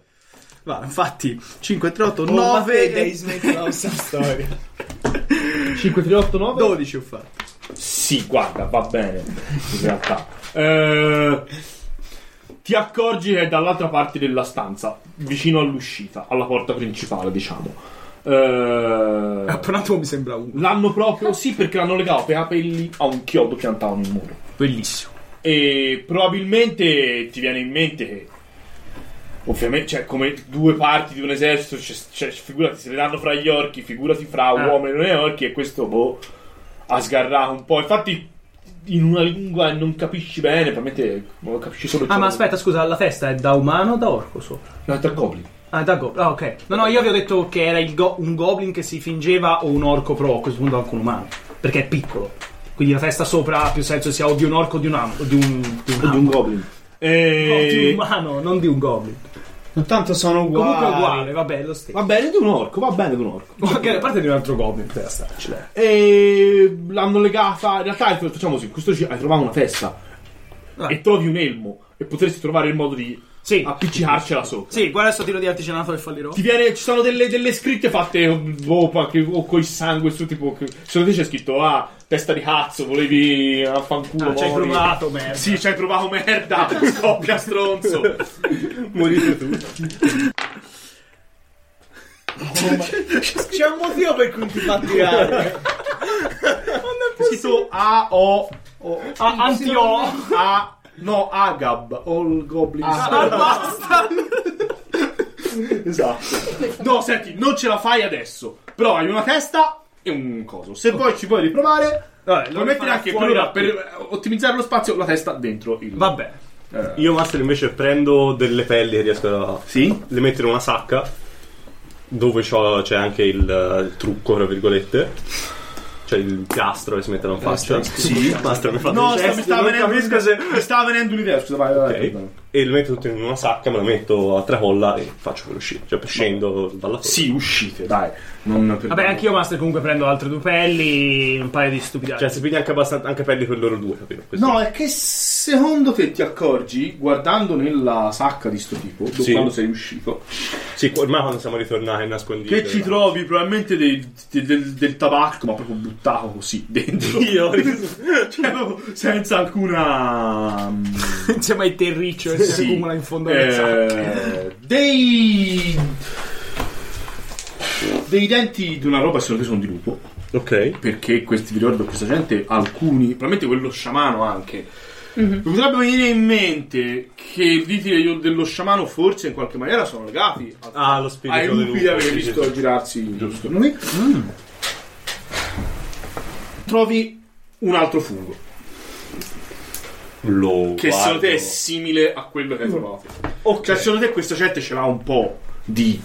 [SPEAKER 1] Va, infatti, 5, 3, 8,
[SPEAKER 9] Oh, ma te
[SPEAKER 1] 9, [laughs]
[SPEAKER 9] devi smettere la stessa storia.
[SPEAKER 5] 5, 3, 8, 9.
[SPEAKER 1] 12 ho fatto.
[SPEAKER 5] Sì, guarda, va bene. In realtà. [laughs] Eh, ti accorgi che è dall'altra parte della stanza, vicino all'uscita, alla porta principale, diciamo. Eh,
[SPEAKER 1] Per un attimo mi sembra uno.
[SPEAKER 5] l'hanno proprio, sì, perché l'hanno legato per i capelli a un chiodo piantato nel muro.
[SPEAKER 1] Bellissimo.
[SPEAKER 5] E probabilmente ti viene in mente che. Ovviamente, cioè, come due parti di un esercito, cioè, cioè, figurati se le danno fra gli orchi, figurati fra
[SPEAKER 1] Ah.
[SPEAKER 5] uomini e non e orchi, e questo boh ha sgarrato un po'. Infatti, in una lingua non capisci bene, probabilmente lo capisci solo il
[SPEAKER 1] Ah, ma
[SPEAKER 5] gioco.
[SPEAKER 1] aspetta, scusa, la testa è da umano o da orco sopra?
[SPEAKER 5] No, è dal goblin.
[SPEAKER 1] Ah, da go- ah, ok. No, no, io vi ho detto che era il go- un goblin che si fingeva o un orco, però a questo punto anche un umano. Perché è piccolo. Quindi la testa sopra ha più senso sia o di un orco o di un am- o di un, di un,
[SPEAKER 5] Di
[SPEAKER 1] am-
[SPEAKER 5] un goblin. Eh,
[SPEAKER 1] no, di un
[SPEAKER 5] E...
[SPEAKER 1] umano, non di un goblin.
[SPEAKER 9] Tanto sono uguali.
[SPEAKER 1] Comunque è uguale, vabbè, è lo stesso.
[SPEAKER 5] Va bene di un orco, va bene di un orco.
[SPEAKER 1] Anche da parte di un altro goblin, per starci. dai.
[SPEAKER 5] E l'hanno legata. In realtà, facciamo così: in questo giro hai trovato una testa
[SPEAKER 1] Ah.
[SPEAKER 5] e trovi un elmo, e potresti trovare il modo di
[SPEAKER 1] Sì,
[SPEAKER 5] appiccicarcela sopra.
[SPEAKER 1] sì, guarda sto tiro di artigianato che fallirò.
[SPEAKER 5] Ti viene, ci sono delle, delle scritte fatte boh, qualche- o col sangue su tipo. che- Secondo te c'è scritto ah, testa di cazzo, volevi eh, affanculo.
[SPEAKER 1] Ah, ci hai
[SPEAKER 5] mori".
[SPEAKER 1] provato, merda.
[SPEAKER 5] Sì, ci hai provato
[SPEAKER 1] [laughs]
[SPEAKER 5] merda. Scoppia stronzo.
[SPEAKER 18] Morite tu.
[SPEAKER 9] C'è un motivo per cui ti fa tirare.
[SPEAKER 5] C'è scritto A O O
[SPEAKER 1] Ah, [laughs] antio.
[SPEAKER 5] A no Agab All Goblins. [laughs] Esatto. No, senti, non ce la fai adesso. Però hai una testa e un coso. Se poi ci vuoi riprovare,
[SPEAKER 1] Vabbè,
[SPEAKER 5] puoi mettere anche per, ora, per ottimizzare lo spazio la testa dentro il.
[SPEAKER 1] Vabbè.
[SPEAKER 3] Io, Master, invece prendo delle pelli che riesco a. Sì? Le metto in una sacca dove c'ho- c'è anche il, eh, il trucco, tra virgolette. Cioè il piastro che si mette in faccia. Eh, Sì, Master mi fa
[SPEAKER 5] No,
[SPEAKER 3] dei
[SPEAKER 5] sta- mi,
[SPEAKER 3] gesti,
[SPEAKER 5] stava
[SPEAKER 3] non
[SPEAKER 5] venendo,
[SPEAKER 3] capisco se.
[SPEAKER 5] mi stava venendo un'idea. Scusa, vai, vai. vai.
[SPEAKER 3] Ok. E lo metto tutto in una sacca, me lo metto a tracolla e faccio quello uscire. Cioè, scendo dalla torre.
[SPEAKER 5] Sì, uscite, dai. Non
[SPEAKER 1] Vabbè, anch'io Master comunque prendo altre due pelli, un paio di
[SPEAKER 3] Cioè,
[SPEAKER 1] stupidate.
[SPEAKER 3] si piglia anche abbastanza anche pelli per loro due, capito? Questo-
[SPEAKER 5] No, è che secondo te ti accorgi, guardando nella sacca di sto tipo, dopo
[SPEAKER 3] Sì.
[SPEAKER 5] quando sei uscito,
[SPEAKER 3] Sì, ormai quando siamo ritornati nasconditi.
[SPEAKER 5] eh. che ci
[SPEAKER 3] trovo
[SPEAKER 5] trovi probabilmente dei- de- del, del tabacco, ma proprio buttato così [laughs] dentro.
[SPEAKER 3] Io.
[SPEAKER 5] cioè, proprio senza alcuna. mm,
[SPEAKER 1] Cioè, Insieme ai terriccio che si accumula in fondo alla sacca.
[SPEAKER 5] eh, dei. dei denti di una roba che secondo te sono di lupo.
[SPEAKER 3] Ok.
[SPEAKER 5] perché questi vi ricordo questa gente alcuni probabilmente quello sciamano anche mi potrebbe venire in mente che i diti dello- dello sciamano forse in qualche maniera sono legati a-
[SPEAKER 3] Ah, lo spirito
[SPEAKER 5] ai lupi di aver
[SPEAKER 3] sì, sì,
[SPEAKER 5] visto
[SPEAKER 3] sì.
[SPEAKER 5] girarsi giusto noi Mm. trovi un altro fungo
[SPEAKER 3] Lo
[SPEAKER 5] che secondo te è
[SPEAKER 3] guardo.
[SPEAKER 5] simile a quello che
[SPEAKER 1] Mm.
[SPEAKER 5] hai trovato cioè secondo te questa gente ce l'ha un po' di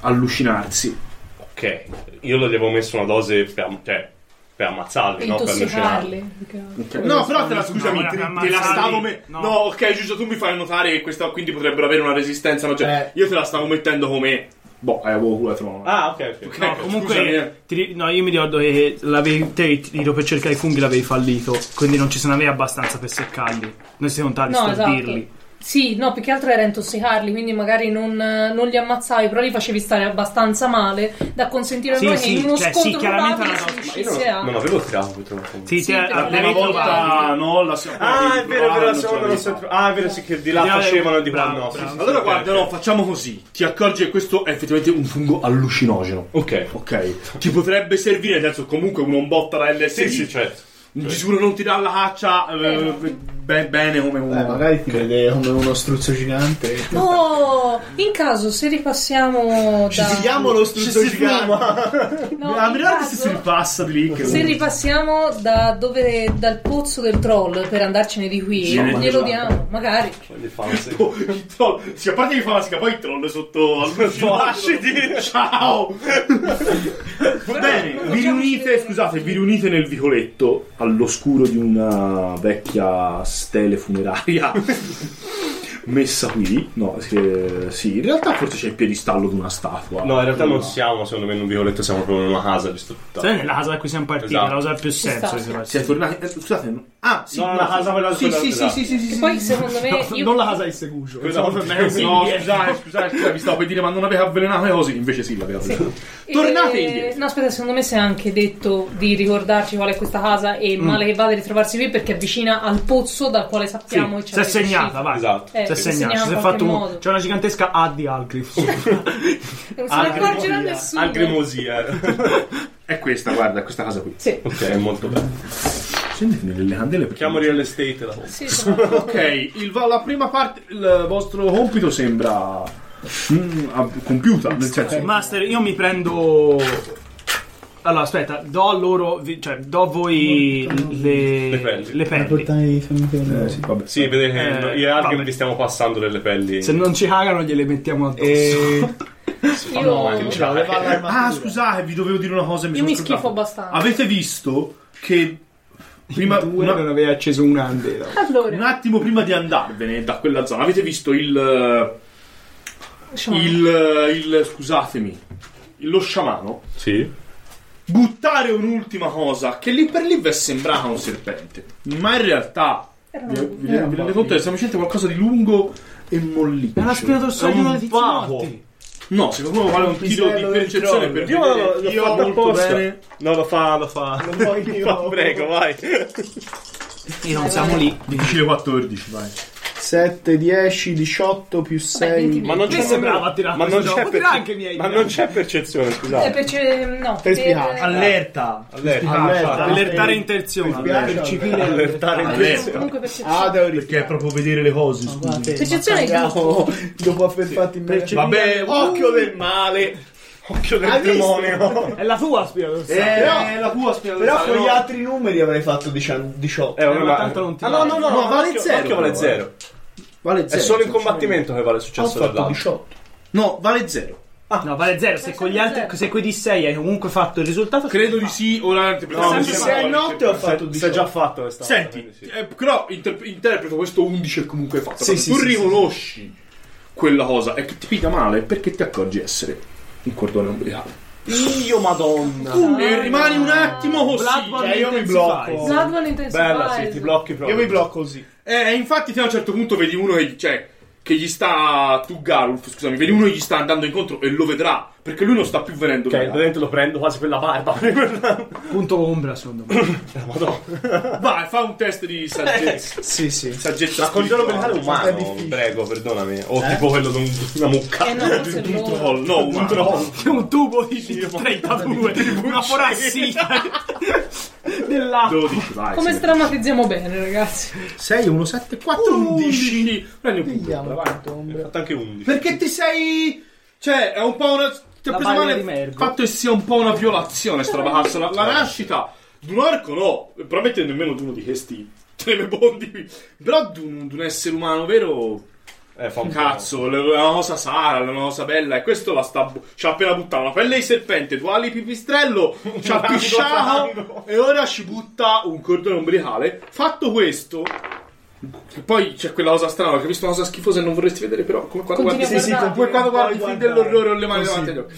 [SPEAKER 5] allucinarsi
[SPEAKER 3] Ok, io gli avevo messo una dose per, am- cioè, per ammazzarli,
[SPEAKER 2] Per
[SPEAKER 3] no? Per allucinarli.
[SPEAKER 2] intossicarli. più che altro.
[SPEAKER 5] No, però te la
[SPEAKER 1] No,
[SPEAKER 5] scusami,
[SPEAKER 1] ora per
[SPEAKER 5] te, te la
[SPEAKER 1] ammazzarli,
[SPEAKER 5] stavo me-
[SPEAKER 1] no.
[SPEAKER 5] no. ok, giusto, tu mi fai notare che questa quindi potrebbero avere una resistenza, ma
[SPEAKER 1] Eh.
[SPEAKER 5] cioè, io te la stavo mettendo come boh, eh, avevo culo trono.
[SPEAKER 3] Ah, ok, ok.
[SPEAKER 1] No,
[SPEAKER 5] Ecco, eh.
[SPEAKER 1] comunque, ti ri- no, io mi ricordo che l'avevi, te ti tiro per cercare i funghi l'avevi fallito, quindi non ci se ne aveva abbastanza per seccarli. Noi siamo tali
[SPEAKER 2] No,
[SPEAKER 1] a
[SPEAKER 2] esatto.
[SPEAKER 1] dirli.
[SPEAKER 2] Sì, no, più che altro era intossicarli, quindi magari non, non li ammazzavi, però li facevi stare abbastanza male da consentire a
[SPEAKER 1] Sì,
[SPEAKER 2] noi
[SPEAKER 1] sì,
[SPEAKER 2] che in uno
[SPEAKER 1] cioè, sì,
[SPEAKER 2] scontro
[SPEAKER 1] chiaramente
[SPEAKER 2] probabile
[SPEAKER 1] era una
[SPEAKER 2] si
[SPEAKER 1] cosa-
[SPEAKER 2] riuscisse a...
[SPEAKER 3] Non avevo tirato questo profumo.
[SPEAKER 1] Sì,
[SPEAKER 2] Sì,
[SPEAKER 1] te-
[SPEAKER 2] perché
[SPEAKER 1] la
[SPEAKER 2] l'avevi
[SPEAKER 1] prima volta
[SPEAKER 2] trovati.
[SPEAKER 1] no, la seconda
[SPEAKER 3] Ah, è vero, è vero, la
[SPEAKER 5] non ce
[SPEAKER 3] seconda non
[SPEAKER 5] l'avevi
[SPEAKER 3] so Ah, è vero, sì, che di là
[SPEAKER 1] Bravo,
[SPEAKER 3] facevano e di qua
[SPEAKER 1] bravo,
[SPEAKER 3] no. sì,
[SPEAKER 1] bravo.
[SPEAKER 3] sì, sì,
[SPEAKER 5] Allora
[SPEAKER 3] ok,
[SPEAKER 5] guarda,
[SPEAKER 3] ok.
[SPEAKER 5] no, facciamo così. Ti accorgi che questo è effettivamente un fungo allucinogeno.
[SPEAKER 3] Ok.
[SPEAKER 5] Ok, ti potrebbe servire, nel senso comunque un botta da LSD.
[SPEAKER 3] Sì, sì, certo.
[SPEAKER 5] Di sicuro non ti dà la caccia eh,
[SPEAKER 2] Eh, no.
[SPEAKER 5] bene be- bene come uno.
[SPEAKER 19] Beh, Eh, magari ti vede come uno struzzo gigante.
[SPEAKER 2] Oh, in caso se ripassiamo da...
[SPEAKER 19] Siamo lo struzzo gigante.
[SPEAKER 2] No,
[SPEAKER 5] a
[SPEAKER 2] in
[SPEAKER 5] Miranda
[SPEAKER 2] caso-
[SPEAKER 5] si ripassa di lì. Che
[SPEAKER 2] Se ripassiamo da dove, dal pozzo del troll per andarcene di qui,
[SPEAKER 5] Sì, ma-
[SPEAKER 2] glielo diamo, magari.
[SPEAKER 3] Gli fa un segno.
[SPEAKER 5] Oh, il troll. Sì, a parte che fa la sca, poi il troll sotto al Lasciti! Ciao! Bene, vi riunite, scusate, vi riunite nel vicoletto all'oscuro di una vecchia stele [laughs] funeraria. Messa qui, no, sì, sì, in realtà forse c'è il piedistallo di una statua.
[SPEAKER 3] No, in realtà non siamo, secondo me, in un vicoletto, siamo proprio in una casa, giusto?
[SPEAKER 1] Sai nella casa da cui siamo partiti,
[SPEAKER 3] Esatto.
[SPEAKER 1] la cosa ha più senso.
[SPEAKER 2] Esatto.
[SPEAKER 1] però.
[SPEAKER 5] Siete tornati. eh, scusate, no. Ah, sì,
[SPEAKER 3] No,
[SPEAKER 5] no,
[SPEAKER 3] la casa quella
[SPEAKER 15] Sì, sì, sì, sì, sì, sì,
[SPEAKER 2] Che
[SPEAKER 15] sì.
[SPEAKER 2] poi secondo me
[SPEAKER 1] No,
[SPEAKER 2] Eh, io
[SPEAKER 1] Non la casa di Segugio.
[SPEAKER 3] Esatto.
[SPEAKER 5] Eh,
[SPEAKER 1] Insomma, per me sì.
[SPEAKER 5] No, scusate, scusate, scusate, vi stavo per dire, ma non aveva avvelenato le cose, invece sì, l'aveva avvelenato.
[SPEAKER 2] eh,
[SPEAKER 5] Tornate indietro.
[SPEAKER 2] No, aspetta, secondo me si è anche detto di ricordarci qual è questa casa e male che vada a ritrovarsi qui perché è vicina al pozzo dal quale sappiamo che
[SPEAKER 1] Sì, si è segnata, vai.
[SPEAKER 3] Esatto.
[SPEAKER 2] Eh,
[SPEAKER 1] Si è
[SPEAKER 2] si
[SPEAKER 1] segnata,
[SPEAKER 2] segnava
[SPEAKER 1] si è fatto
[SPEAKER 2] in qualche
[SPEAKER 1] un-
[SPEAKER 2] modo.
[SPEAKER 1] C'è una gigantesca A di Algrif.
[SPEAKER 2] [laughs] Non se ne accorgerà nessuno.
[SPEAKER 3] Agrimosia.
[SPEAKER 5] È questa, guarda, è questa casa qui.
[SPEAKER 2] Sì,
[SPEAKER 3] ok, è molto bello.
[SPEAKER 5] Scendetemi delle candele perché
[SPEAKER 3] Chiamo real estate la cosa.
[SPEAKER 2] sì, sono-
[SPEAKER 5] Ok, il va- la prima parte, il vostro compito sembra mm, ab- compiuta, nel senso...
[SPEAKER 1] Master, io mi prendo. Allora, aspetta, do a loro. vi- Cioè, do a voi le,
[SPEAKER 3] Le pelli.
[SPEAKER 1] le pelli.
[SPEAKER 19] Portare di fermo
[SPEAKER 5] Eh, sì, vabbè.
[SPEAKER 3] Sì, vedete
[SPEAKER 1] Eh,
[SPEAKER 3] che gli arghi
[SPEAKER 1] vabbè.
[SPEAKER 3] li stiamo passando delle pelli.
[SPEAKER 1] Se non ci cagano, gliele mettiamo addosso.
[SPEAKER 3] Eh,
[SPEAKER 1] [laughs]
[SPEAKER 19] E...
[SPEAKER 2] io,
[SPEAKER 19] Cioè, aveva l'armatura.
[SPEAKER 5] Ah, scusate, vi dovevo dire una cosa e mi
[SPEAKER 2] io mi
[SPEAKER 5] sono scordato.
[SPEAKER 2] schifo abbastanza.
[SPEAKER 5] Avete visto che prima,
[SPEAKER 1] Prima due
[SPEAKER 5] una-
[SPEAKER 1] non aveva acceso un andela.
[SPEAKER 2] Allora,
[SPEAKER 5] un attimo prima di andarvene da quella zona, avete visto
[SPEAKER 2] Ah.
[SPEAKER 5] il...
[SPEAKER 2] diciamo,
[SPEAKER 5] il, il scusatemi, lo sciamano
[SPEAKER 3] Sì.
[SPEAKER 5] buttare un'ultima cosa che lì per lì vi è sembrata un serpente, ma in realtà
[SPEAKER 2] era
[SPEAKER 5] vi,
[SPEAKER 2] una-
[SPEAKER 5] vi- vi rendete conto che stiamo facendo qualcosa di lungo e molliccio.
[SPEAKER 1] È una spina dorsale
[SPEAKER 5] È
[SPEAKER 1] di
[SPEAKER 5] un
[SPEAKER 1] una dei tizi
[SPEAKER 5] vago.
[SPEAKER 1] morti.
[SPEAKER 5] No, se qualcuno vuole un tiro di
[SPEAKER 19] pisello del
[SPEAKER 5] percezione
[SPEAKER 19] troll.
[SPEAKER 5] per
[SPEAKER 3] Io
[SPEAKER 5] vedere-
[SPEAKER 3] l'ho- l'ho
[SPEAKER 5] io
[SPEAKER 3] fatto
[SPEAKER 5] molto
[SPEAKER 3] apposta.
[SPEAKER 5] bene.
[SPEAKER 3] No, lo fa, lo fa. Lo fa, prego, vai.
[SPEAKER 1] E non siamo lì.
[SPEAKER 5] Difficile 14, vai.
[SPEAKER 19] 7, 10, 18 più
[SPEAKER 2] eh,
[SPEAKER 19] 6.
[SPEAKER 3] Ma non
[SPEAKER 1] Mi
[SPEAKER 3] c'è
[SPEAKER 1] sembrava tirare
[SPEAKER 3] ma non
[SPEAKER 1] questo
[SPEAKER 3] c'è
[SPEAKER 1] gioco. Dirà anche i miei.
[SPEAKER 3] Ma non c'è percezione,
[SPEAKER 2] Eh,
[SPEAKER 3] scusate.
[SPEAKER 2] perché- no,
[SPEAKER 19] Per
[SPEAKER 2] per- eh,
[SPEAKER 19] spiare.
[SPEAKER 15] Allerta.
[SPEAKER 3] Ah, cioè,
[SPEAKER 19] Allerta.
[SPEAKER 1] Allertare intenzione.
[SPEAKER 3] Allertare
[SPEAKER 2] eh,
[SPEAKER 3] in
[SPEAKER 2] comunque percezione.
[SPEAKER 19] Ah, devo dire.
[SPEAKER 5] Perché è proprio vedere le cose. scusa.
[SPEAKER 2] Percezione è
[SPEAKER 19] Abbiamo- dopo aver fatto in mezzo.
[SPEAKER 5] Vabbè,
[SPEAKER 3] Oh.
[SPEAKER 19] Occhio del male.
[SPEAKER 3] Occhio del demonio.
[SPEAKER 1] È la tua spina
[SPEAKER 3] Eh,
[SPEAKER 1] dorsale.
[SPEAKER 19] però-
[SPEAKER 5] la tua spina
[SPEAKER 19] Però con
[SPEAKER 5] no.
[SPEAKER 19] gli altri numeri avrei fatto 18. 18.
[SPEAKER 3] Eh,
[SPEAKER 1] Eh, ma
[SPEAKER 3] ma-
[SPEAKER 1] tanto non ti
[SPEAKER 3] Ah, no, no,
[SPEAKER 1] vale.
[SPEAKER 3] no,
[SPEAKER 19] No, vale
[SPEAKER 3] occhio-
[SPEAKER 19] zero,
[SPEAKER 3] Occhio vale
[SPEAKER 19] però.
[SPEAKER 3] zero.
[SPEAKER 19] Vale
[SPEAKER 3] È
[SPEAKER 19] zero,
[SPEAKER 3] solo in
[SPEAKER 19] cioè,
[SPEAKER 3] combattimento che vale il
[SPEAKER 19] Ho
[SPEAKER 3] successo
[SPEAKER 19] fatto
[SPEAKER 3] dell'altro.
[SPEAKER 19] 18.
[SPEAKER 5] No, vale 0.
[SPEAKER 1] No, vale zero. Se con gli altri, se con i D6 hai comunque fatto il risultato, Ah,
[SPEAKER 5] Credo di sì, ora
[SPEAKER 3] No, mi
[SPEAKER 19] Se
[SPEAKER 3] sembra-
[SPEAKER 19] sei notte ho fatto
[SPEAKER 3] Si è
[SPEAKER 19] 18.
[SPEAKER 3] già fatto questa volta,
[SPEAKER 5] Senti,
[SPEAKER 3] quindi sì.
[SPEAKER 5] eh, però inter- interpreto questo 11 è comunque fatto.
[SPEAKER 19] Sì,
[SPEAKER 5] Quando
[SPEAKER 19] sì,
[SPEAKER 5] tu
[SPEAKER 19] sì,
[SPEAKER 5] riconosci quella cosa e che ti pica male perché ti accorgi di essere un cordone ombelicale.
[SPEAKER 3] Io madonna.
[SPEAKER 5] E rimani un attimo così.
[SPEAKER 1] Bloodborne
[SPEAKER 5] cioè, io mi
[SPEAKER 1] Intensify.
[SPEAKER 5] blocco.
[SPEAKER 2] Bloodborne
[SPEAKER 3] Bella,
[SPEAKER 2] Intensified.
[SPEAKER 3] sì, ti blocchi proprio.
[SPEAKER 19] blocco così.
[SPEAKER 5] Eh, infatti, te a un certo punto vedi uno che, cioè, che gli sta. Tu, Garulf, scusami, vedi uno che gli sta andando incontro e lo vedrà perché lui non sta più venendo.
[SPEAKER 3] Ok,
[SPEAKER 5] via.
[SPEAKER 3] veramente lo prendo quasi per la [laughs] barba.
[SPEAKER 1] punto ombra, secondo me.
[SPEAKER 5] Vai, fa un test di saggezza.
[SPEAKER 19] Eh, Sì, sì.
[SPEAKER 5] saggezza
[SPEAKER 3] Ma con Giorno Benale è
[SPEAKER 19] È
[SPEAKER 3] umano,
[SPEAKER 19] difficile.
[SPEAKER 3] prego, perdonami. O tipo quello di un- una mucca.
[SPEAKER 2] Eh, no, forse è
[SPEAKER 3] Di un
[SPEAKER 2] loro.
[SPEAKER 3] troll, no, un troll.
[SPEAKER 1] Che un tubo di 32, una
[SPEAKER 5] [laughs]
[SPEAKER 1] forassita dell'acqua.
[SPEAKER 5] 12, vai.
[SPEAKER 2] Come
[SPEAKER 5] sì.
[SPEAKER 2] strammatizziamo bene, ragazzi.
[SPEAKER 19] 6, 1, 7, 4,
[SPEAKER 5] 11. Prendi un punto.
[SPEAKER 19] Vediamo quanto
[SPEAKER 3] Ho
[SPEAKER 19] ombra.
[SPEAKER 3] fatto anche 11.
[SPEAKER 5] Perché ti sei. Cioè, è un po' una. Ti ha
[SPEAKER 1] La
[SPEAKER 5] preso
[SPEAKER 1] balia
[SPEAKER 5] male
[SPEAKER 1] di
[SPEAKER 5] il
[SPEAKER 1] merda.
[SPEAKER 5] fatto che sia un po' una violazione sta vacanza. La, la nascita di un orco, no. E Probabilmente nemmeno di uno di questi [laughs] tremebondi. Però di un, di un essere umano vero.
[SPEAKER 3] Eh, fa un
[SPEAKER 5] Oh, Cazzo, è una cosa sara, è una cosa bella. E questo la sta. bu- Ci ha appena buttato la pelle di serpente, due ali [laughs] pipistrello. Ci ha pisciato. e ora ci butta un cordone ombelicale. Fatto questo. che Poi c'è quella cosa strana, che ho visto una cosa schifosa e non vorresti vedere, però come quando guardi
[SPEAKER 2] Continua a guardare.
[SPEAKER 5] poi quando guardi il film
[SPEAKER 19] guardare.
[SPEAKER 5] dell'orrore ho le mani davanti agli occhi.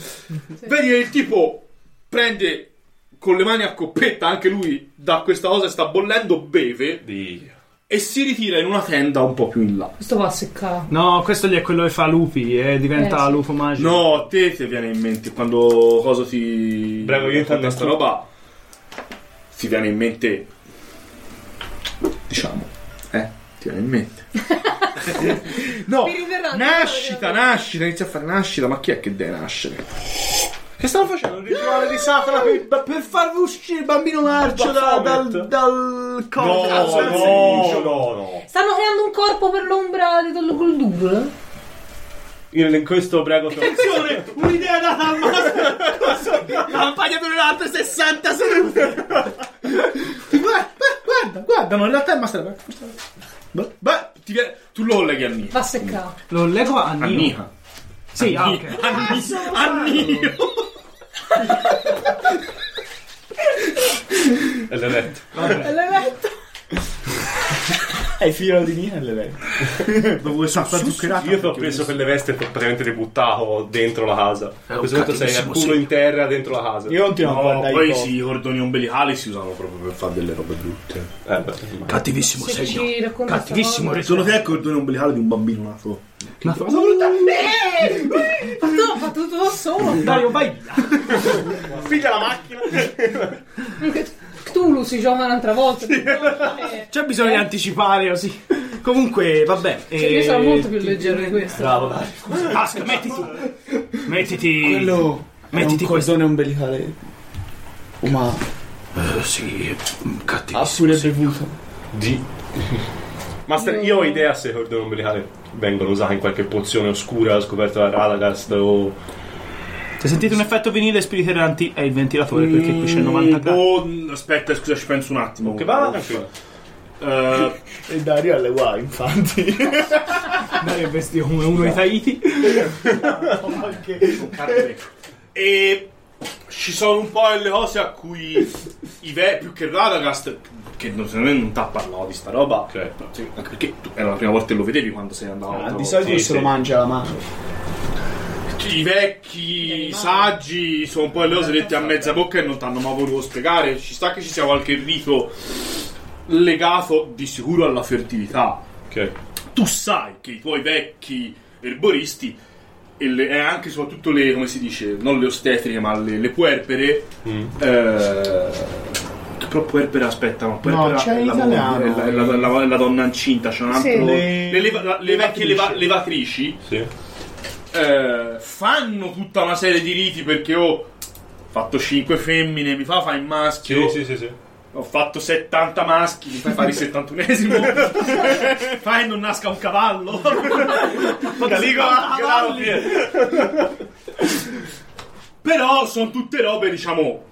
[SPEAKER 5] Vedi che il tipo prende con le mani a coppetta anche lui da questa cosa e sta bollendo, beve
[SPEAKER 3] Di...
[SPEAKER 5] e si ritira in una tenda un po' più in là.
[SPEAKER 2] Questo va a seccare.
[SPEAKER 1] No, questo gli è quello che fa lupi e diventa
[SPEAKER 2] Eh, sì.
[SPEAKER 1] lupo magico.
[SPEAKER 5] No, a te ti viene in mente quando cosa ti.
[SPEAKER 3] Prego, io intanto-
[SPEAKER 5] questa roba. Ti viene in mente. Diciamo, eh? Ti viene
[SPEAKER 15] [laughs]
[SPEAKER 5] in mente. no,
[SPEAKER 2] Mi riverrà-
[SPEAKER 5] nascita, nascita, inizia a fare nascita, ma chi è che deve nascere?
[SPEAKER 15] Che stanno facendo? Un rituale di Satana per, per farvi uscire il bambino marcio da- dal, dal corpo. Cazzo,
[SPEAKER 3] no, no, no, no.
[SPEAKER 2] Stanno creando un corpo per l'ombra di Dollo Guldur?
[SPEAKER 14] Io in questo prego te.
[SPEAKER 15] Attenzione, un'idea data al master. Campagna per un'altra 60 sedute. guarda, eh, guarda, guarda, no, in realtà è il master. Beh, beh,
[SPEAKER 5] Ti viene- tu lo leghi a Nio.
[SPEAKER 2] Va seccato.
[SPEAKER 15] lo leggo a Nio.
[SPEAKER 5] Anniha.
[SPEAKER 15] Sì, ah, ok.
[SPEAKER 5] Annio.
[SPEAKER 3] [laughs] E l'hai letto.
[SPEAKER 1] Eh,
[SPEAKER 2] E l'hai letto?
[SPEAKER 19] È filo di Nina lei.
[SPEAKER 15] Dove sono stato zuccherato.
[SPEAKER 3] Io ti ho preso quelle vesti e ti ho praticamente ributtato dentro la casa. A questo punto sei a
[SPEAKER 5] cattivissimo
[SPEAKER 3] culo in terra dentro la casa.
[SPEAKER 19] Io continuo a
[SPEAKER 5] No,
[SPEAKER 19] guardare
[SPEAKER 5] poi
[SPEAKER 19] i
[SPEAKER 5] sì, i cordoni ombelicali si usano proprio per fare delle robe brutte.
[SPEAKER 3] Eh, beh.
[SPEAKER 5] Cattivissimo
[SPEAKER 2] Se ci racconta sta
[SPEAKER 1] Solo che è il cordone ombelicale di un bambino nato.
[SPEAKER 2] cosa. Ma tu, ma tu da solo.
[SPEAKER 1] oh,
[SPEAKER 15] Dario, vai.
[SPEAKER 3] Figlia la macchina.
[SPEAKER 2] Cthulhu si gioca un'altra volta. Eh,
[SPEAKER 1] C'è bisogno di anticipare così. Comunque, vabbè.
[SPEAKER 2] cioè,
[SPEAKER 1] eh,
[SPEAKER 2] Io sono molto più leggero di questo.
[SPEAKER 3] Bravo, dai.
[SPEAKER 1] Tasca, mettiti. Mettiti.
[SPEAKER 19] Quello
[SPEAKER 1] Mettiti
[SPEAKER 19] è un cordone ombelicale.
[SPEAKER 16] Oh, ma
[SPEAKER 1] Eh, sì,
[SPEAKER 19] Ha
[SPEAKER 1] cattivissimo.
[SPEAKER 19] pure bevuto.
[SPEAKER 3] Di. [laughs] Master, io ho idea se i cordoni ombelicali vengono usati in qualche pozione oscura scoperta da Radagast o...
[SPEAKER 1] Se sentite un effetto vinile spiriteranti è il ventilatore perché qui c'è il 90
[SPEAKER 5] Mm,
[SPEAKER 1] gradi.
[SPEAKER 5] boh, n- aspetta, scusa, ci penso un attimo.
[SPEAKER 3] Che va?
[SPEAKER 5] Eh,
[SPEAKER 19] E Dario alle guai, infatti.
[SPEAKER 1] Dario è vestito come boh, eh, uno di Tahiti.
[SPEAKER 5] e ci sono un po' le cose a cui i ve più che Radagast che non, secondo me non t'ha parlato di sta roba Sì, anche perché tu- era la prima volta che lo vedevi quando sei andato
[SPEAKER 1] Ah,
[SPEAKER 19] Ah, Di solito se lo mangia la mano.
[SPEAKER 5] Cioè, i vecchi saggi sono un po' le cose dette a mezza bocca e non t'hanno mai voluto spiegare ci sta che ci sia qualche rito legato di sicuro alla fertilità
[SPEAKER 3] Ok.
[SPEAKER 5] tu sai che i tuoi vecchi erboristi e, le- e anche soprattutto le, come si dice, non le ostetriche ma le, le puerpere eh, però puerpere aspetta ma puerpere
[SPEAKER 19] c'è
[SPEAKER 5] è,
[SPEAKER 19] in
[SPEAKER 5] la,
[SPEAKER 19] italiano.
[SPEAKER 5] è la- è la- la- la donna incinta c'è un altro
[SPEAKER 2] Sì.
[SPEAKER 5] le, leva- le vecchie leva- levatrici
[SPEAKER 3] Sì.
[SPEAKER 5] eh, fanno tutta una serie di riti perché ho fatto 5 femmine mi fa fare il maschio
[SPEAKER 3] Sì, sì, sì, sì.
[SPEAKER 5] ho fatto 70 maschi, mi fai fare il
[SPEAKER 1] [laughs]
[SPEAKER 5] 71esimo. fai non nasca un cavallo. Caligola, cavalli. Però sono tutte robe, diciamo,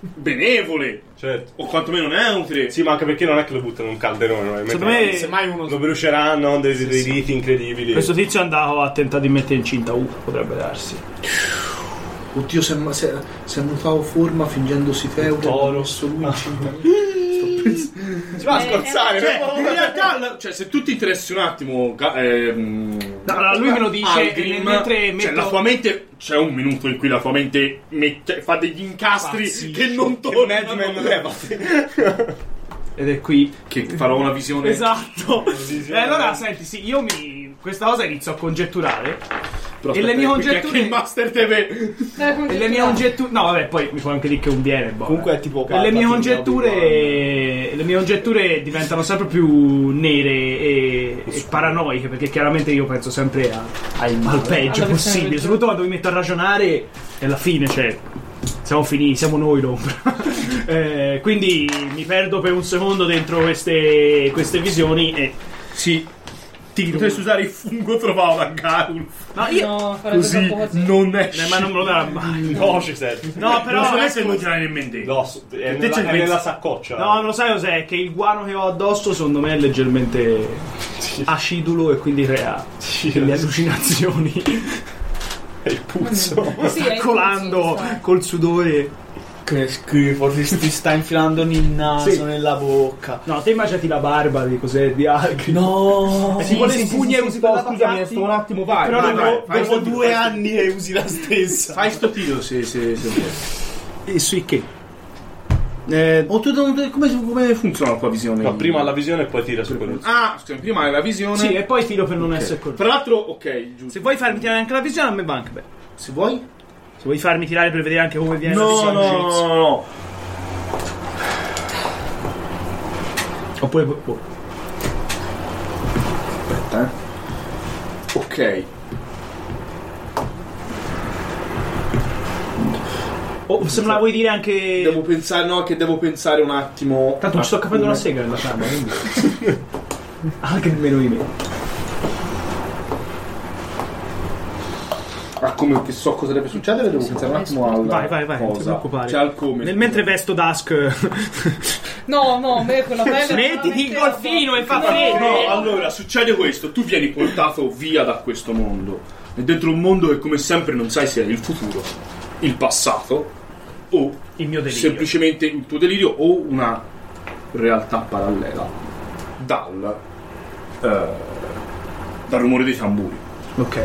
[SPEAKER 5] benevole.
[SPEAKER 3] Certo.
[SPEAKER 5] O quantomeno neutre.
[SPEAKER 3] Sì, ma anche perché non è che lo buttano in un calderone. no?
[SPEAKER 1] Secondo me-
[SPEAKER 3] Semmai uno- Lo bruceranno, dei, dei riti incredibili.
[SPEAKER 1] Questo tizio è andato a tentare di mettere incinta una, potrebbe darsi.
[SPEAKER 15] Oddio, se, se, se mutavo forma fingendosi Teo.
[SPEAKER 3] toro.
[SPEAKER 5] Si va a
[SPEAKER 2] scorzare,
[SPEAKER 5] Cioè, in realtà, la- cioè, se tu ti interessi un attimo... ga- ehm,
[SPEAKER 1] No, allora, lui me lo dice
[SPEAKER 5] Algrim,
[SPEAKER 1] e mentre metto...
[SPEAKER 5] cioè, la tua mente c'è un minuto in cui la tua mente mette- fa degli incastri che non tornano
[SPEAKER 1] Ed è qui.
[SPEAKER 5] che farò una visione
[SPEAKER 1] Esatto. E allora, senti, sì, io mi... Questa cosa inizio a congetturare.
[SPEAKER 5] Però
[SPEAKER 1] E le mie
[SPEAKER 5] aspetta, perché
[SPEAKER 1] congetture-
[SPEAKER 5] anche il master deve
[SPEAKER 2] Dai,
[SPEAKER 1] E le
[SPEAKER 2] come
[SPEAKER 1] mie
[SPEAKER 2] dicevamo.
[SPEAKER 1] congetture... No, vabbè, poi mi puoi anche dire che un viene. boh.
[SPEAKER 19] Comunque è tipo
[SPEAKER 1] E le mie
[SPEAKER 19] Palpatine,
[SPEAKER 1] congetture le mie congetture diventano sempre più nere e, e paranoiche perché chiaramente io penso sempre a- al peggio
[SPEAKER 2] Alla versione
[SPEAKER 1] possibile
[SPEAKER 2] peggiore.
[SPEAKER 1] soprattutto quando mi metto a ragionare e alla fine cioè siamo finiti siamo noi l'ombra [laughs] Eh, quindi mi perdo per un secondo dentro queste, queste visioni e
[SPEAKER 5] sì potresti usare il fungo trovato da Garulf
[SPEAKER 1] no io
[SPEAKER 2] No, farebbe troppo così.
[SPEAKER 5] non esce
[SPEAKER 1] eh, ma non me lo darà
[SPEAKER 3] [laughs]
[SPEAKER 1] mai
[SPEAKER 3] No, ci serve.
[SPEAKER 1] no però
[SPEAKER 5] non so neanche come tirare in mente
[SPEAKER 3] No, su- è
[SPEAKER 5] te c'è il
[SPEAKER 3] nella, è
[SPEAKER 5] pezzo?
[SPEAKER 3] nella saccoccia.
[SPEAKER 1] No, non lo sai cos'è, che il guano che ho addosso secondo me è leggermente acidulo e quindi crea delle allucinazioni,
[SPEAKER 3] È il puzzo.
[SPEAKER 2] Sì, hai
[SPEAKER 1] colando
[SPEAKER 2] ragione,
[SPEAKER 1] col sudore.
[SPEAKER 19] Che schifo, ti, ti sta infilando nel naso,
[SPEAKER 1] Sì.
[SPEAKER 19] nella bocca.
[SPEAKER 1] No, te immaginati la barba di cos'è, di alghi.
[SPEAKER 19] No!
[SPEAKER 1] Sì, sì, sì, sì, sì,
[SPEAKER 19] po',
[SPEAKER 1] sì,
[SPEAKER 19] scusami,
[SPEAKER 1] sì.
[SPEAKER 19] sto un attimo, vai.
[SPEAKER 1] Però
[SPEAKER 19] vai,
[SPEAKER 1] dopo-
[SPEAKER 19] vai,
[SPEAKER 5] fai
[SPEAKER 19] dopo
[SPEAKER 5] sto-
[SPEAKER 19] due anni e usi la stessa.
[SPEAKER 5] fai sto tiro se se se vuoi.
[SPEAKER 1] E sui che?
[SPEAKER 5] eh, o tu non- come, come funziona la tua visione
[SPEAKER 3] No, prima la visione e poi tira su quello.
[SPEAKER 5] ah scusa prima la visione
[SPEAKER 1] Sì, e poi tiro per non essere colpito.
[SPEAKER 5] tra l'altro ok Eh, giusto
[SPEAKER 1] Se vuoi farmi tirare anche la visione, a me va anche bene.
[SPEAKER 15] Se vuoi?
[SPEAKER 1] Se vuoi farmi tirare per vedere anche come viene la
[SPEAKER 5] no no
[SPEAKER 1] visione.
[SPEAKER 5] no, no, no.
[SPEAKER 1] Oppure... boh.
[SPEAKER 5] Aspetta, eh. Ok.
[SPEAKER 1] O se me la vuoi dire anche.
[SPEAKER 17] Devo pensare, no, che devo pensare un attimo.
[SPEAKER 1] Tanto ci sto capendo una
[SPEAKER 17] una
[SPEAKER 1] sega nella trama, quindi. anche meno di me.
[SPEAKER 17] A come che so cosa deve succedere, devo pensare un attimo alla
[SPEAKER 1] Vai, vai, vai, non ti
[SPEAKER 17] cosa.
[SPEAKER 1] preoccupare.
[SPEAKER 17] Cioè al come.
[SPEAKER 1] Nel mentre vesto Dusk. [laughs]
[SPEAKER 2] No, no, a me quella pelle.
[SPEAKER 1] Mettiti il golfino e fa
[SPEAKER 2] freddo.
[SPEAKER 5] No, allora succede questo: tu vieni portato via da questo mondo, e dentro un mondo che come sempre non sai se è il futuro, il passato o
[SPEAKER 1] Il mio delirio.
[SPEAKER 5] semplicemente il tuo delirio o una realtà parallela dal, eh, dal rumore dei tamburi.
[SPEAKER 1] Ok.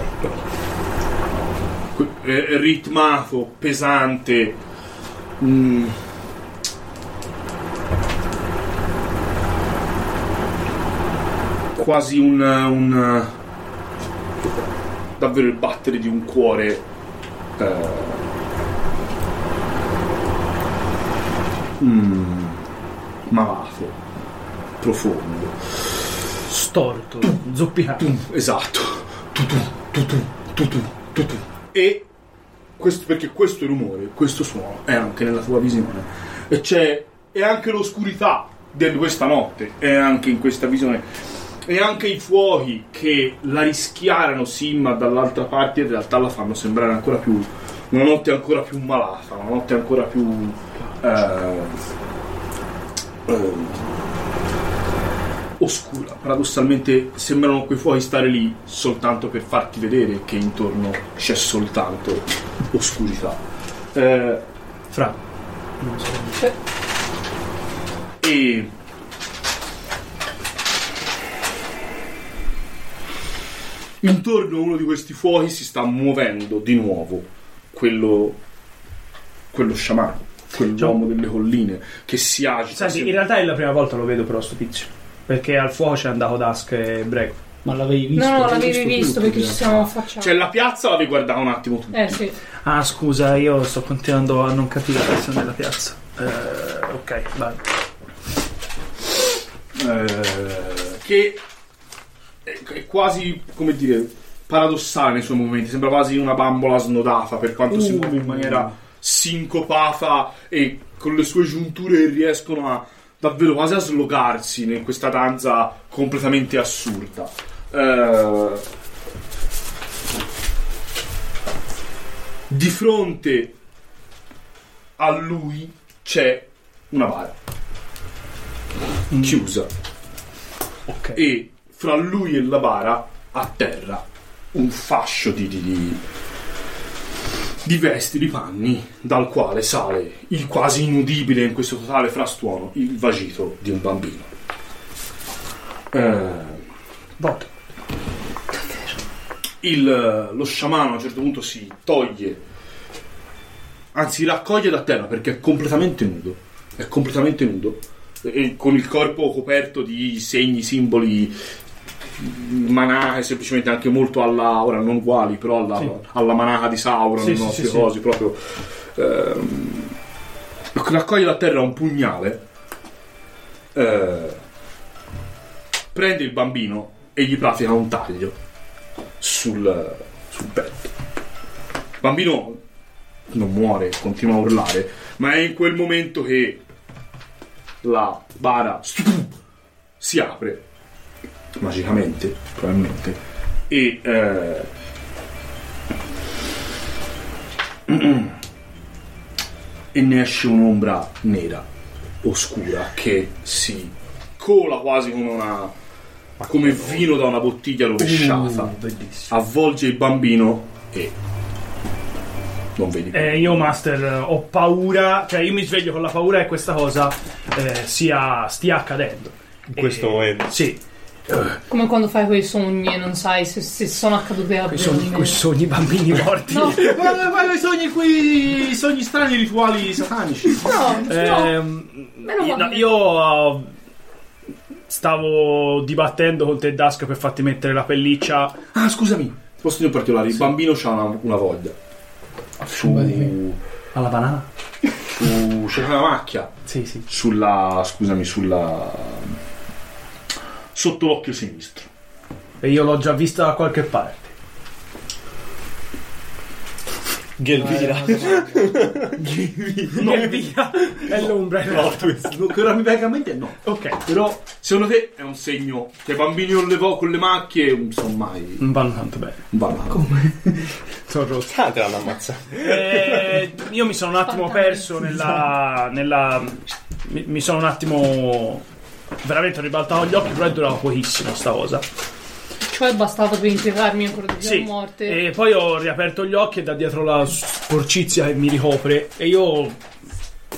[SPEAKER 5] Que- eh, ritmato, pesante. mm. Quasi un, un- davvero il battere di un cuore. eh, mm, malato, profondo.
[SPEAKER 1] Storto,
[SPEAKER 19] Ah.
[SPEAKER 1] zoppicato.
[SPEAKER 5] Esatto. Tutu, tutu, tutu, tutu. E questo perché questo rumore, questo suono è anche nella tua visione. E c'è è anche l'oscurità di questa notte, è anche in questa visione. E anche i fuochi che la rischiarano sì, ma dall'altra parte in realtà la fanno sembrare ancora più una notte ancora più malata, una notte ancora più eh, eh, oscura. Paradossalmente sembrano quei fuochi stare lì soltanto per farti vedere che intorno c'è soltanto oscurità. Eh,
[SPEAKER 1] Fra.
[SPEAKER 5] e intorno a uno di questi fuochi si sta muovendo di nuovo quello, quello sciamano, quell'uomo delle colline che si agita.
[SPEAKER 1] Cioè, Senti,
[SPEAKER 5] si-
[SPEAKER 1] in realtà è la prima volta lo vedo però sto tizio. Perché al fuoco c'è andato Dusk e Brego.
[SPEAKER 16] Ma l'avevi visto?
[SPEAKER 2] No, no, l'avevi visto perché ci siamo affacciati.
[SPEAKER 5] Cioè la piazza l'avevi guardata un attimo tu.
[SPEAKER 2] Eh sì.
[SPEAKER 1] Ah, scusa, io sto continuando a non capire la questione della piazza. Eh, ok, vai.
[SPEAKER 5] Eh, che è è quasi, come dire, paradossale nei suoi movimenti. Sembra quasi una bambola snodata per quanto si muove in maniera sincopata e con le sue giunture riescono a davvero quasi a slogarsi in questa danza completamente assurda. Eh, di fronte a lui c'è una bara chiusa
[SPEAKER 1] Ok.
[SPEAKER 5] e fra lui e la bara a terra un fascio di, di, di- di vesti, di panni, dal quale sale il quasi inudibile in questo totale frastuono il vagito di un bambino. Eh,
[SPEAKER 1] Voto.
[SPEAKER 5] il- lo sciamano a un certo punto si toglie, anzi raccoglie da terra perché è completamente nudo, è completamente nudo, e con il corpo coperto di segni, simboli, manache semplicemente anche molto alla, ora non uguali, però alla, alla manaca di Sauron,
[SPEAKER 1] Sì,
[SPEAKER 5] no?
[SPEAKER 1] sì,
[SPEAKER 5] Queste
[SPEAKER 1] sì, sì.
[SPEAKER 5] cose proprio... ehm, raccoglie da terra un pugnale, eh, prende il bambino e gli pratica un taglio sul, sul petto. Il bambino non muore, continua a urlare, ma è in quel momento che la bara si apre magicamente, probabilmente, e eh, e ne esce un'ombra nera, oscura, che si cola quasi come una come vino da una bottiglia rovesciata
[SPEAKER 15] Uh,
[SPEAKER 5] avvolge il bambino e non vedi
[SPEAKER 1] Eh, io, Master, eh, ho paura. Cioè, io mi sveglio con la paura che questa cosa eh, sia, stia accadendo.
[SPEAKER 3] In questo
[SPEAKER 1] Eh,
[SPEAKER 3] momento.
[SPEAKER 1] Sì,
[SPEAKER 2] Come quando fai quei sogni e non sai se, se sono accadute a
[SPEAKER 1] quei sogni, quei sogni bambini morti.
[SPEAKER 2] No,
[SPEAKER 15] Guarda, guarda i sogni qui, i sogni strani, i rituali satanici.
[SPEAKER 2] no, no.
[SPEAKER 1] Ehm,
[SPEAKER 2] Meno
[SPEAKER 1] io,
[SPEAKER 2] male.
[SPEAKER 1] no, io, eh, stavo dibattendo con te, Dusk, per farti mettere la pelliccia.
[SPEAKER 5] ah scusami posso dire in particolare il bambino c'ha una, una voglia su
[SPEAKER 1] Alla banana?
[SPEAKER 5] su c'è una macchia
[SPEAKER 1] Sì, sì.
[SPEAKER 5] sulla scusami sulla sotto l'occhio sinistro
[SPEAKER 1] E io l'ho già vista da qualche parte.
[SPEAKER 9] Gelvira.
[SPEAKER 1] No. via. È l'ombra.
[SPEAKER 20] Plot twist.
[SPEAKER 21] No, che ora mi venga in mente no.
[SPEAKER 1] Ok.
[SPEAKER 20] Però, secondo te è un segno che i bambini non levò con le macchie, insomma, mai.
[SPEAKER 1] Non vanno tanto bene. Sono rotto.
[SPEAKER 9] Ah, te l'hanno ammazzato.
[SPEAKER 1] Eh, io mi sono un attimo perso nella. nella mi, mi sono un attimo. Veramente ho ribaltato gli occhi, però è durata pochissimo sta cosa.
[SPEAKER 2] Cioè è bastato per impiegarmi ancora di più
[SPEAKER 1] Sì.
[SPEAKER 2] a morte.
[SPEAKER 1] E poi ho riaperto gli occhi e da dietro la sporcizia che mi ricopre. E io.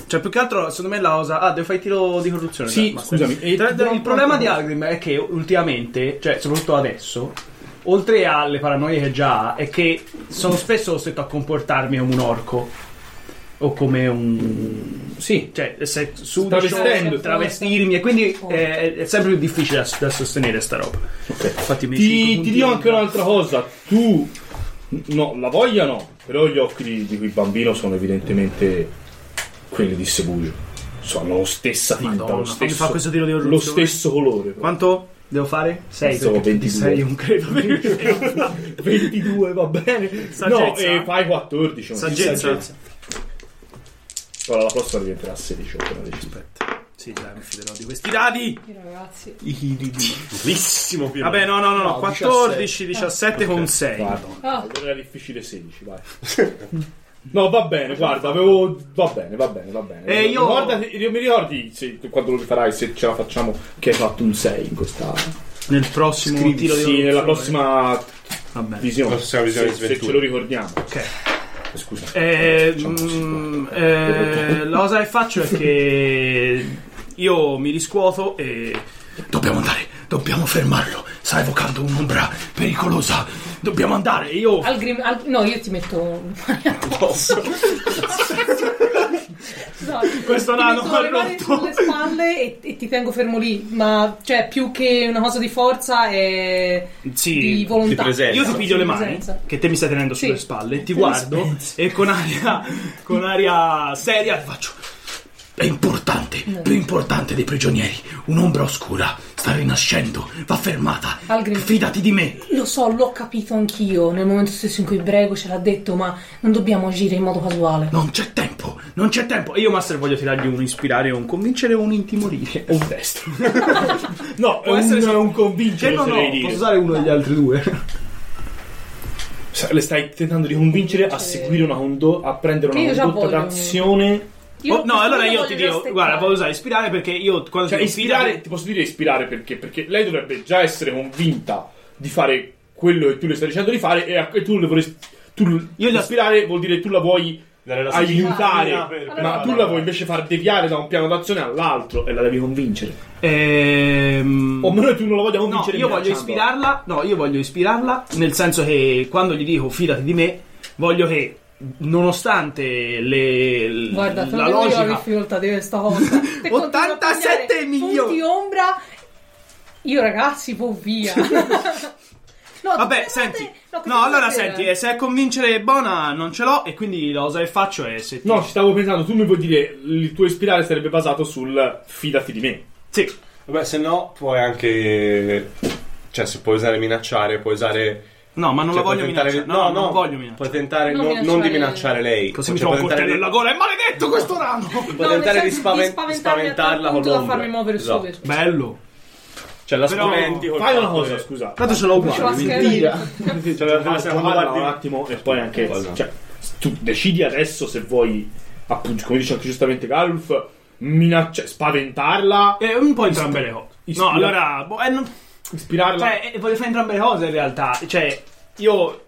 [SPEAKER 1] Cioè, più che altro, secondo me la cosa. Ah, devo fare il tiro di corruzione.
[SPEAKER 9] Sì,
[SPEAKER 1] dai, ma-
[SPEAKER 9] scusami, e-
[SPEAKER 1] Tra- tra- il problema di Agrim è che ultimamente, cioè, soprattutto adesso, oltre alle paranoie che già ha, è che sono spesso costretto a comportarmi come un orco. O come un. Sì, cioè, se su
[SPEAKER 2] Travestendo.
[SPEAKER 1] travestirmi. E quindi eh, è, è sempre più difficile da, da sostenere sta roba. Infatti, mi
[SPEAKER 5] Ti, ti dico anche un'altra cosa. Tu. No, la voglia no. Però gli occhi di, di quel bambino sono evidentemente quelli di Sebugio. Sono la stessa tinta,
[SPEAKER 1] Madonna,
[SPEAKER 5] lo
[SPEAKER 1] fammi fare questo
[SPEAKER 5] stesso,
[SPEAKER 1] tiro di
[SPEAKER 5] lo
[SPEAKER 1] corruzione.
[SPEAKER 5] stesso colore.
[SPEAKER 1] Quanto devo fare? 6
[SPEAKER 5] Sono 22.
[SPEAKER 1] un
[SPEAKER 5] [laughs]
[SPEAKER 1] credo.
[SPEAKER 5] 22
[SPEAKER 1] [laughs]
[SPEAKER 5] va bene. No,
[SPEAKER 1] Saggezza?
[SPEAKER 5] e fai 14. non ti
[SPEAKER 1] Saggezza.
[SPEAKER 5] sa- Ora la prossima diventerà 16 18, Aspetta.
[SPEAKER 1] Sì, dai, mi fiderò di questi dadi.
[SPEAKER 2] Ragazzi,
[SPEAKER 9] Bellissimo film.
[SPEAKER 1] Vabbè, no, no, no, no, 14,
[SPEAKER 9] 14,
[SPEAKER 1] 17 con 6.
[SPEAKER 5] Guarda.
[SPEAKER 2] Ah.
[SPEAKER 5] Allora era difficile 16, vai. [laughs] No, va bene, guarda, avevo. Va bene, va bene, va bene.
[SPEAKER 1] E Eh, io-
[SPEAKER 5] Ricordati- io mi ricordi se- quando lo rifarai, se ce la facciamo, che hai fatto un 6 in questa.
[SPEAKER 1] Nel prossimo tiro
[SPEAKER 5] sì,
[SPEAKER 1] di
[SPEAKER 5] nella prossima
[SPEAKER 1] Va bene.
[SPEAKER 5] visione.
[SPEAKER 9] La prossima visione
[SPEAKER 5] se,
[SPEAKER 9] di
[SPEAKER 5] se
[SPEAKER 9] sventura.
[SPEAKER 5] ce lo ricordiamo.
[SPEAKER 1] Ok.
[SPEAKER 5] Scusa.
[SPEAKER 1] Eh,
[SPEAKER 5] Facciamo
[SPEAKER 1] mm,
[SPEAKER 5] così.
[SPEAKER 1] eh, la cosa che faccio è che io mi riscuoto e dobbiamo andare, dobbiamo fermarlo. Sta evocando un'ombra pericolosa. Dobbiamo andare. Io
[SPEAKER 2] al grim- al- no, io ti
[SPEAKER 1] [laughs]
[SPEAKER 2] metto un No,
[SPEAKER 1] Questo
[SPEAKER 2] ti
[SPEAKER 1] nano
[SPEAKER 2] metto le
[SPEAKER 1] ha
[SPEAKER 2] mani
[SPEAKER 1] rotto.
[SPEAKER 2] sulle spalle e, e ti tengo fermo lì, ma cioè più che una cosa di forza è
[SPEAKER 1] sì,
[SPEAKER 2] di volontà.
[SPEAKER 9] ti presento.
[SPEAKER 1] Io ti piglio le mani
[SPEAKER 2] Presenza.
[SPEAKER 1] che te mi stai tenendo sulle
[SPEAKER 2] Sì.
[SPEAKER 1] spalle, ti guardo e con aria, con aria seria ti faccio. È importante, più importante dei prigionieri. Un'ombra oscura sta rinascendo, va fermata.
[SPEAKER 2] Algrim.
[SPEAKER 1] Fidati di me.
[SPEAKER 2] Lo so, l'ho capito anch'io nel momento stesso in cui Brego ce l'ha detto, ma non dobbiamo agire in modo casuale.
[SPEAKER 1] Non c'è tempo, non c'è tempo. E io, Master, voglio tirargli un ispirare, un convincere o un intimorire. Un destro. no, può essere
[SPEAKER 5] un-
[SPEAKER 1] solo
[SPEAKER 5] un
[SPEAKER 1] Cioè,
[SPEAKER 5] convincere,
[SPEAKER 1] No, no,
[SPEAKER 5] oserei dire.
[SPEAKER 1] posso usare uno degli altri due.
[SPEAKER 5] Sa- Le stai tentando di convincere a seguire una condo- a prendere
[SPEAKER 2] Che
[SPEAKER 5] una
[SPEAKER 2] io già
[SPEAKER 5] condotta
[SPEAKER 2] voglio.
[SPEAKER 5] d'azione.
[SPEAKER 2] Io-
[SPEAKER 1] Oh, no, allora io
[SPEAKER 2] voglio
[SPEAKER 1] ti dico,
[SPEAKER 2] rasteccare.
[SPEAKER 1] guarda, voglio usare ispirare perché io quando
[SPEAKER 5] Cioè,
[SPEAKER 1] ti
[SPEAKER 5] ispirare, ti posso dire ispirare perché? Perché lei dovrebbe già essere convinta di fare quello che tu le stai dicendo di fare e, a- e tu le vorresti. Tu,
[SPEAKER 1] Io
[SPEAKER 5] io
[SPEAKER 1] la-
[SPEAKER 5] ispirare vuol dire tu la vuoi
[SPEAKER 3] Dare la
[SPEAKER 5] aiutare,
[SPEAKER 3] spina per- per
[SPEAKER 5] ma
[SPEAKER 3] farla-
[SPEAKER 5] tu la vuoi invece far deviare da un piano d'azione all'altro e la devi convincere.
[SPEAKER 1] Ehm...
[SPEAKER 5] O meno che tu non la voglia
[SPEAKER 1] No,
[SPEAKER 5] convincere.
[SPEAKER 1] io voglio
[SPEAKER 5] minacciandola.
[SPEAKER 1] ispirarla. No, io voglio ispirarla nel senso che quando gli dico fidati di me, voglio che nonostante le l-
[SPEAKER 2] Guarda, te
[SPEAKER 1] la
[SPEAKER 2] lo dico io la
[SPEAKER 1] logica
[SPEAKER 2] difficoltà di questa
[SPEAKER 1] [laughs]
[SPEAKER 2] cosa.
[SPEAKER 1] 87
[SPEAKER 2] Te continui a pigliare
[SPEAKER 1] milioni.
[SPEAKER 2] punti ombra. Io ragazzi, po' via. [laughs] No,
[SPEAKER 1] Vabbè,
[SPEAKER 2] tutte
[SPEAKER 1] senti.
[SPEAKER 2] queste-
[SPEAKER 1] No,
[SPEAKER 2] che
[SPEAKER 1] allora
[SPEAKER 2] devo
[SPEAKER 1] senti,
[SPEAKER 2] dire?
[SPEAKER 1] eh, se è convincere buona non ce l'ho e quindi la cosa che faccio è se ti-
[SPEAKER 5] No, ci stavo pensando, tu mi vuoi dire il tuo ispirare sarebbe basato sul fidati di me.
[SPEAKER 1] Sì.
[SPEAKER 3] Vabbè, se no puoi anche... Cioè, se puoi usare minacciare, puoi usare...
[SPEAKER 1] No, ma non la
[SPEAKER 3] cioè,
[SPEAKER 1] voglio
[SPEAKER 3] puoi tentare-
[SPEAKER 1] minacciare. No, non voglio
[SPEAKER 3] Puoi
[SPEAKER 1] minacciare.
[SPEAKER 3] tentare
[SPEAKER 2] Non
[SPEAKER 3] non, non di
[SPEAKER 2] minacciare-
[SPEAKER 3] minacciare lei.
[SPEAKER 1] Così
[SPEAKER 3] Cioè,
[SPEAKER 1] mi trovo un
[SPEAKER 3] puoi
[SPEAKER 1] coltello
[SPEAKER 3] tentare di-
[SPEAKER 1] alla gola. È maledetto questo [laughs] rano.
[SPEAKER 3] puoi
[SPEAKER 2] No, nel
[SPEAKER 3] tentare di,
[SPEAKER 2] senso di
[SPEAKER 3] spaven-
[SPEAKER 2] spaventarmi a tal
[SPEAKER 3] spaventarla con
[SPEAKER 2] punto da
[SPEAKER 3] l'ombra.
[SPEAKER 2] farmi muovere
[SPEAKER 3] Esatto.
[SPEAKER 2] su e su.
[SPEAKER 1] Bello.
[SPEAKER 3] Cioè, la
[SPEAKER 1] Però-
[SPEAKER 3] spaventi col
[SPEAKER 5] Fai una
[SPEAKER 3] fatto
[SPEAKER 5] cosa,
[SPEAKER 3] che-
[SPEAKER 5] scusa.
[SPEAKER 1] Tanto ce l'ho
[SPEAKER 2] Ci va a
[SPEAKER 1] uguale. quindi-
[SPEAKER 2] schedere.
[SPEAKER 5] Cioè, la- la-
[SPEAKER 3] se
[SPEAKER 5] la-
[SPEAKER 3] la guardi-
[SPEAKER 5] guarda un attimo e poi anche
[SPEAKER 3] guarda.
[SPEAKER 5] cioè, tu decidi adesso se vuoi appunto come dice anche giustamente Galuf minaccia spaventarla
[SPEAKER 1] Eh, un po' entrambe le cose.
[SPEAKER 5] Ispira-
[SPEAKER 1] No, allora. boh, eh, non-
[SPEAKER 5] ispirarla
[SPEAKER 1] Cioè, eh, voglio fare entrambe le cose in realtà. Cioè, io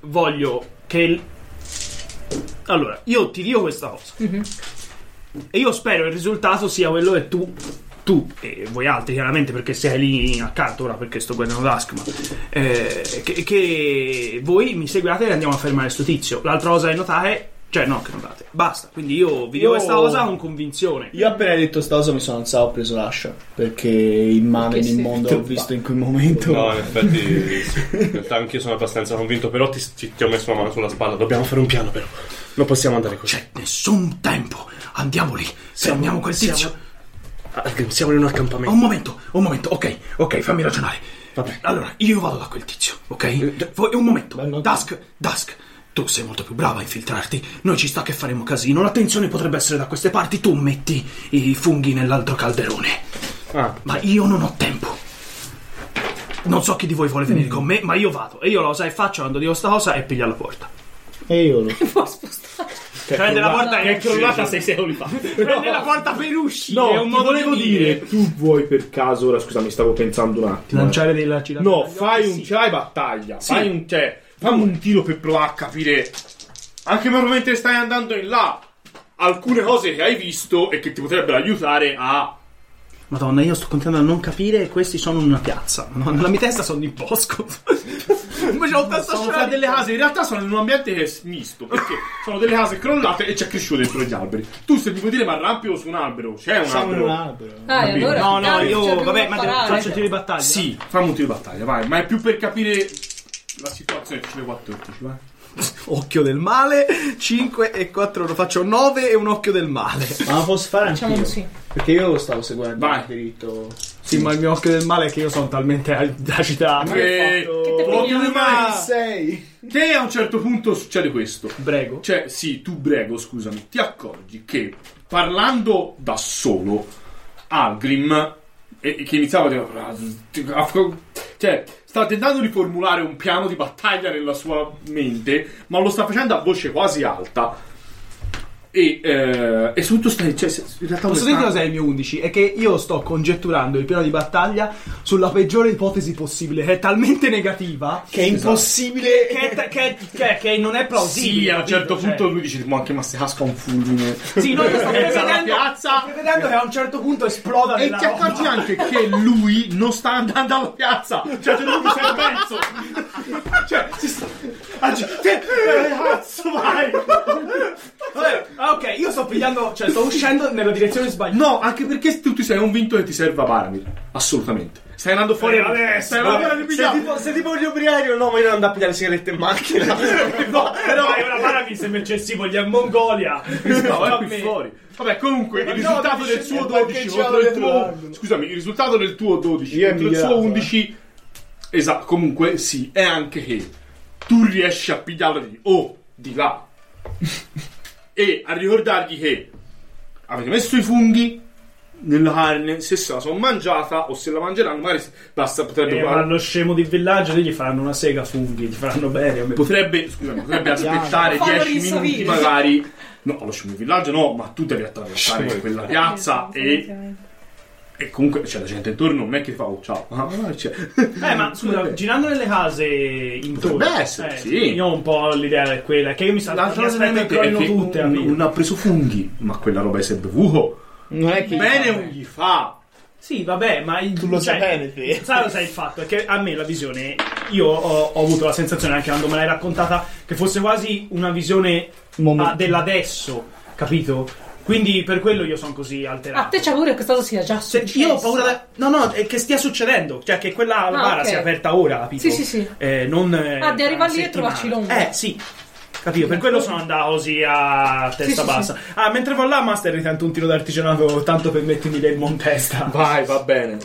[SPEAKER 1] voglio che. il- Allora, io ti dico questa cosa. E io spero il risultato sia quello che tu. Tu e voi altri, chiaramente, perché sei lì accanto ora perché sto guardando Dusk, ma eh, che, che voi mi seguiate e andiamo a fermare sto tizio. L'altra cosa che notate, cioè, no, che notate, basta. Quindi io vi dico
[SPEAKER 22] Io-
[SPEAKER 1] questa cosa con convinzione.
[SPEAKER 22] Io appena hai detto sta cosa mi sono alzato ho preso l'ascia perché il male
[SPEAKER 2] Perché
[SPEAKER 22] del
[SPEAKER 2] sì. [laughs]
[SPEAKER 22] mondo l'ho visto in quel
[SPEAKER 5] [laughs]
[SPEAKER 22] momento.
[SPEAKER 3] No, in effetti, sì. in realtà anch'io sono abbastanza convinto, però ti, ti- ti ho messo una mano sulla spalla. Dobbiamo fare un piano, però. Non possiamo andare così.
[SPEAKER 9] Eh,
[SPEAKER 1] C'è nessun tempo, andiamo lì, fermiamo quel tizio.
[SPEAKER 3] Algrim, Ah, siamo in un accampamento.
[SPEAKER 1] Un momento, un momento, ok, ok, fammi
[SPEAKER 3] Eh,
[SPEAKER 1] ragionare. Allora, io vado da quel tizio, ok? Voi, un momento, Dusk, Dusk,
[SPEAKER 9] Tu sei molto più brava a infiltrarti. Noi ci sta che faremo casino. L'attenzione potrebbe essere da queste parti. Tu metti i funghi nell'altro calderone.
[SPEAKER 3] Ah.
[SPEAKER 9] Ma io non ho tempo. Non so chi di voi vuole venire
[SPEAKER 3] Mm.
[SPEAKER 9] con me, ma io vado. E io lo sai, faccio quando dico sta cosa e piglia la porta.
[SPEAKER 23] E io lo.
[SPEAKER 9] Prende la porta e
[SPEAKER 24] crollata sei secoli fa.
[SPEAKER 9] [laughs] Prende la porta per uscire.
[SPEAKER 25] No,
[SPEAKER 9] è un
[SPEAKER 25] ti
[SPEAKER 9] modo
[SPEAKER 25] volevo
[SPEAKER 9] di
[SPEAKER 25] dire, tu vuoi per caso, ora scusa, mi stavo pensando un attimo.
[SPEAKER 9] Lanciare dei lacci da
[SPEAKER 25] No, fai un c'hai battaglia. Fai un cioè,
[SPEAKER 5] Fammi un tiro per provare a capire. Anche proprio mentre stai andando in là. Alcune cose che hai visto e che ti potrebbero aiutare a.
[SPEAKER 9] Madonna, io sto continuando a non capire e questi sono in una piazza. Madonna, nella mia testa sono in bosco. Invece ho testa
[SPEAKER 5] Sono fra delle case, in realtà sono in un ambiente che è misto, perché sono delle case crollate e c'è cresciuto dentro gli alberi. Tu se mi vuoi dire ma arrampio su un albero, c'è un
[SPEAKER 23] Siamo in
[SPEAKER 5] albero.
[SPEAKER 23] un albero.
[SPEAKER 2] Ah, e allora.
[SPEAKER 9] No, no,
[SPEAKER 2] dai, cerchiamo
[SPEAKER 9] io
[SPEAKER 2] di
[SPEAKER 9] vabbè, ma
[SPEAKER 2] imparare.
[SPEAKER 9] faccio tiro di battaglia.
[SPEAKER 5] Sì, fammi un tiro di battaglia, vai, ma è più per capire la situazione che le 14, vai.
[SPEAKER 9] Occhio del male, 5 e 4, lo faccio 9 e un occhio del male.
[SPEAKER 23] Ma la posso fare
[SPEAKER 2] Facciamo
[SPEAKER 23] anch'io?
[SPEAKER 2] così.
[SPEAKER 23] Perché io lo stavo seguendo
[SPEAKER 5] Vai.
[SPEAKER 23] il diritto.
[SPEAKER 9] Sì, ma il mio occhio del male è che io sono talmente agitato.
[SPEAKER 5] Che
[SPEAKER 2] Che te
[SPEAKER 5] occhio di
[SPEAKER 2] prendiamo?
[SPEAKER 5] mano.
[SPEAKER 23] Sei.
[SPEAKER 5] Che a un certo punto succede questo.
[SPEAKER 9] Prego.
[SPEAKER 5] Cioè, sì, tu prego, scusami, ti accorgi che parlando da solo, Algrim, e- che iniziava a dire... "Ah, Cioè, sta tentando di formulare un piano di battaglia nella sua mente, ma lo sta facendo a voce quasi alta. E, eh, e soprattutto stai... Cioè, se- in realtà
[SPEAKER 9] Posso
[SPEAKER 5] non
[SPEAKER 9] dirti
[SPEAKER 5] sta-
[SPEAKER 9] cos'è il mio 11? È che io sto congetturando il piano di battaglia sulla peggiore ipotesi possibile, che è talmente negativa
[SPEAKER 23] Che è impossibile.
[SPEAKER 9] Esatto. che, è- che è- che è- che non è plausibile.
[SPEAKER 5] Sì, a un
[SPEAKER 9] capito?
[SPEAKER 5] certo
[SPEAKER 9] Cioè-
[SPEAKER 5] punto lui dice, ma anche ma se casca un fulmine... [laughs]
[SPEAKER 9] Sì,
[SPEAKER 23] [laughs]
[SPEAKER 9] no, io sto
[SPEAKER 5] Mezza alla
[SPEAKER 9] prevedendo,
[SPEAKER 5] piazza...
[SPEAKER 9] sto prevedendo che a un certo punto esploda
[SPEAKER 5] E
[SPEAKER 9] nella
[SPEAKER 5] ti accorgi
[SPEAKER 9] roba.
[SPEAKER 5] anche che lui non sta andando alla piazza, cioè te lo mi sei perso. Cioè, si sta... ah, cioè, te- eh, cazzo vai!
[SPEAKER 9] Vabbè, ah, ok, io sto pigliando, cioè sto uscendo nella direzione sbagliata.
[SPEAKER 5] No, anche perché tu ti sei convinto che ti serva Paramir. Assolutamente. Stai andando fuori adesso. Stai andando fuori di
[SPEAKER 26] Sei
[SPEAKER 5] pigliare.
[SPEAKER 26] tipo, sei tipo un ubriaco, no, ma io non andavo a pigliare le sigarette in macchina.
[SPEAKER 5] No, però
[SPEAKER 1] Dai, ora parami se invece sì, vogliamo Mongolia.
[SPEAKER 5] No, è qui fuori. Vabbè, comunque, il risultato del suo 12 contro il tuo. Scusami, il risultato del tuo 12
[SPEAKER 23] Io è
[SPEAKER 5] contro il suo
[SPEAKER 23] migliorato, eh.
[SPEAKER 5] 11. Esatto, comunque, sì, è anche che tu riesci a pigliarlo di o di là e a ricordargli che avete messo i funghi nella carne, se se la sono mangiata o se la mangeranno, magari si- basta, potrebbe.
[SPEAKER 1] Eh, ma lo scemo di villaggio, lì gli faranno una sega funghi, gli faranno bene. a me.
[SPEAKER 5] Potrebbe, scusami, potrebbe aspettare
[SPEAKER 2] Fanno
[SPEAKER 5] 10
[SPEAKER 2] rinsavire.
[SPEAKER 5] minuti magari. No, allo scemo del villaggio no, ma tu devi attraversare quella piazza e, e comunque c'è la gente intorno, non è che fa oh, ciao. [laughs] Ah, ma c'è.
[SPEAKER 1] Eh, ma scusa, girando nelle case intorno.
[SPEAKER 5] Potrebbe essere,
[SPEAKER 1] eh,
[SPEAKER 5] sì.
[SPEAKER 1] Io ho un po' l'idea è quella, che io mi sa mi
[SPEAKER 5] L'altra cosa
[SPEAKER 1] aspetto
[SPEAKER 5] veramente
[SPEAKER 1] che crollino
[SPEAKER 5] è che
[SPEAKER 1] tutte a
[SPEAKER 5] un-
[SPEAKER 1] me.
[SPEAKER 5] uno ha preso funghi, ma quella roba è sempre vuoto.
[SPEAKER 23] Non è che.
[SPEAKER 5] Bene non gli fa.
[SPEAKER 1] Sì, vabbè, ma il,
[SPEAKER 23] Tu lo sai
[SPEAKER 1] cioè,
[SPEAKER 23] bene, te.
[SPEAKER 1] Sai sai il fatto? È che a me la visione, io ho, ho avuto la sensazione anche quando me l'hai raccontata, che fosse quasi una visione
[SPEAKER 23] Momento.
[SPEAKER 1] ah, dell'adesso, capito? Quindi per quello io sono così alterato.
[SPEAKER 2] A Ah, te c'è paura che questa cosa sia già
[SPEAKER 1] Se-
[SPEAKER 2] successa.
[SPEAKER 1] io ho paura da- No, no, è che stia succedendo. Cioè, che quella
[SPEAKER 2] Ah,
[SPEAKER 1] bara
[SPEAKER 2] ok.
[SPEAKER 1] sia aperta ora, capito?
[SPEAKER 2] Sì, sì, sì.
[SPEAKER 1] Eh, non, eh,
[SPEAKER 2] Ah, di
[SPEAKER 1] tra
[SPEAKER 2] arrivare
[SPEAKER 1] una
[SPEAKER 2] lì e
[SPEAKER 1] settimana.
[SPEAKER 2] trovarci l'ombra.
[SPEAKER 1] Eh, sì. Capito, per quello sono andato così a testa
[SPEAKER 2] sì,
[SPEAKER 1] bassa. Ah, mentre va là, Master ritento un tiro d'artigianato, tanto per mettermi del montesta.
[SPEAKER 25] vai, va bene.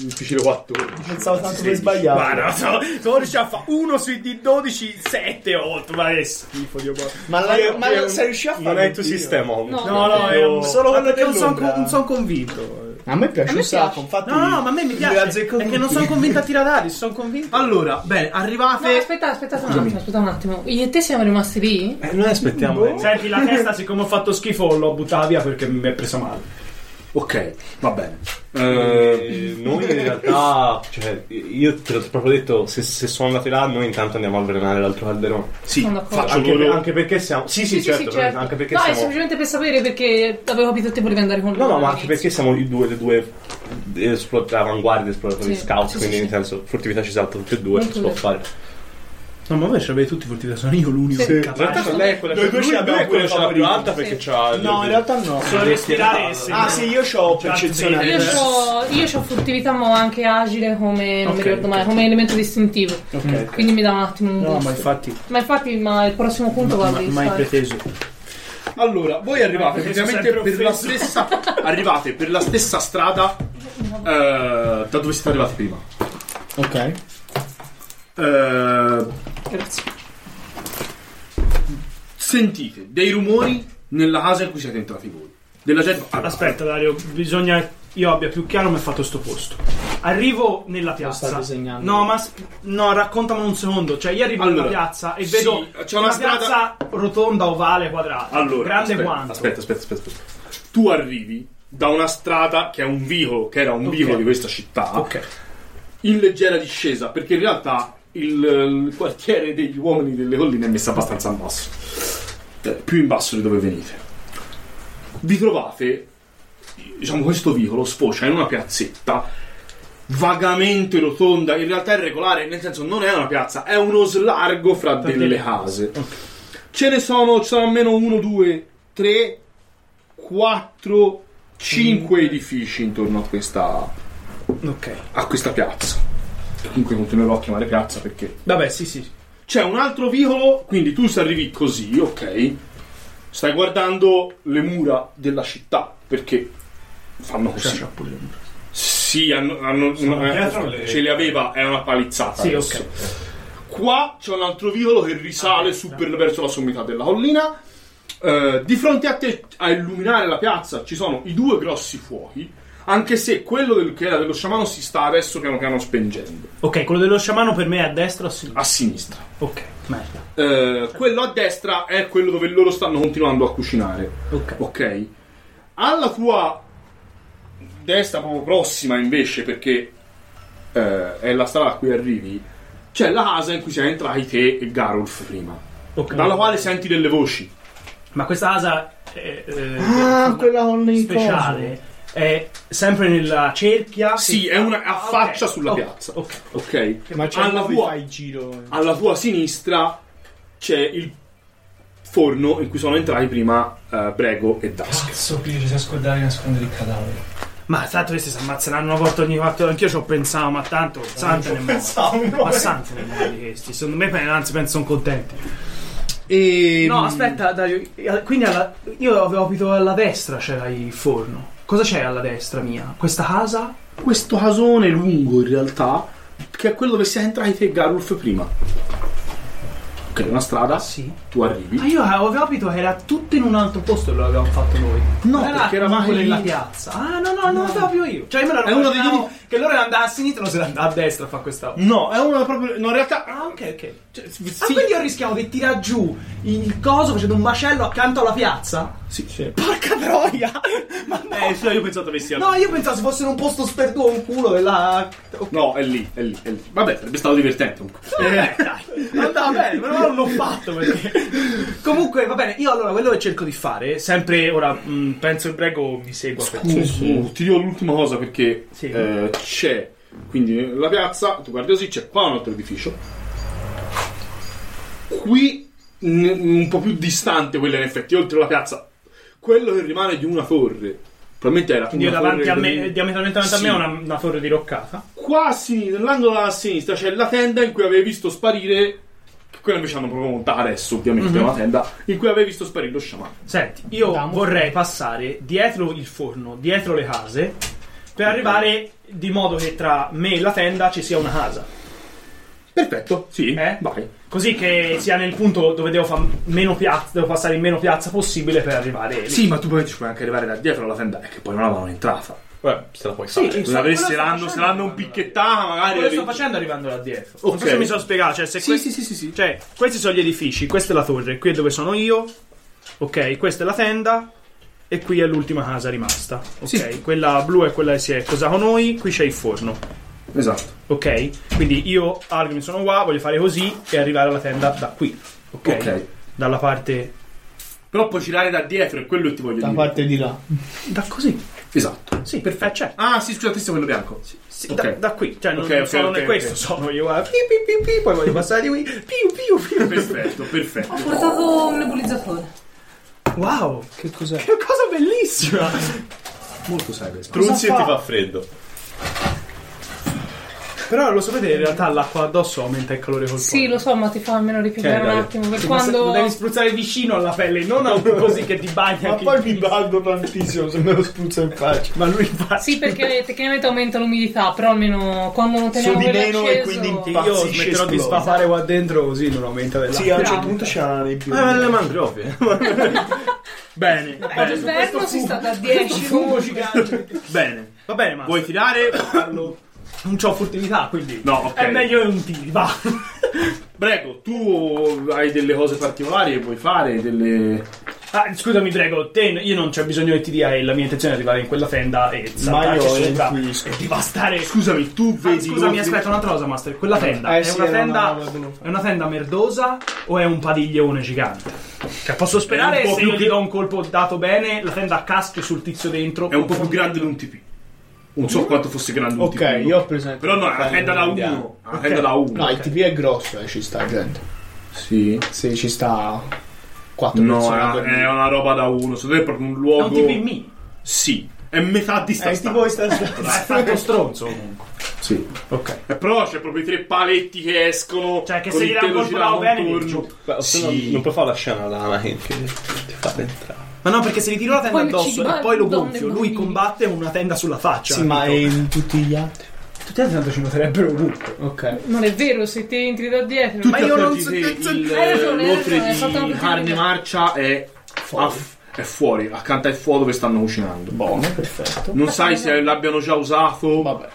[SPEAKER 25] Difficile 14.
[SPEAKER 23] Pensavo tanto per sbagliare.
[SPEAKER 1] Guarda, so- sono riuscito a fare uno sui D12, 7 o 8, ma è schifo, Dio mio.
[SPEAKER 23] Ma, la, ma non sei riuscito a fare?
[SPEAKER 3] Non è il tuo
[SPEAKER 23] un tiro?
[SPEAKER 3] sistema, uomo.
[SPEAKER 2] No,
[SPEAKER 1] No, no, è un solo
[SPEAKER 23] Ma
[SPEAKER 1] quello
[SPEAKER 23] perché
[SPEAKER 1] che non sono
[SPEAKER 23] l'ombra?
[SPEAKER 1] non son convinto.
[SPEAKER 23] A me piace
[SPEAKER 2] A me
[SPEAKER 23] un sacco.
[SPEAKER 2] piace.
[SPEAKER 23] Infatti,
[SPEAKER 1] No, no, ma a me mi piace. È
[SPEAKER 23] azzecco
[SPEAKER 1] che non sono convinto a tirare sono convinto.
[SPEAKER 9] Allora, bene,
[SPEAKER 2] No,
[SPEAKER 1] eh,
[SPEAKER 9] arrivate.
[SPEAKER 2] aspetta, aspetta un attimo, aspetta un attimo. Io e te siamo rimasti lì?
[SPEAKER 26] Eh, noi aspettiamo.
[SPEAKER 23] [laughs]
[SPEAKER 26] eh.
[SPEAKER 1] Senti, la testa, siccome ho fatto schifo, l'ho buttata via perché mi è presa male.
[SPEAKER 5] Ok, va bene.
[SPEAKER 3] Eh, noi in realtà, cioè, io te l'ho proprio detto, se, se sono andati là, noi intanto andiamo a avvelenare l'altro calderone.
[SPEAKER 5] Sì,
[SPEAKER 2] Sono d'accordo.
[SPEAKER 5] faccio
[SPEAKER 3] Anche, per-
[SPEAKER 5] loro.
[SPEAKER 3] anche perché siamo... Sì, sì, certo, anche perché
[SPEAKER 2] no, è
[SPEAKER 3] siamo...
[SPEAKER 2] semplicemente per sapere perché avevo capito che te volevi andare con lui.
[SPEAKER 3] No, no, ma anche perché siamo i due, le due esplo- avanguardie esploratori
[SPEAKER 2] Sì.
[SPEAKER 3] scout,
[SPEAKER 2] Sì, sì,
[SPEAKER 3] quindi
[SPEAKER 2] sì.
[SPEAKER 3] nel senso furtività ci salta tutte e due,
[SPEAKER 2] Molto
[SPEAKER 3] si può
[SPEAKER 2] vero.
[SPEAKER 3] fare.
[SPEAKER 1] No, ma voi avete tutti fortità, sono io l'unico.
[SPEAKER 2] Sì.
[SPEAKER 3] In realtà sono lei è quella che
[SPEAKER 23] ce l'abbiamo
[SPEAKER 3] quella ce l'ha più alta
[SPEAKER 2] Sì.
[SPEAKER 3] perché c'ha
[SPEAKER 23] No, in realtà no.
[SPEAKER 1] Solo respirare e se-
[SPEAKER 23] Ah, sì, io ho percezione.
[SPEAKER 2] Io ho io c'ho furtività ma ho anche agile come, non mi
[SPEAKER 1] Ok,
[SPEAKER 2] ricordo mai, come elemento distintivo. Mm.
[SPEAKER 1] Ok.
[SPEAKER 2] Quindi mi dà un attimo un
[SPEAKER 1] No,
[SPEAKER 2] gusto.
[SPEAKER 1] ma infatti,
[SPEAKER 2] Ma infatti, ma il prossimo punto va
[SPEAKER 1] ma- mai preteso.
[SPEAKER 5] Allora, voi arrivate
[SPEAKER 1] perché sono sempre
[SPEAKER 5] praticamente per la
[SPEAKER 1] offeso.
[SPEAKER 5] stessa arrivate per la stessa strada eh, da dove siete arrivati prima.
[SPEAKER 23] Ok.
[SPEAKER 5] Eh,
[SPEAKER 2] Grazie.
[SPEAKER 5] sentite dei rumori nella casa in cui siete entrati voi. Della gente. Ah,
[SPEAKER 1] Aspetta, Dario, bisogna. Io abbia più chiaro come è fatto sto posto. Arrivo nella
[SPEAKER 9] sta
[SPEAKER 1] piazza.
[SPEAKER 9] disegnando.
[SPEAKER 1] No, ma asp- no, raccontamelo un secondo. Cioè, io arrivo
[SPEAKER 5] Allora,
[SPEAKER 1] nella piazza e
[SPEAKER 5] sì,
[SPEAKER 1] vedo
[SPEAKER 5] c'è una strada-
[SPEAKER 1] piazza rotonda, ovale, quadrata.
[SPEAKER 5] Allora,
[SPEAKER 1] grande
[SPEAKER 5] aspetta,
[SPEAKER 1] quanto.
[SPEAKER 5] Aspetta, aspetta, aspetta, aspetta. Tu arrivi da una strada che è un vivo, che era un vivo di questa città,
[SPEAKER 1] Ok.
[SPEAKER 5] in leggera discesa, perché in realtà il, il quartiere degli uomini delle colline è messo abbastanza in basso. Eh, più in basso di dove venite. Vi trovate, diciamo, questo vicolo sfocia in una piazzetta vagamente rotonda, in realtà è regolare, nel senso non è una piazza, è uno slargo fra delle
[SPEAKER 1] delle
[SPEAKER 5] case. Ce ne sono, ci sono almeno uno, due, tre, quattro, cinque edifici intorno a questa,
[SPEAKER 1] Ok.
[SPEAKER 5] a questa piazza. Comunque continuerò a chiamare piazza perché
[SPEAKER 1] Vabbè, sì, sì.
[SPEAKER 5] c'è un altro vicolo, quindi tu se arrivi così, ok? Stai guardando le mura della città, perché fanno così. Sì, hanno, hanno- una-
[SPEAKER 3] dietro le-
[SPEAKER 5] ce le aveva, è una palizzata.
[SPEAKER 1] Sì,
[SPEAKER 5] adesso. Qua c'è un altro vicolo che
[SPEAKER 3] Ah,
[SPEAKER 5] risale su per- verso la sommità della collina. Eh, di fronte a te, a illuminare la piazza, ci sono i due grossi fuochi, anche se quello del- che era dello sciamano si sta adesso piano piano spengendo.
[SPEAKER 1] Ok, quello dello sciamano per me è a destra o a sinistra?
[SPEAKER 5] A sinistra.
[SPEAKER 1] Ok, merda.
[SPEAKER 5] Eh, quello a destra è quello dove loro stanno continuando a cucinare.
[SPEAKER 1] Ok.
[SPEAKER 5] Ok. Alla tua destra, proprio prossima invece, perché eh, è la strada a cui arrivi, c'è la casa in cui siete entrati te e Garulf prima.
[SPEAKER 1] Ok.
[SPEAKER 5] Dalla quale senti delle voci.
[SPEAKER 1] Ma questa casa è, eh,
[SPEAKER 9] Ah, quella con il coso.
[SPEAKER 1] speciale è sempre nella cerchia.
[SPEAKER 5] Sì, è una a
[SPEAKER 1] Ah, ok.
[SPEAKER 5] faccia sulla
[SPEAKER 1] Ok,
[SPEAKER 5] piazza.
[SPEAKER 1] Ok.
[SPEAKER 5] Ok.
[SPEAKER 1] certo,
[SPEAKER 9] Ma c'è
[SPEAKER 5] Alla
[SPEAKER 9] un po'
[SPEAKER 5] tua-
[SPEAKER 9] fai il giro.
[SPEAKER 5] Alla tua sinistra c'è il forno in cui sono entrati prima eh, Brego e Dusk.
[SPEAKER 27] Cazzo, qui riesco a scordare di nascondere il cadavere.
[SPEAKER 1] Ma tanto questi si ammazzeranno una volta ogni quattro ore. Anch'io ci ho pensato, ma tanto Sante ne muore. Ma Sante ne muore di questi. Secondo me, pe- anzi, penso sono contenti.
[SPEAKER 5] E...
[SPEAKER 1] No, aspetta, Dario. eh, Quindi alla- io avevo capito alla destra c'era il forno. Cosa c'è alla destra mia? Questa casa?
[SPEAKER 5] questo casone lungo in realtà che è quello dove siete entrati te e Garulf prima ok una strada
[SPEAKER 1] Sì. Ah,
[SPEAKER 5] tu
[SPEAKER 1] Ma
[SPEAKER 5] arrivi
[SPEAKER 1] io avevo capito che era tutto in un altro posto e lo avevamo fatto noi.
[SPEAKER 5] No,
[SPEAKER 1] Non Ah, era
[SPEAKER 5] perché eravamo
[SPEAKER 1] comunque
[SPEAKER 5] lì.
[SPEAKER 1] nella piazza. Ah, no, no, non lo sapevo più io. Cioè, io me
[SPEAKER 5] È
[SPEAKER 1] l'ero
[SPEAKER 5] uno
[SPEAKER 1] immaginavo
[SPEAKER 5] degli-
[SPEAKER 1] che loro andava a sinistra e non se ne andava a destra a fare questa.
[SPEAKER 5] no è uno proprio no in realtà
[SPEAKER 1] Ah, ok, ok. Cioè,
[SPEAKER 5] sì,
[SPEAKER 1] Ah, quindi io rischiavo che tira giù il coso facendo un macello accanto alla piazza?
[SPEAKER 5] sì,
[SPEAKER 1] Porca troia! Ma no!
[SPEAKER 5] io pensavo avessi
[SPEAKER 1] No, io pensavo se fosse in un posto sperduto un culo e la... Ok.
[SPEAKER 5] no è lì è lì è lì vabbè sarebbe stato divertente comunque
[SPEAKER 1] Eh, dai, andava [laughs] bene, però non l'ho fatto perché... [laughs] Comunque, va bene, io allora quello che cerco di fare, sempre ora, mh, penso il prego mi segua. perché-
[SPEAKER 5] Uh, uh, ti dico l'ultima cosa perché
[SPEAKER 1] Sì.
[SPEAKER 5] eh, c'è quindi la piazza tu guardi così c'è qua un altro edificio qui n- un po' più distante quella in effetti oltre la piazza quello che rimane di una torre probabilmente era
[SPEAKER 1] Quindi io
[SPEAKER 5] una
[SPEAKER 1] davanti
[SPEAKER 5] torre
[SPEAKER 1] a me,
[SPEAKER 5] del-
[SPEAKER 1] diametralmente davanti a
[SPEAKER 5] Sì.
[SPEAKER 1] me, ho una, una torre diroccata.
[SPEAKER 5] qua a sinistra, nell'angolo a sinistra c'è la tenda in cui avevi visto sparire quella invece hanno proprio montata adesso ovviamente
[SPEAKER 1] Mhm.
[SPEAKER 5] è una tenda in cui avevi visto sparire lo sciamano
[SPEAKER 1] Senti, io
[SPEAKER 9] Andiamo.
[SPEAKER 1] vorrei passare dietro il forno, dietro le case, per arrivare di modo che tra me e la tenda ci sia una casa.
[SPEAKER 5] perfetto sì
[SPEAKER 1] Eh?
[SPEAKER 5] vai
[SPEAKER 1] Così che sia nel punto dove devo, fa- meno piazza, devo passare in meno piazza possibile per arrivare lì.
[SPEAKER 5] sì ma tu poi ci puoi anche arrivare da dietro alla tenda è che poi non avevano entrata
[SPEAKER 3] Beh, se la puoi
[SPEAKER 1] Sì,
[SPEAKER 3] fare.
[SPEAKER 1] infatti,
[SPEAKER 5] Se l'avessi- se
[SPEAKER 1] quello sto
[SPEAKER 5] l'hanno, se
[SPEAKER 1] facendo
[SPEAKER 5] l'hanno
[SPEAKER 1] arrivando
[SPEAKER 5] un
[SPEAKER 1] là
[SPEAKER 5] picchettata,
[SPEAKER 1] dietro.
[SPEAKER 5] magari.
[SPEAKER 1] Quello sto
[SPEAKER 5] avevi-
[SPEAKER 1] facendo arrivando là dietro. Non so
[SPEAKER 5] Ok.
[SPEAKER 1] se mi sono spiegato, cioè se
[SPEAKER 5] Sì,
[SPEAKER 1] questo-
[SPEAKER 5] sì, sì, sì, sì.
[SPEAKER 1] Cioè, questi sono gli edifici, questa è la torre, qui è dove sono io. Ok, questa è la tenda. E qui è l'ultima casa rimasta. Ok,
[SPEAKER 5] Sì.
[SPEAKER 1] quella blu è quella che si è cosa con noi. Qui c'è il forno.
[SPEAKER 5] Esatto.
[SPEAKER 1] Ok, quindi io, Alvin, sono qua, voglio fare così e arrivare alla tenda da qui. Ok,
[SPEAKER 5] Ok.
[SPEAKER 1] dalla parte.
[SPEAKER 5] Però puoi girare da dietro, è quello che ti voglio
[SPEAKER 9] Da
[SPEAKER 5] dire.
[SPEAKER 9] parte di là.
[SPEAKER 1] da così.
[SPEAKER 5] Esatto.
[SPEAKER 1] Sì, perfetto. Cioè,
[SPEAKER 5] Ah, sì, scusate, questo è quello bianco.
[SPEAKER 1] Sì,
[SPEAKER 5] Ok.
[SPEAKER 1] da, da qui, cioè non,
[SPEAKER 5] Ok,
[SPEAKER 1] non
[SPEAKER 5] ok,
[SPEAKER 1] sono
[SPEAKER 5] ok,
[SPEAKER 1] né
[SPEAKER 5] ok.
[SPEAKER 1] questo, sono io guarda, pi, pi, pi, pi, poi voglio passare di qui, piu piu piu.
[SPEAKER 5] Perfetto, perfetto.
[SPEAKER 1] Eh,
[SPEAKER 2] Ho portato un nebulizzatore.
[SPEAKER 1] Wow,
[SPEAKER 9] Che cos'è?
[SPEAKER 1] che cosa bellissima!
[SPEAKER 5] Molto serio.
[SPEAKER 3] Struzzi e ti fa freddo.
[SPEAKER 1] Però lo sapete, in realtà l'acqua addosso aumenta il calore corporeo.
[SPEAKER 2] Sì, lo so, ma ti fa almeno ripiegare un attimo. Per
[SPEAKER 1] Ma se- Lo
[SPEAKER 2] quando.
[SPEAKER 1] devi spruzzare vicino alla pelle, non a- così che ti bagna.
[SPEAKER 28] Ma
[SPEAKER 1] che-
[SPEAKER 28] poi mi baldo tantissimo se me lo spruzzo in faccia.
[SPEAKER 1] Ma lui fa.
[SPEAKER 2] Sì, perché tecnicamente aumenta l'umidità, però almeno quando non
[SPEAKER 28] Su
[SPEAKER 2] teniamo
[SPEAKER 28] di
[SPEAKER 2] quello
[SPEAKER 28] meno e
[SPEAKER 2] acceso... Cioè,
[SPEAKER 28] quindi
[SPEAKER 1] Io
[SPEAKER 28] impazzisce
[SPEAKER 1] smetterò di
[SPEAKER 28] esplode.
[SPEAKER 1] sfafare qua dentro così non aumenta della.
[SPEAKER 28] Sì, a un certo
[SPEAKER 2] Bravo.
[SPEAKER 28] punto c'ha nei più.
[SPEAKER 1] ma le
[SPEAKER 5] [laughs]
[SPEAKER 1] mandrove. bene,
[SPEAKER 2] Ad
[SPEAKER 1] bene,
[SPEAKER 2] inverno si [laughs] sta da
[SPEAKER 1] eh.
[SPEAKER 2] 10
[SPEAKER 1] bene. Va bene, ma
[SPEAKER 5] Vuoi tirare?
[SPEAKER 1] non c'ho furtività, quindi
[SPEAKER 5] No, ok.
[SPEAKER 1] è meglio un tiro, va. [laughs]
[SPEAKER 5] Prego, tu hai delle cose particolari che vuoi fare, delle...
[SPEAKER 1] Ah, scusami, prego, te, io non c'è bisogno che ti dia e la mia intenzione è arrivare in quella fenda e saltarci
[SPEAKER 28] io
[SPEAKER 1] sopra
[SPEAKER 28] intuisco.
[SPEAKER 1] e devastare.
[SPEAKER 5] Scusami, tu
[SPEAKER 1] Ah,
[SPEAKER 5] vedi...
[SPEAKER 1] scusami,
[SPEAKER 5] l'ordine-
[SPEAKER 1] aspetta un'altra cosa, Master. Quella fenda
[SPEAKER 9] Eh,
[SPEAKER 1] è,
[SPEAKER 9] sì,
[SPEAKER 1] una
[SPEAKER 9] era
[SPEAKER 1] fenda
[SPEAKER 9] una roba venuta.
[SPEAKER 1] è una fenda merdosa o è un padiglione gigante? Cioè, posso sperare
[SPEAKER 5] È un po'
[SPEAKER 1] se
[SPEAKER 5] più
[SPEAKER 1] io ti
[SPEAKER 5] che-
[SPEAKER 1] do un colpo dato bene, la fenda caschi sul tizio dentro.
[SPEAKER 5] È un po' più grande di un TP. Non
[SPEAKER 1] Mm.
[SPEAKER 5] so quanto fosse grande un TP.
[SPEAKER 9] Ok, io ho presente.
[SPEAKER 5] Però no, è una fenda da
[SPEAKER 9] Andiamo.
[SPEAKER 5] 1. Una fenda da 1.
[SPEAKER 9] No, il TP è grosso, eh, ci sta gente.
[SPEAKER 5] Sì.
[SPEAKER 9] Se ci sta 4
[SPEAKER 5] No,
[SPEAKER 9] persone. a
[SPEAKER 5] è,
[SPEAKER 9] dormire.
[SPEAKER 5] è una roba da 1. Se è proprio un luogo...
[SPEAKER 1] È un TP mini.
[SPEAKER 5] Sì. È metà di
[SPEAKER 9] Eh,
[SPEAKER 5] sta
[SPEAKER 9] tipo questa
[SPEAKER 1] Ma è fatto stronzo comunque.
[SPEAKER 5] Sì.
[SPEAKER 1] Ok.
[SPEAKER 5] Eh, Però c'è proprio i tre paletti che escono.
[SPEAKER 1] Cioè, che
[SPEAKER 5] con
[SPEAKER 1] se
[SPEAKER 5] il
[SPEAKER 1] gli dà un
[SPEAKER 5] pelo
[SPEAKER 1] colpo da
[SPEAKER 5] girato
[SPEAKER 1] bene,
[SPEAKER 5] attorno.
[SPEAKER 1] gli-
[SPEAKER 3] Beh, se no
[SPEAKER 5] Sì.
[SPEAKER 3] Non puoi fare la scena lana che che ti fa entrare.
[SPEAKER 1] Ma no, perché se gli tiro la tenda
[SPEAKER 2] Poi mi
[SPEAKER 1] addosso
[SPEAKER 2] uccidi,
[SPEAKER 1] e poi lo
[SPEAKER 2] madonna,
[SPEAKER 1] gonfio,
[SPEAKER 2] madonna.
[SPEAKER 1] lui combatte una tenda sulla faccia.
[SPEAKER 9] Sì, ma è in tutti gli altri.
[SPEAKER 1] Tutti gli altri tanto ci metterebbero ovunque.
[SPEAKER 9] Ok.
[SPEAKER 2] Non è vero, se ti entri da dietro...
[SPEAKER 5] Ma io non so il
[SPEAKER 2] Hai ragione, hai ragione, hai fatto una
[SPEAKER 5] l'ordine di
[SPEAKER 2] brutta
[SPEAKER 5] carne
[SPEAKER 2] idea.
[SPEAKER 5] marcia è fuori. è fuori, accanto al fuoco che stanno cucinando.
[SPEAKER 29] Buono, perfetto.
[SPEAKER 5] Non sai se l'abbiano già usato.
[SPEAKER 9] Vabbè.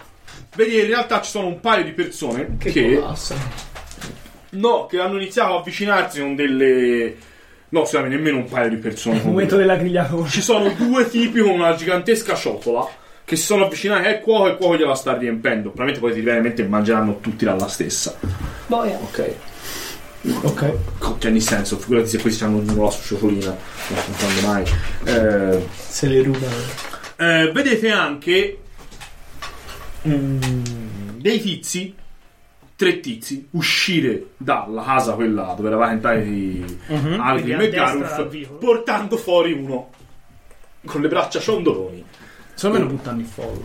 [SPEAKER 5] Vedi, in realtà ci sono un paio di persone che,
[SPEAKER 9] Passa.
[SPEAKER 5] no, che hanno iniziato a avvicinarsi con delle No, scusami, nemmeno un paio di persone.
[SPEAKER 1] Il momento della grigliatura.
[SPEAKER 5] Ci sono due tipi con una gigantesca ciotola che si sono avvicinati al cuoco e il cuoco gliela sta riempendo. Probabilmente poi ti viene in mente e mangeranno tutti dalla stessa.
[SPEAKER 2] Boia.
[SPEAKER 5] Ok.
[SPEAKER 9] Ok.
[SPEAKER 5] Cioè, nel senso, figurati se questi hanno una su ciotolina, non contando mai. Eh,
[SPEAKER 9] Se le ruba.
[SPEAKER 5] eh, vedete anche mm, dei tizi, tre tizi, uscire dalla casa quella dove eravate entrati di Algrim
[SPEAKER 1] Mhm. Quindi a
[SPEAKER 5] e
[SPEAKER 1] destra
[SPEAKER 5] Garuf,
[SPEAKER 1] dal vivo.
[SPEAKER 5] portando fuori uno con le braccia ciondoloni.
[SPEAKER 1] Secondo me lo buttano in fuoco.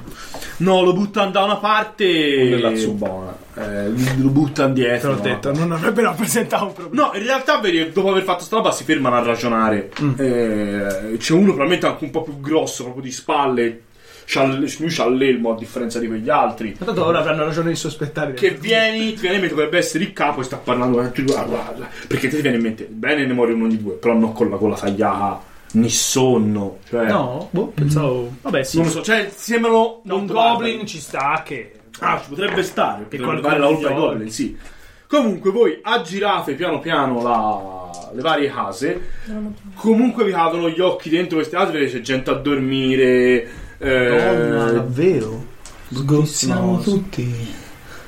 [SPEAKER 5] No, lo buttano da una parte
[SPEAKER 28] Nella
[SPEAKER 5] zubona. Eh, lo buttano
[SPEAKER 1] Te
[SPEAKER 5] dietro.
[SPEAKER 1] l'ho detto, non avrebbe rappresentato un problema.
[SPEAKER 5] No, in realtà vedi, dopo aver fatto sta roba si fermano a ragionare. Eh, c'è uno probabilmente anche un po' più grosso, proprio di spalle. C'ha l- lui c'ha l'elmo a differenza di quegli altri.
[SPEAKER 1] Ma tanto ora avranno ragione di sospettare.
[SPEAKER 5] Che vieni, ti viene in mente dovrebbe essere il capo e sta parlando con tutti e due. ah, guarda, Perché te ti viene in mente bene ne muore uno di due, però non con la gola tagliata, ni sonno. Cioè,
[SPEAKER 1] No, boh, pensavo. Vabbè, sì.
[SPEAKER 5] Non lo so, cioè
[SPEAKER 1] un
[SPEAKER 5] sembrano molto
[SPEAKER 1] goblin
[SPEAKER 5] barbari.
[SPEAKER 1] ci sta che.
[SPEAKER 5] Ah, ci potrebbe stare,
[SPEAKER 1] Che
[SPEAKER 5] che
[SPEAKER 1] qualcuno
[SPEAKER 5] potrebbe dare la colpa ai
[SPEAKER 1] gli
[SPEAKER 5] goblin, sì. Comunque voi aggirate piano piano la- le varie case. Comunque vi cadono gli occhi dentro queste case perché c'è gente a dormire. Eh,
[SPEAKER 1] davvero?
[SPEAKER 9] Sgozzano tutti.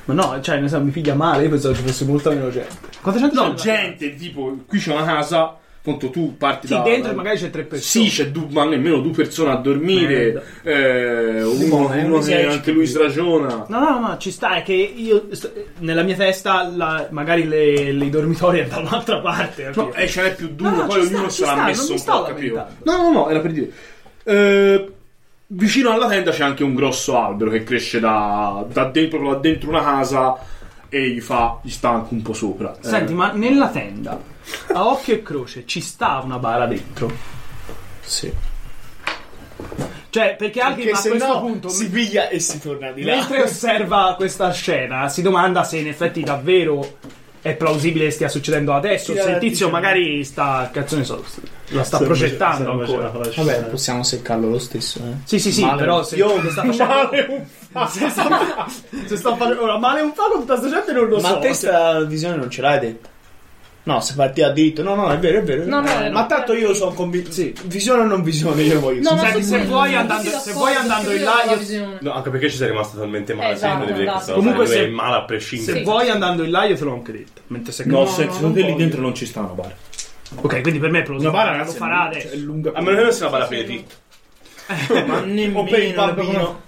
[SPEAKER 1] Ma no, cioè, ne so, mi piglia male. Io pensavo ci fosse molto meno gente. Quanta gente
[SPEAKER 5] no,
[SPEAKER 1] c'è?
[SPEAKER 5] gente, tipo, qui c'è una casa. Appunto, tu parti
[SPEAKER 1] Sì,
[SPEAKER 5] da.
[SPEAKER 1] dentro
[SPEAKER 5] da-
[SPEAKER 1] magari c'è tre persone.
[SPEAKER 5] Sì, c'è du- ma nemmeno due persone a dormire. Eh, uno,
[SPEAKER 9] Simone,
[SPEAKER 5] uno
[SPEAKER 9] mi
[SPEAKER 5] che
[SPEAKER 9] sei
[SPEAKER 5] anche lui sragiona.
[SPEAKER 1] No, no, no, ci sta, è che io sto- nella mia testa la- magari le, le dormitorie è dall'altra parte.
[SPEAKER 5] No,
[SPEAKER 1] capito?
[SPEAKER 5] eh, ce n'è più di uno,
[SPEAKER 1] No, no,
[SPEAKER 5] poi
[SPEAKER 1] ci sta,
[SPEAKER 5] ognuno
[SPEAKER 1] ci
[SPEAKER 5] sarà
[SPEAKER 1] sta, non
[SPEAKER 5] messo
[SPEAKER 1] mi
[SPEAKER 5] un
[SPEAKER 1] sto
[SPEAKER 5] po', capito?
[SPEAKER 1] lamentando.
[SPEAKER 5] No, no, no, era per dire. Eh, vicino alla tenda c'è anche un grosso albero che cresce da, da dentro, proprio da dentro una casa e gli fa, gli sta anche un po' sopra. Eh,
[SPEAKER 1] Senti, ma nella tenda, a occhio e croce, ci sta una bara dentro?
[SPEAKER 9] Sì.
[SPEAKER 1] Cioè, perché anche
[SPEAKER 9] Che
[SPEAKER 1] a
[SPEAKER 9] se
[SPEAKER 1] questo
[SPEAKER 9] no
[SPEAKER 1] punto,
[SPEAKER 9] si piglia e si torna di là.
[SPEAKER 1] mentre osserva questa scena, si domanda se in effetti davvero è plausibile che stia succedendo adesso.
[SPEAKER 9] Sì,
[SPEAKER 1] se il
[SPEAKER 9] eh,
[SPEAKER 1] tizio
[SPEAKER 9] diciamo.
[SPEAKER 1] magari sta, cazzo ne so, la sta
[SPEAKER 3] Serve-
[SPEAKER 1] progettando
[SPEAKER 3] serve
[SPEAKER 1] ancora.
[SPEAKER 3] c'era la scena.
[SPEAKER 9] Vabbè, possiamo seccarlo lo stesso, eh.
[SPEAKER 1] Sì, sì, sì,
[SPEAKER 9] Male
[SPEAKER 1] però
[SPEAKER 9] un-
[SPEAKER 1] se se sta facendo... [laughs] se sta, se sta facendo... Ora, male un po' con tutta sta gente non lo
[SPEAKER 9] Ma
[SPEAKER 1] so.
[SPEAKER 9] a te sta visione non ce l'hai detta. No, se parti a dritto. No,
[SPEAKER 1] cioè.
[SPEAKER 9] no, è vero, è vero. è
[SPEAKER 2] No,
[SPEAKER 9] vero.
[SPEAKER 2] no, no.
[SPEAKER 9] ma tanto io sono convinto. Sì, visione o non visione, io voglio.
[SPEAKER 2] No, ma
[SPEAKER 1] Senti,
[SPEAKER 2] su
[SPEAKER 1] se
[SPEAKER 2] quello
[SPEAKER 1] vuoi
[SPEAKER 2] non
[SPEAKER 1] andando-
[SPEAKER 2] sono
[SPEAKER 1] se vuoi andando in
[SPEAKER 2] d'accordo,
[SPEAKER 1] là, io-
[SPEAKER 2] io sono della visione.
[SPEAKER 3] No, anche perché ci sei rimasto talmente male.
[SPEAKER 2] Esatto,
[SPEAKER 3] sì, non devi dire
[SPEAKER 2] esatto.
[SPEAKER 3] questa cosa,
[SPEAKER 1] Comunque
[SPEAKER 3] devi
[SPEAKER 1] se-
[SPEAKER 3] dire male a prescindere.
[SPEAKER 1] Se vuoi andando in là io te l'ho anche detto. Mentre sei
[SPEAKER 5] No,
[SPEAKER 2] No,
[SPEAKER 5] se
[SPEAKER 2] no,
[SPEAKER 5] secondo
[SPEAKER 2] non
[SPEAKER 5] te lì
[SPEAKER 2] voglio.
[SPEAKER 5] dentro non ci sta una bara.
[SPEAKER 1] Ok, quindi per me è plausibile.
[SPEAKER 5] Una bara,
[SPEAKER 1] lo
[SPEAKER 5] ragazzi,
[SPEAKER 1] farà
[SPEAKER 5] è
[SPEAKER 1] adesso.
[SPEAKER 3] A meno che non sia una bara per i diritti.
[SPEAKER 5] Ma nemmeno
[SPEAKER 9] O per il bambino.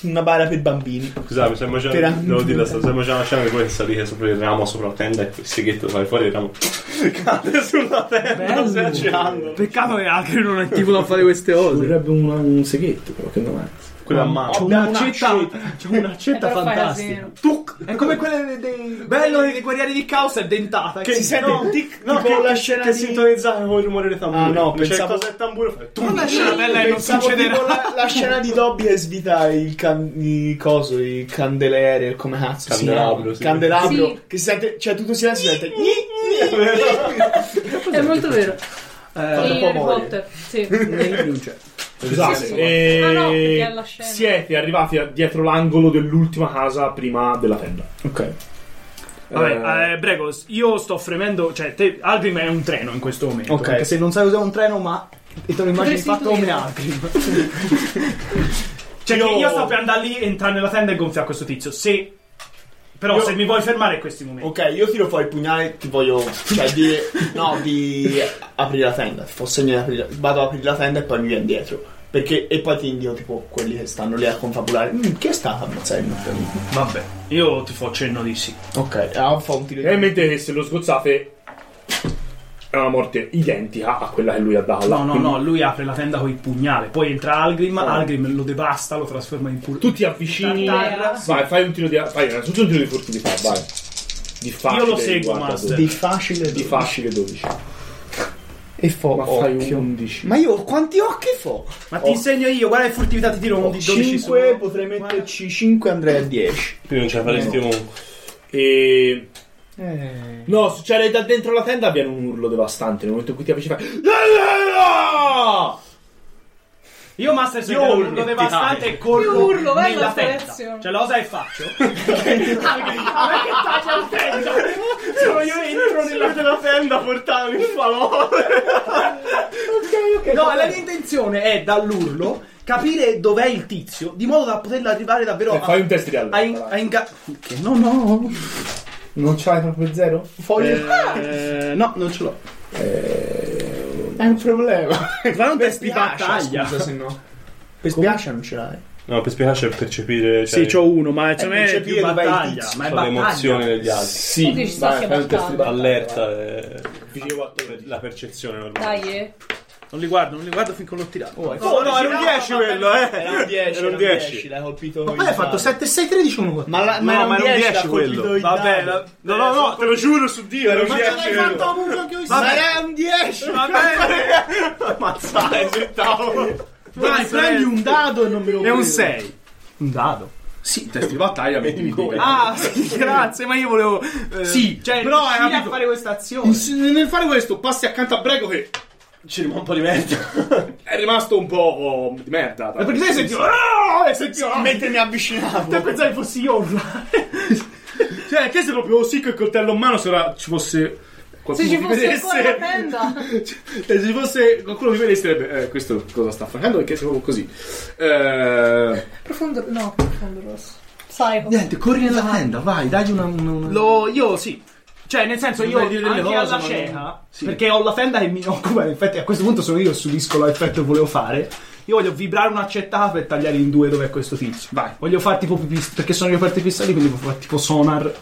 [SPEAKER 9] Una bara per bambini.
[SPEAKER 3] Scusate, mi sto
[SPEAKER 9] Per
[SPEAKER 3] immaginando.
[SPEAKER 9] anni.
[SPEAKER 3] Devo dire, sto sto immaginando una scena che vuoi salire sopra il ramo, sopra la tenda e il seghetto sale fuori il ramo. [laughs] Cade sulla tenda,
[SPEAKER 1] Bello.
[SPEAKER 3] stai accenando.
[SPEAKER 1] Peccato che anche non è tipo da fare queste cose.
[SPEAKER 5] Vorrebbe un, seghetto, però che non è.
[SPEAKER 30] Quella a mano.
[SPEAKER 9] C'è una accetta, c'è un'accetta
[SPEAKER 2] E però eh, fai
[SPEAKER 9] fantastica.
[SPEAKER 2] casino.
[SPEAKER 9] Tuc!
[SPEAKER 1] È come quella dei. Bello dei guerrieri di caos è dentata.
[SPEAKER 9] Che si sente il tic,
[SPEAKER 30] No,
[SPEAKER 9] tipo
[SPEAKER 30] che,
[SPEAKER 9] la scena
[SPEAKER 30] che
[SPEAKER 9] di...
[SPEAKER 30] sintonizzava con il rumore dei tamburi.
[SPEAKER 19] Ah, no,
[SPEAKER 30] Dice,
[SPEAKER 19] pensavo-
[SPEAKER 30] Cosa è il tamburo? Fai, tu.
[SPEAKER 1] Una scena bella e non
[SPEAKER 19] Pensavo
[SPEAKER 1] succederà.
[SPEAKER 19] tipo la, la scena di Dobby è svitare il can, i coso, i candeliere, come cazzo si chiama?
[SPEAKER 30] Candelabro, sì.
[SPEAKER 19] Candelabro,
[SPEAKER 2] Sì.
[SPEAKER 19] che si sente, cioè tutto silenzio si sente "Gni, gni".
[SPEAKER 2] È molto vero.
[SPEAKER 9] Eh,
[SPEAKER 2] Sì, Harry Potter. Sì.
[SPEAKER 9] non c'è.
[SPEAKER 1] Esatto.
[SPEAKER 5] Scusate,
[SPEAKER 2] Sì, sì.
[SPEAKER 5] eh,
[SPEAKER 2] Ah, no, perché è la scena.
[SPEAKER 5] siete arrivati a- dietro l'angolo dell'ultima casa prima della tenda.
[SPEAKER 19] Ok.
[SPEAKER 1] Vabbè, eh, prego, io sto fremendo. Cioè, te, Algrim è un treno in questo momento.
[SPEAKER 19] Ok.
[SPEAKER 1] Perché se non sai usare un treno, ma. E te lo immagini
[SPEAKER 2] Potresti
[SPEAKER 1] fatto come
[SPEAKER 2] intuire.
[SPEAKER 1] Algrim. cioè, che io sto per andare lì, entrare nella tenda e gonfiare questo tizio. Se. Però, se mi vuoi fermare, in questi momenti.
[SPEAKER 19] Ok, io tiro fuori il pugnale, ti voglio. Cioè, di. No, di aprire la tenda. Ti faccio segno di aprire. Vado ad aprire la tenda e poi mi viene dietro. Perché. E poi ti indio tipo quelli che stanno lì a confabulare. Mm, chi è stato ammazzare il mio
[SPEAKER 1] Vabbè, io ti faccio cenno di sì.
[SPEAKER 19] Ok, ah, fa un tiro
[SPEAKER 5] E
[SPEAKER 19] di.
[SPEAKER 5] mentre se lo sgozzate è una morte identica a quella che lui ha dato. là.
[SPEAKER 1] No, no,
[SPEAKER 5] Quindi
[SPEAKER 1] no, lui apre la tenda con il pugnale. Poi entra Algrim, Algrim lo devasta, lo trasforma in pur.
[SPEAKER 5] Tu ti avvicini.
[SPEAKER 2] Tartara.
[SPEAKER 5] Vai, fai un tiro di. Vai, innanzitutto un tiro di furtività, vai. Di facile.
[SPEAKER 1] Io lo seguo,
[SPEAKER 5] guarda,
[SPEAKER 1] Master.
[SPEAKER 19] Di facile.
[SPEAKER 5] Di facile 12.
[SPEAKER 19] E fo.
[SPEAKER 5] Ma fai un 11.
[SPEAKER 19] Ma io quanti occhi fo?
[SPEAKER 1] Ma ti insegno io, guarda che furtività ti tiro un di 12 su.
[SPEAKER 19] 5 potrei metterci 5 andrei a 10.
[SPEAKER 3] Quindi non ce la faresti comunque.
[SPEAKER 5] E.
[SPEAKER 19] Eh.
[SPEAKER 5] No, succede da dentro la tenda viene un urlo devastante. Nel momento in cui ti avvicini fai. "Lella!"
[SPEAKER 1] Io Master
[SPEAKER 5] Io
[SPEAKER 1] sono
[SPEAKER 5] urlo,
[SPEAKER 1] urlo devastante e colpo
[SPEAKER 2] Io urlo, vai
[SPEAKER 1] nella
[SPEAKER 2] alla
[SPEAKER 1] tenda.
[SPEAKER 2] selezione.
[SPEAKER 1] Cioè, la cosa che faccio? Algrim, ma che taglia la tenda? Sono io entro nella
[SPEAKER 30] La tenda portava il falò.
[SPEAKER 1] No, la mia intenzione è dall'urlo capire dov'è il tizio, di modo da poterlo arrivare davvero
[SPEAKER 5] Eh,
[SPEAKER 1] a.
[SPEAKER 5] Fai un test di
[SPEAKER 1] a, in-
[SPEAKER 5] allora.
[SPEAKER 1] a inga- Che no, no.
[SPEAKER 19] Non c'hai proprio zero?
[SPEAKER 1] Eh, no, non ce l'ho.
[SPEAKER 19] È un problema.
[SPEAKER 1] Fai Eh, un test di
[SPEAKER 19] spiace,
[SPEAKER 1] battaglia.
[SPEAKER 19] Scusa, se no. Per spiace non ce l'hai.
[SPEAKER 3] No, per spiegare c'è percepire cioè,
[SPEAKER 1] Sì, c'ho uno, ma non
[SPEAKER 19] non c'è
[SPEAKER 1] è più
[SPEAKER 19] più dov'è il
[SPEAKER 1] battaglia,
[SPEAKER 19] tizio,
[SPEAKER 1] ma è
[SPEAKER 3] so le emozioni
[SPEAKER 1] battaglia.
[SPEAKER 3] degli altri.
[SPEAKER 2] Tu dici,
[SPEAKER 5] Sì,
[SPEAKER 2] sta
[SPEAKER 5] vai, fai un test di
[SPEAKER 2] schiaffando.
[SPEAKER 5] battaglia.
[SPEAKER 3] Allerta eh, per la percezione normale.
[SPEAKER 2] Dai, eh.
[SPEAKER 1] Non li guardo, non li guardo finché non l'ho tirato.
[SPEAKER 19] Oh,
[SPEAKER 1] Oh, no, era un 10 quello, eh.
[SPEAKER 19] Era un 10, era un 10, l'hai colpito.
[SPEAKER 9] Ma poi hai fatto 7, 6, 13, 1, 4.
[SPEAKER 19] Ma, la, ma
[SPEAKER 30] No,
[SPEAKER 19] era un
[SPEAKER 30] ma era un
[SPEAKER 19] 10,
[SPEAKER 30] 10
[SPEAKER 19] l'ha
[SPEAKER 30] quello.
[SPEAKER 19] colpito il
[SPEAKER 1] Vabbè,
[SPEAKER 19] dado.
[SPEAKER 1] la- no, no, no,
[SPEAKER 5] Te lo giuro su Dio, era un
[SPEAKER 9] Ma l'hai
[SPEAKER 5] piacere.
[SPEAKER 9] fatto comunque che ho
[SPEAKER 19] Ma
[SPEAKER 9] visto.
[SPEAKER 19] era un 10.
[SPEAKER 1] [laughs]
[SPEAKER 30] Ammazzare sul tavolo.
[SPEAKER 9] Vai, prendi un dado e non me lo
[SPEAKER 1] È un
[SPEAKER 9] credo.
[SPEAKER 1] 6. Un dado.
[SPEAKER 31] Sì, test di battaglia, metti in gola.
[SPEAKER 1] Ah, [laughs] sì, grazie, ma io volevo. sì, cioè, però
[SPEAKER 9] riuscire
[SPEAKER 1] riuscire
[SPEAKER 9] a
[SPEAKER 1] a fare questa azione.
[SPEAKER 5] Eh, Nel fare questo, passi accanto a Brego che
[SPEAKER 30] Ci rimane un po' di merda.
[SPEAKER 5] è rimasto un po' di merda.
[SPEAKER 1] Ma perché lei sentiva. Ah, e sentiva.
[SPEAKER 19] Mentre mi avvicinavo.
[SPEAKER 1] Te pensavi fossi io a urlare.
[SPEAKER 5] Cioè, che se proprio sì col coltello in mano se ora ci fosse
[SPEAKER 2] Se
[SPEAKER 1] [laughs]
[SPEAKER 5] qualcuno
[SPEAKER 2] ci
[SPEAKER 5] che
[SPEAKER 2] fosse ancora la
[SPEAKER 5] vedesse
[SPEAKER 2] tenda.
[SPEAKER 5] e se ci fosse qualcuno che vedesse direbbe, eh, questo cosa sta facendo perché siamo così. [laughs] Eh,
[SPEAKER 2] Profondo... No, profondo rosso. Psycho.
[SPEAKER 9] Niente, corri nella tenda, vai, dagli una... una, una...
[SPEAKER 1] Lo, io sì. Cioè, nel senso, io
[SPEAKER 9] Dovrei dire delle
[SPEAKER 1] anche
[SPEAKER 9] cose,
[SPEAKER 1] alla
[SPEAKER 9] ma
[SPEAKER 1] cieca,
[SPEAKER 9] non- sì.
[SPEAKER 1] perché ho la tenda che mi occupa. Infatti, a questo punto sono io che subisco l'effetto che volevo fare. Io voglio vibrare un'accetta per tagliare in due dov'è questo tizio. Vai. Voglio fare tipo pipis- perché sono io parte pistoli, quindi devo fare tipo sonar.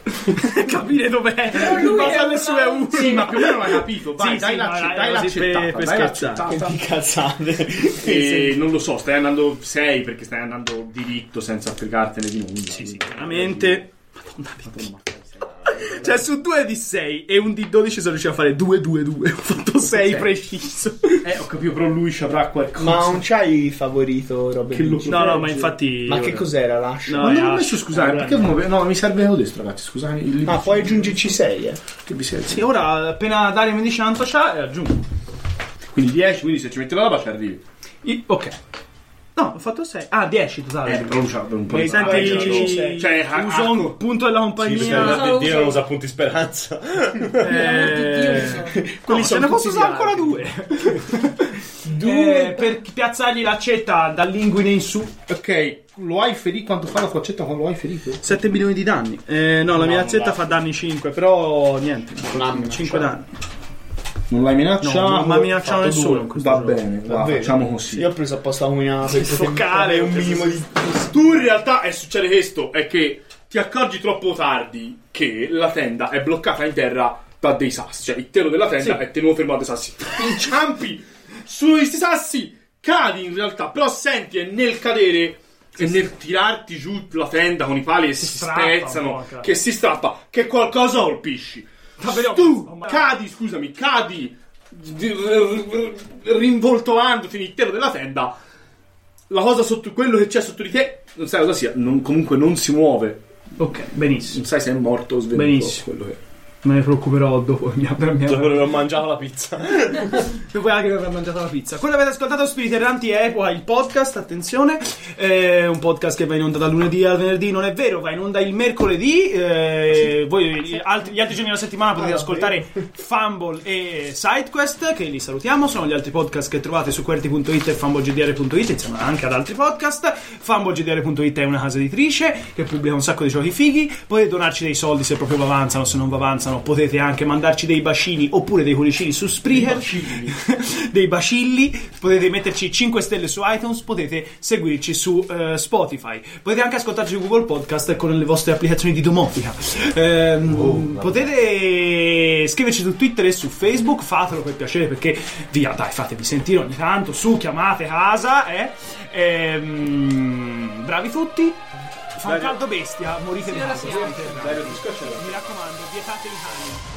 [SPEAKER 1] Capire dov'è.
[SPEAKER 2] Però lui è
[SPEAKER 1] Cosa
[SPEAKER 2] un
[SPEAKER 1] le sue
[SPEAKER 2] altro.
[SPEAKER 1] urla.
[SPEAKER 31] Sì, ma più o meno l'hai capito. Vai,
[SPEAKER 1] Sì,
[SPEAKER 31] dai
[SPEAKER 1] sì,
[SPEAKER 31] la
[SPEAKER 1] ma
[SPEAKER 31] dai
[SPEAKER 1] era
[SPEAKER 31] la
[SPEAKER 1] così per-
[SPEAKER 31] accettata,
[SPEAKER 1] per
[SPEAKER 31] dai la
[SPEAKER 1] scherzare.
[SPEAKER 31] accettata.
[SPEAKER 19] Che cazzate.
[SPEAKER 5] e non lo so, stai andando 6 perché stai andando diritto senza applicartene di nulla. Sì, sì,
[SPEAKER 1] Veramente. Cioè, su 2 di 6 e un di 12 sono riuscito a fare 2, 2, 2. Ho fatto 6 preciso.
[SPEAKER 5] Eh, ho capito, però lui ci avrà qualcosa.
[SPEAKER 19] Ma non c'hai favorito Robin? Hood?
[SPEAKER 1] No, no, ma infatti.
[SPEAKER 19] Ma che
[SPEAKER 1] ora-
[SPEAKER 19] cos'era l'ascia?
[SPEAKER 1] No,
[SPEAKER 31] Ma
[SPEAKER 1] è
[SPEAKER 31] non l'ho
[SPEAKER 1] Ash.
[SPEAKER 31] messo, scusate,
[SPEAKER 5] eh,
[SPEAKER 19] Allora,
[SPEAKER 31] perché muove- No, mi serve questo, ragazzi, scusate. Il
[SPEAKER 19] Ah, puoi aggiungerci 6, eh.
[SPEAKER 31] che vi serve?
[SPEAKER 1] Sì, ora appena Dario mi dice tanto c'ha e aggiungo.
[SPEAKER 5] Quindi 10, quindi se ci metti la roba ci arrivi.
[SPEAKER 1] I- ok. No, ho fatto 6. Ah, 10 totale.
[SPEAKER 5] Eh, però lui c'ha un po'
[SPEAKER 1] Mi
[SPEAKER 5] di
[SPEAKER 1] senti? ah, ecco.
[SPEAKER 5] Cioè, ha-
[SPEAKER 1] uso un
[SPEAKER 5] ha-
[SPEAKER 1] punto della
[SPEAKER 3] Sì,
[SPEAKER 1] compagnia.
[SPEAKER 2] Mia-
[SPEAKER 3] perché Dio non usa punti speranza.
[SPEAKER 2] Amor di
[SPEAKER 3] [laughs]
[SPEAKER 2] Dio,
[SPEAKER 31] [laughs]
[SPEAKER 1] Eh,
[SPEAKER 2] insomma.
[SPEAKER 1] No,
[SPEAKER 19] Quelli
[SPEAKER 1] se
[SPEAKER 19] sono
[SPEAKER 1] ne posso
[SPEAKER 19] tutti
[SPEAKER 1] usare
[SPEAKER 19] gli
[SPEAKER 1] ancora due.
[SPEAKER 31] [laughs]
[SPEAKER 1] due Eh, per piazzargli l'accetta dall'inguine in su.
[SPEAKER 31] Ok, lo hai ferito? Quanto fa la tua accetta quando lo hai ferito?
[SPEAKER 1] 7 milioni di danni. Eh, no, la mia accetta fa danni 5, però niente.
[SPEAKER 19] Mamma,
[SPEAKER 1] 5 danni.
[SPEAKER 31] Non l'hai minacciato?
[SPEAKER 1] No, ma minacciano nessuno in questo
[SPEAKER 31] Va
[SPEAKER 1] gioco.
[SPEAKER 31] bene, va,
[SPEAKER 19] Davvero?
[SPEAKER 31] facciamo così.
[SPEAKER 19] Io ho preso apposta una per
[SPEAKER 1] soccare,
[SPEAKER 19] un minimo di...
[SPEAKER 5] Tu in realtà è succede questo, è che ti accorgi troppo tardi che la tenda è bloccata in terra da dei sassi, cioè il telo della tenda è tenuto fermo dai sassi. [laughs] Inciampi su questi sassi, cadi in realtà, però senti e nel cadere E nel tirarti giù la tenda con i pali che si,
[SPEAKER 1] strappa un
[SPEAKER 5] spezzano,
[SPEAKER 1] po', cioè. cazzo.
[SPEAKER 5] che si strappa, che qualcosa colpisci.
[SPEAKER 1] però-
[SPEAKER 5] tu cadi, scusami, cadi di- rinvoltolandoti all'interno della tenda. La cosa sotto quello che c'è sotto di te, non sai cosa sia, non- comunque non si muove.
[SPEAKER 1] Ok, benissimo.
[SPEAKER 5] Non sai se è morto o svenuto.
[SPEAKER 1] Benissimo.
[SPEAKER 5] Quello che...
[SPEAKER 1] Me ne preoccuperò dopo. Mi avrà, mi avrà-
[SPEAKER 32] Dove ho mangiato la pizza.
[SPEAKER 5] Eh,
[SPEAKER 1] Dopo anche che avrà mangiato la pizza. Quello che avete ascoltato Spirit Erranti è Epoca, il podcast, attenzione. È un podcast che va in onda dal lunedì al venerdì, non è vero, va in onda il mercoledì. eh, voi gli altri, gli altri giorni della settimana potete ascoltare Fumble e SideQuest, che li salutiamo. Sono gli altri podcast che trovate su QWERTY.it e fumblegdr.it, insieme anche ad altri podcast. FumbleGDR.it è una casa editrice che pubblica un sacco di giochi fighi. Potete donarci dei soldi se proprio vi avanzano, se non vi avanzano. Potete anche mandarci dei bacini oppure dei cuoricini su Spreaker [laughs] dei bacilli, potete metterci 5 stelle su iTunes, potete seguirci su eh, Spotify, potete anche ascoltarci su Google Podcast con le vostre applicazioni di domotica. Ehm, potete scriverci su Twitter e su Facebook, fatelo per piacere perché via, dai, fatevi sentire ogni tanto, su, chiamate casa, eh. Ehm, bravi tutti.
[SPEAKER 5] certo.
[SPEAKER 1] Fa un caldo bestia, morite di caldo. Mi raccomando, vietate i cani.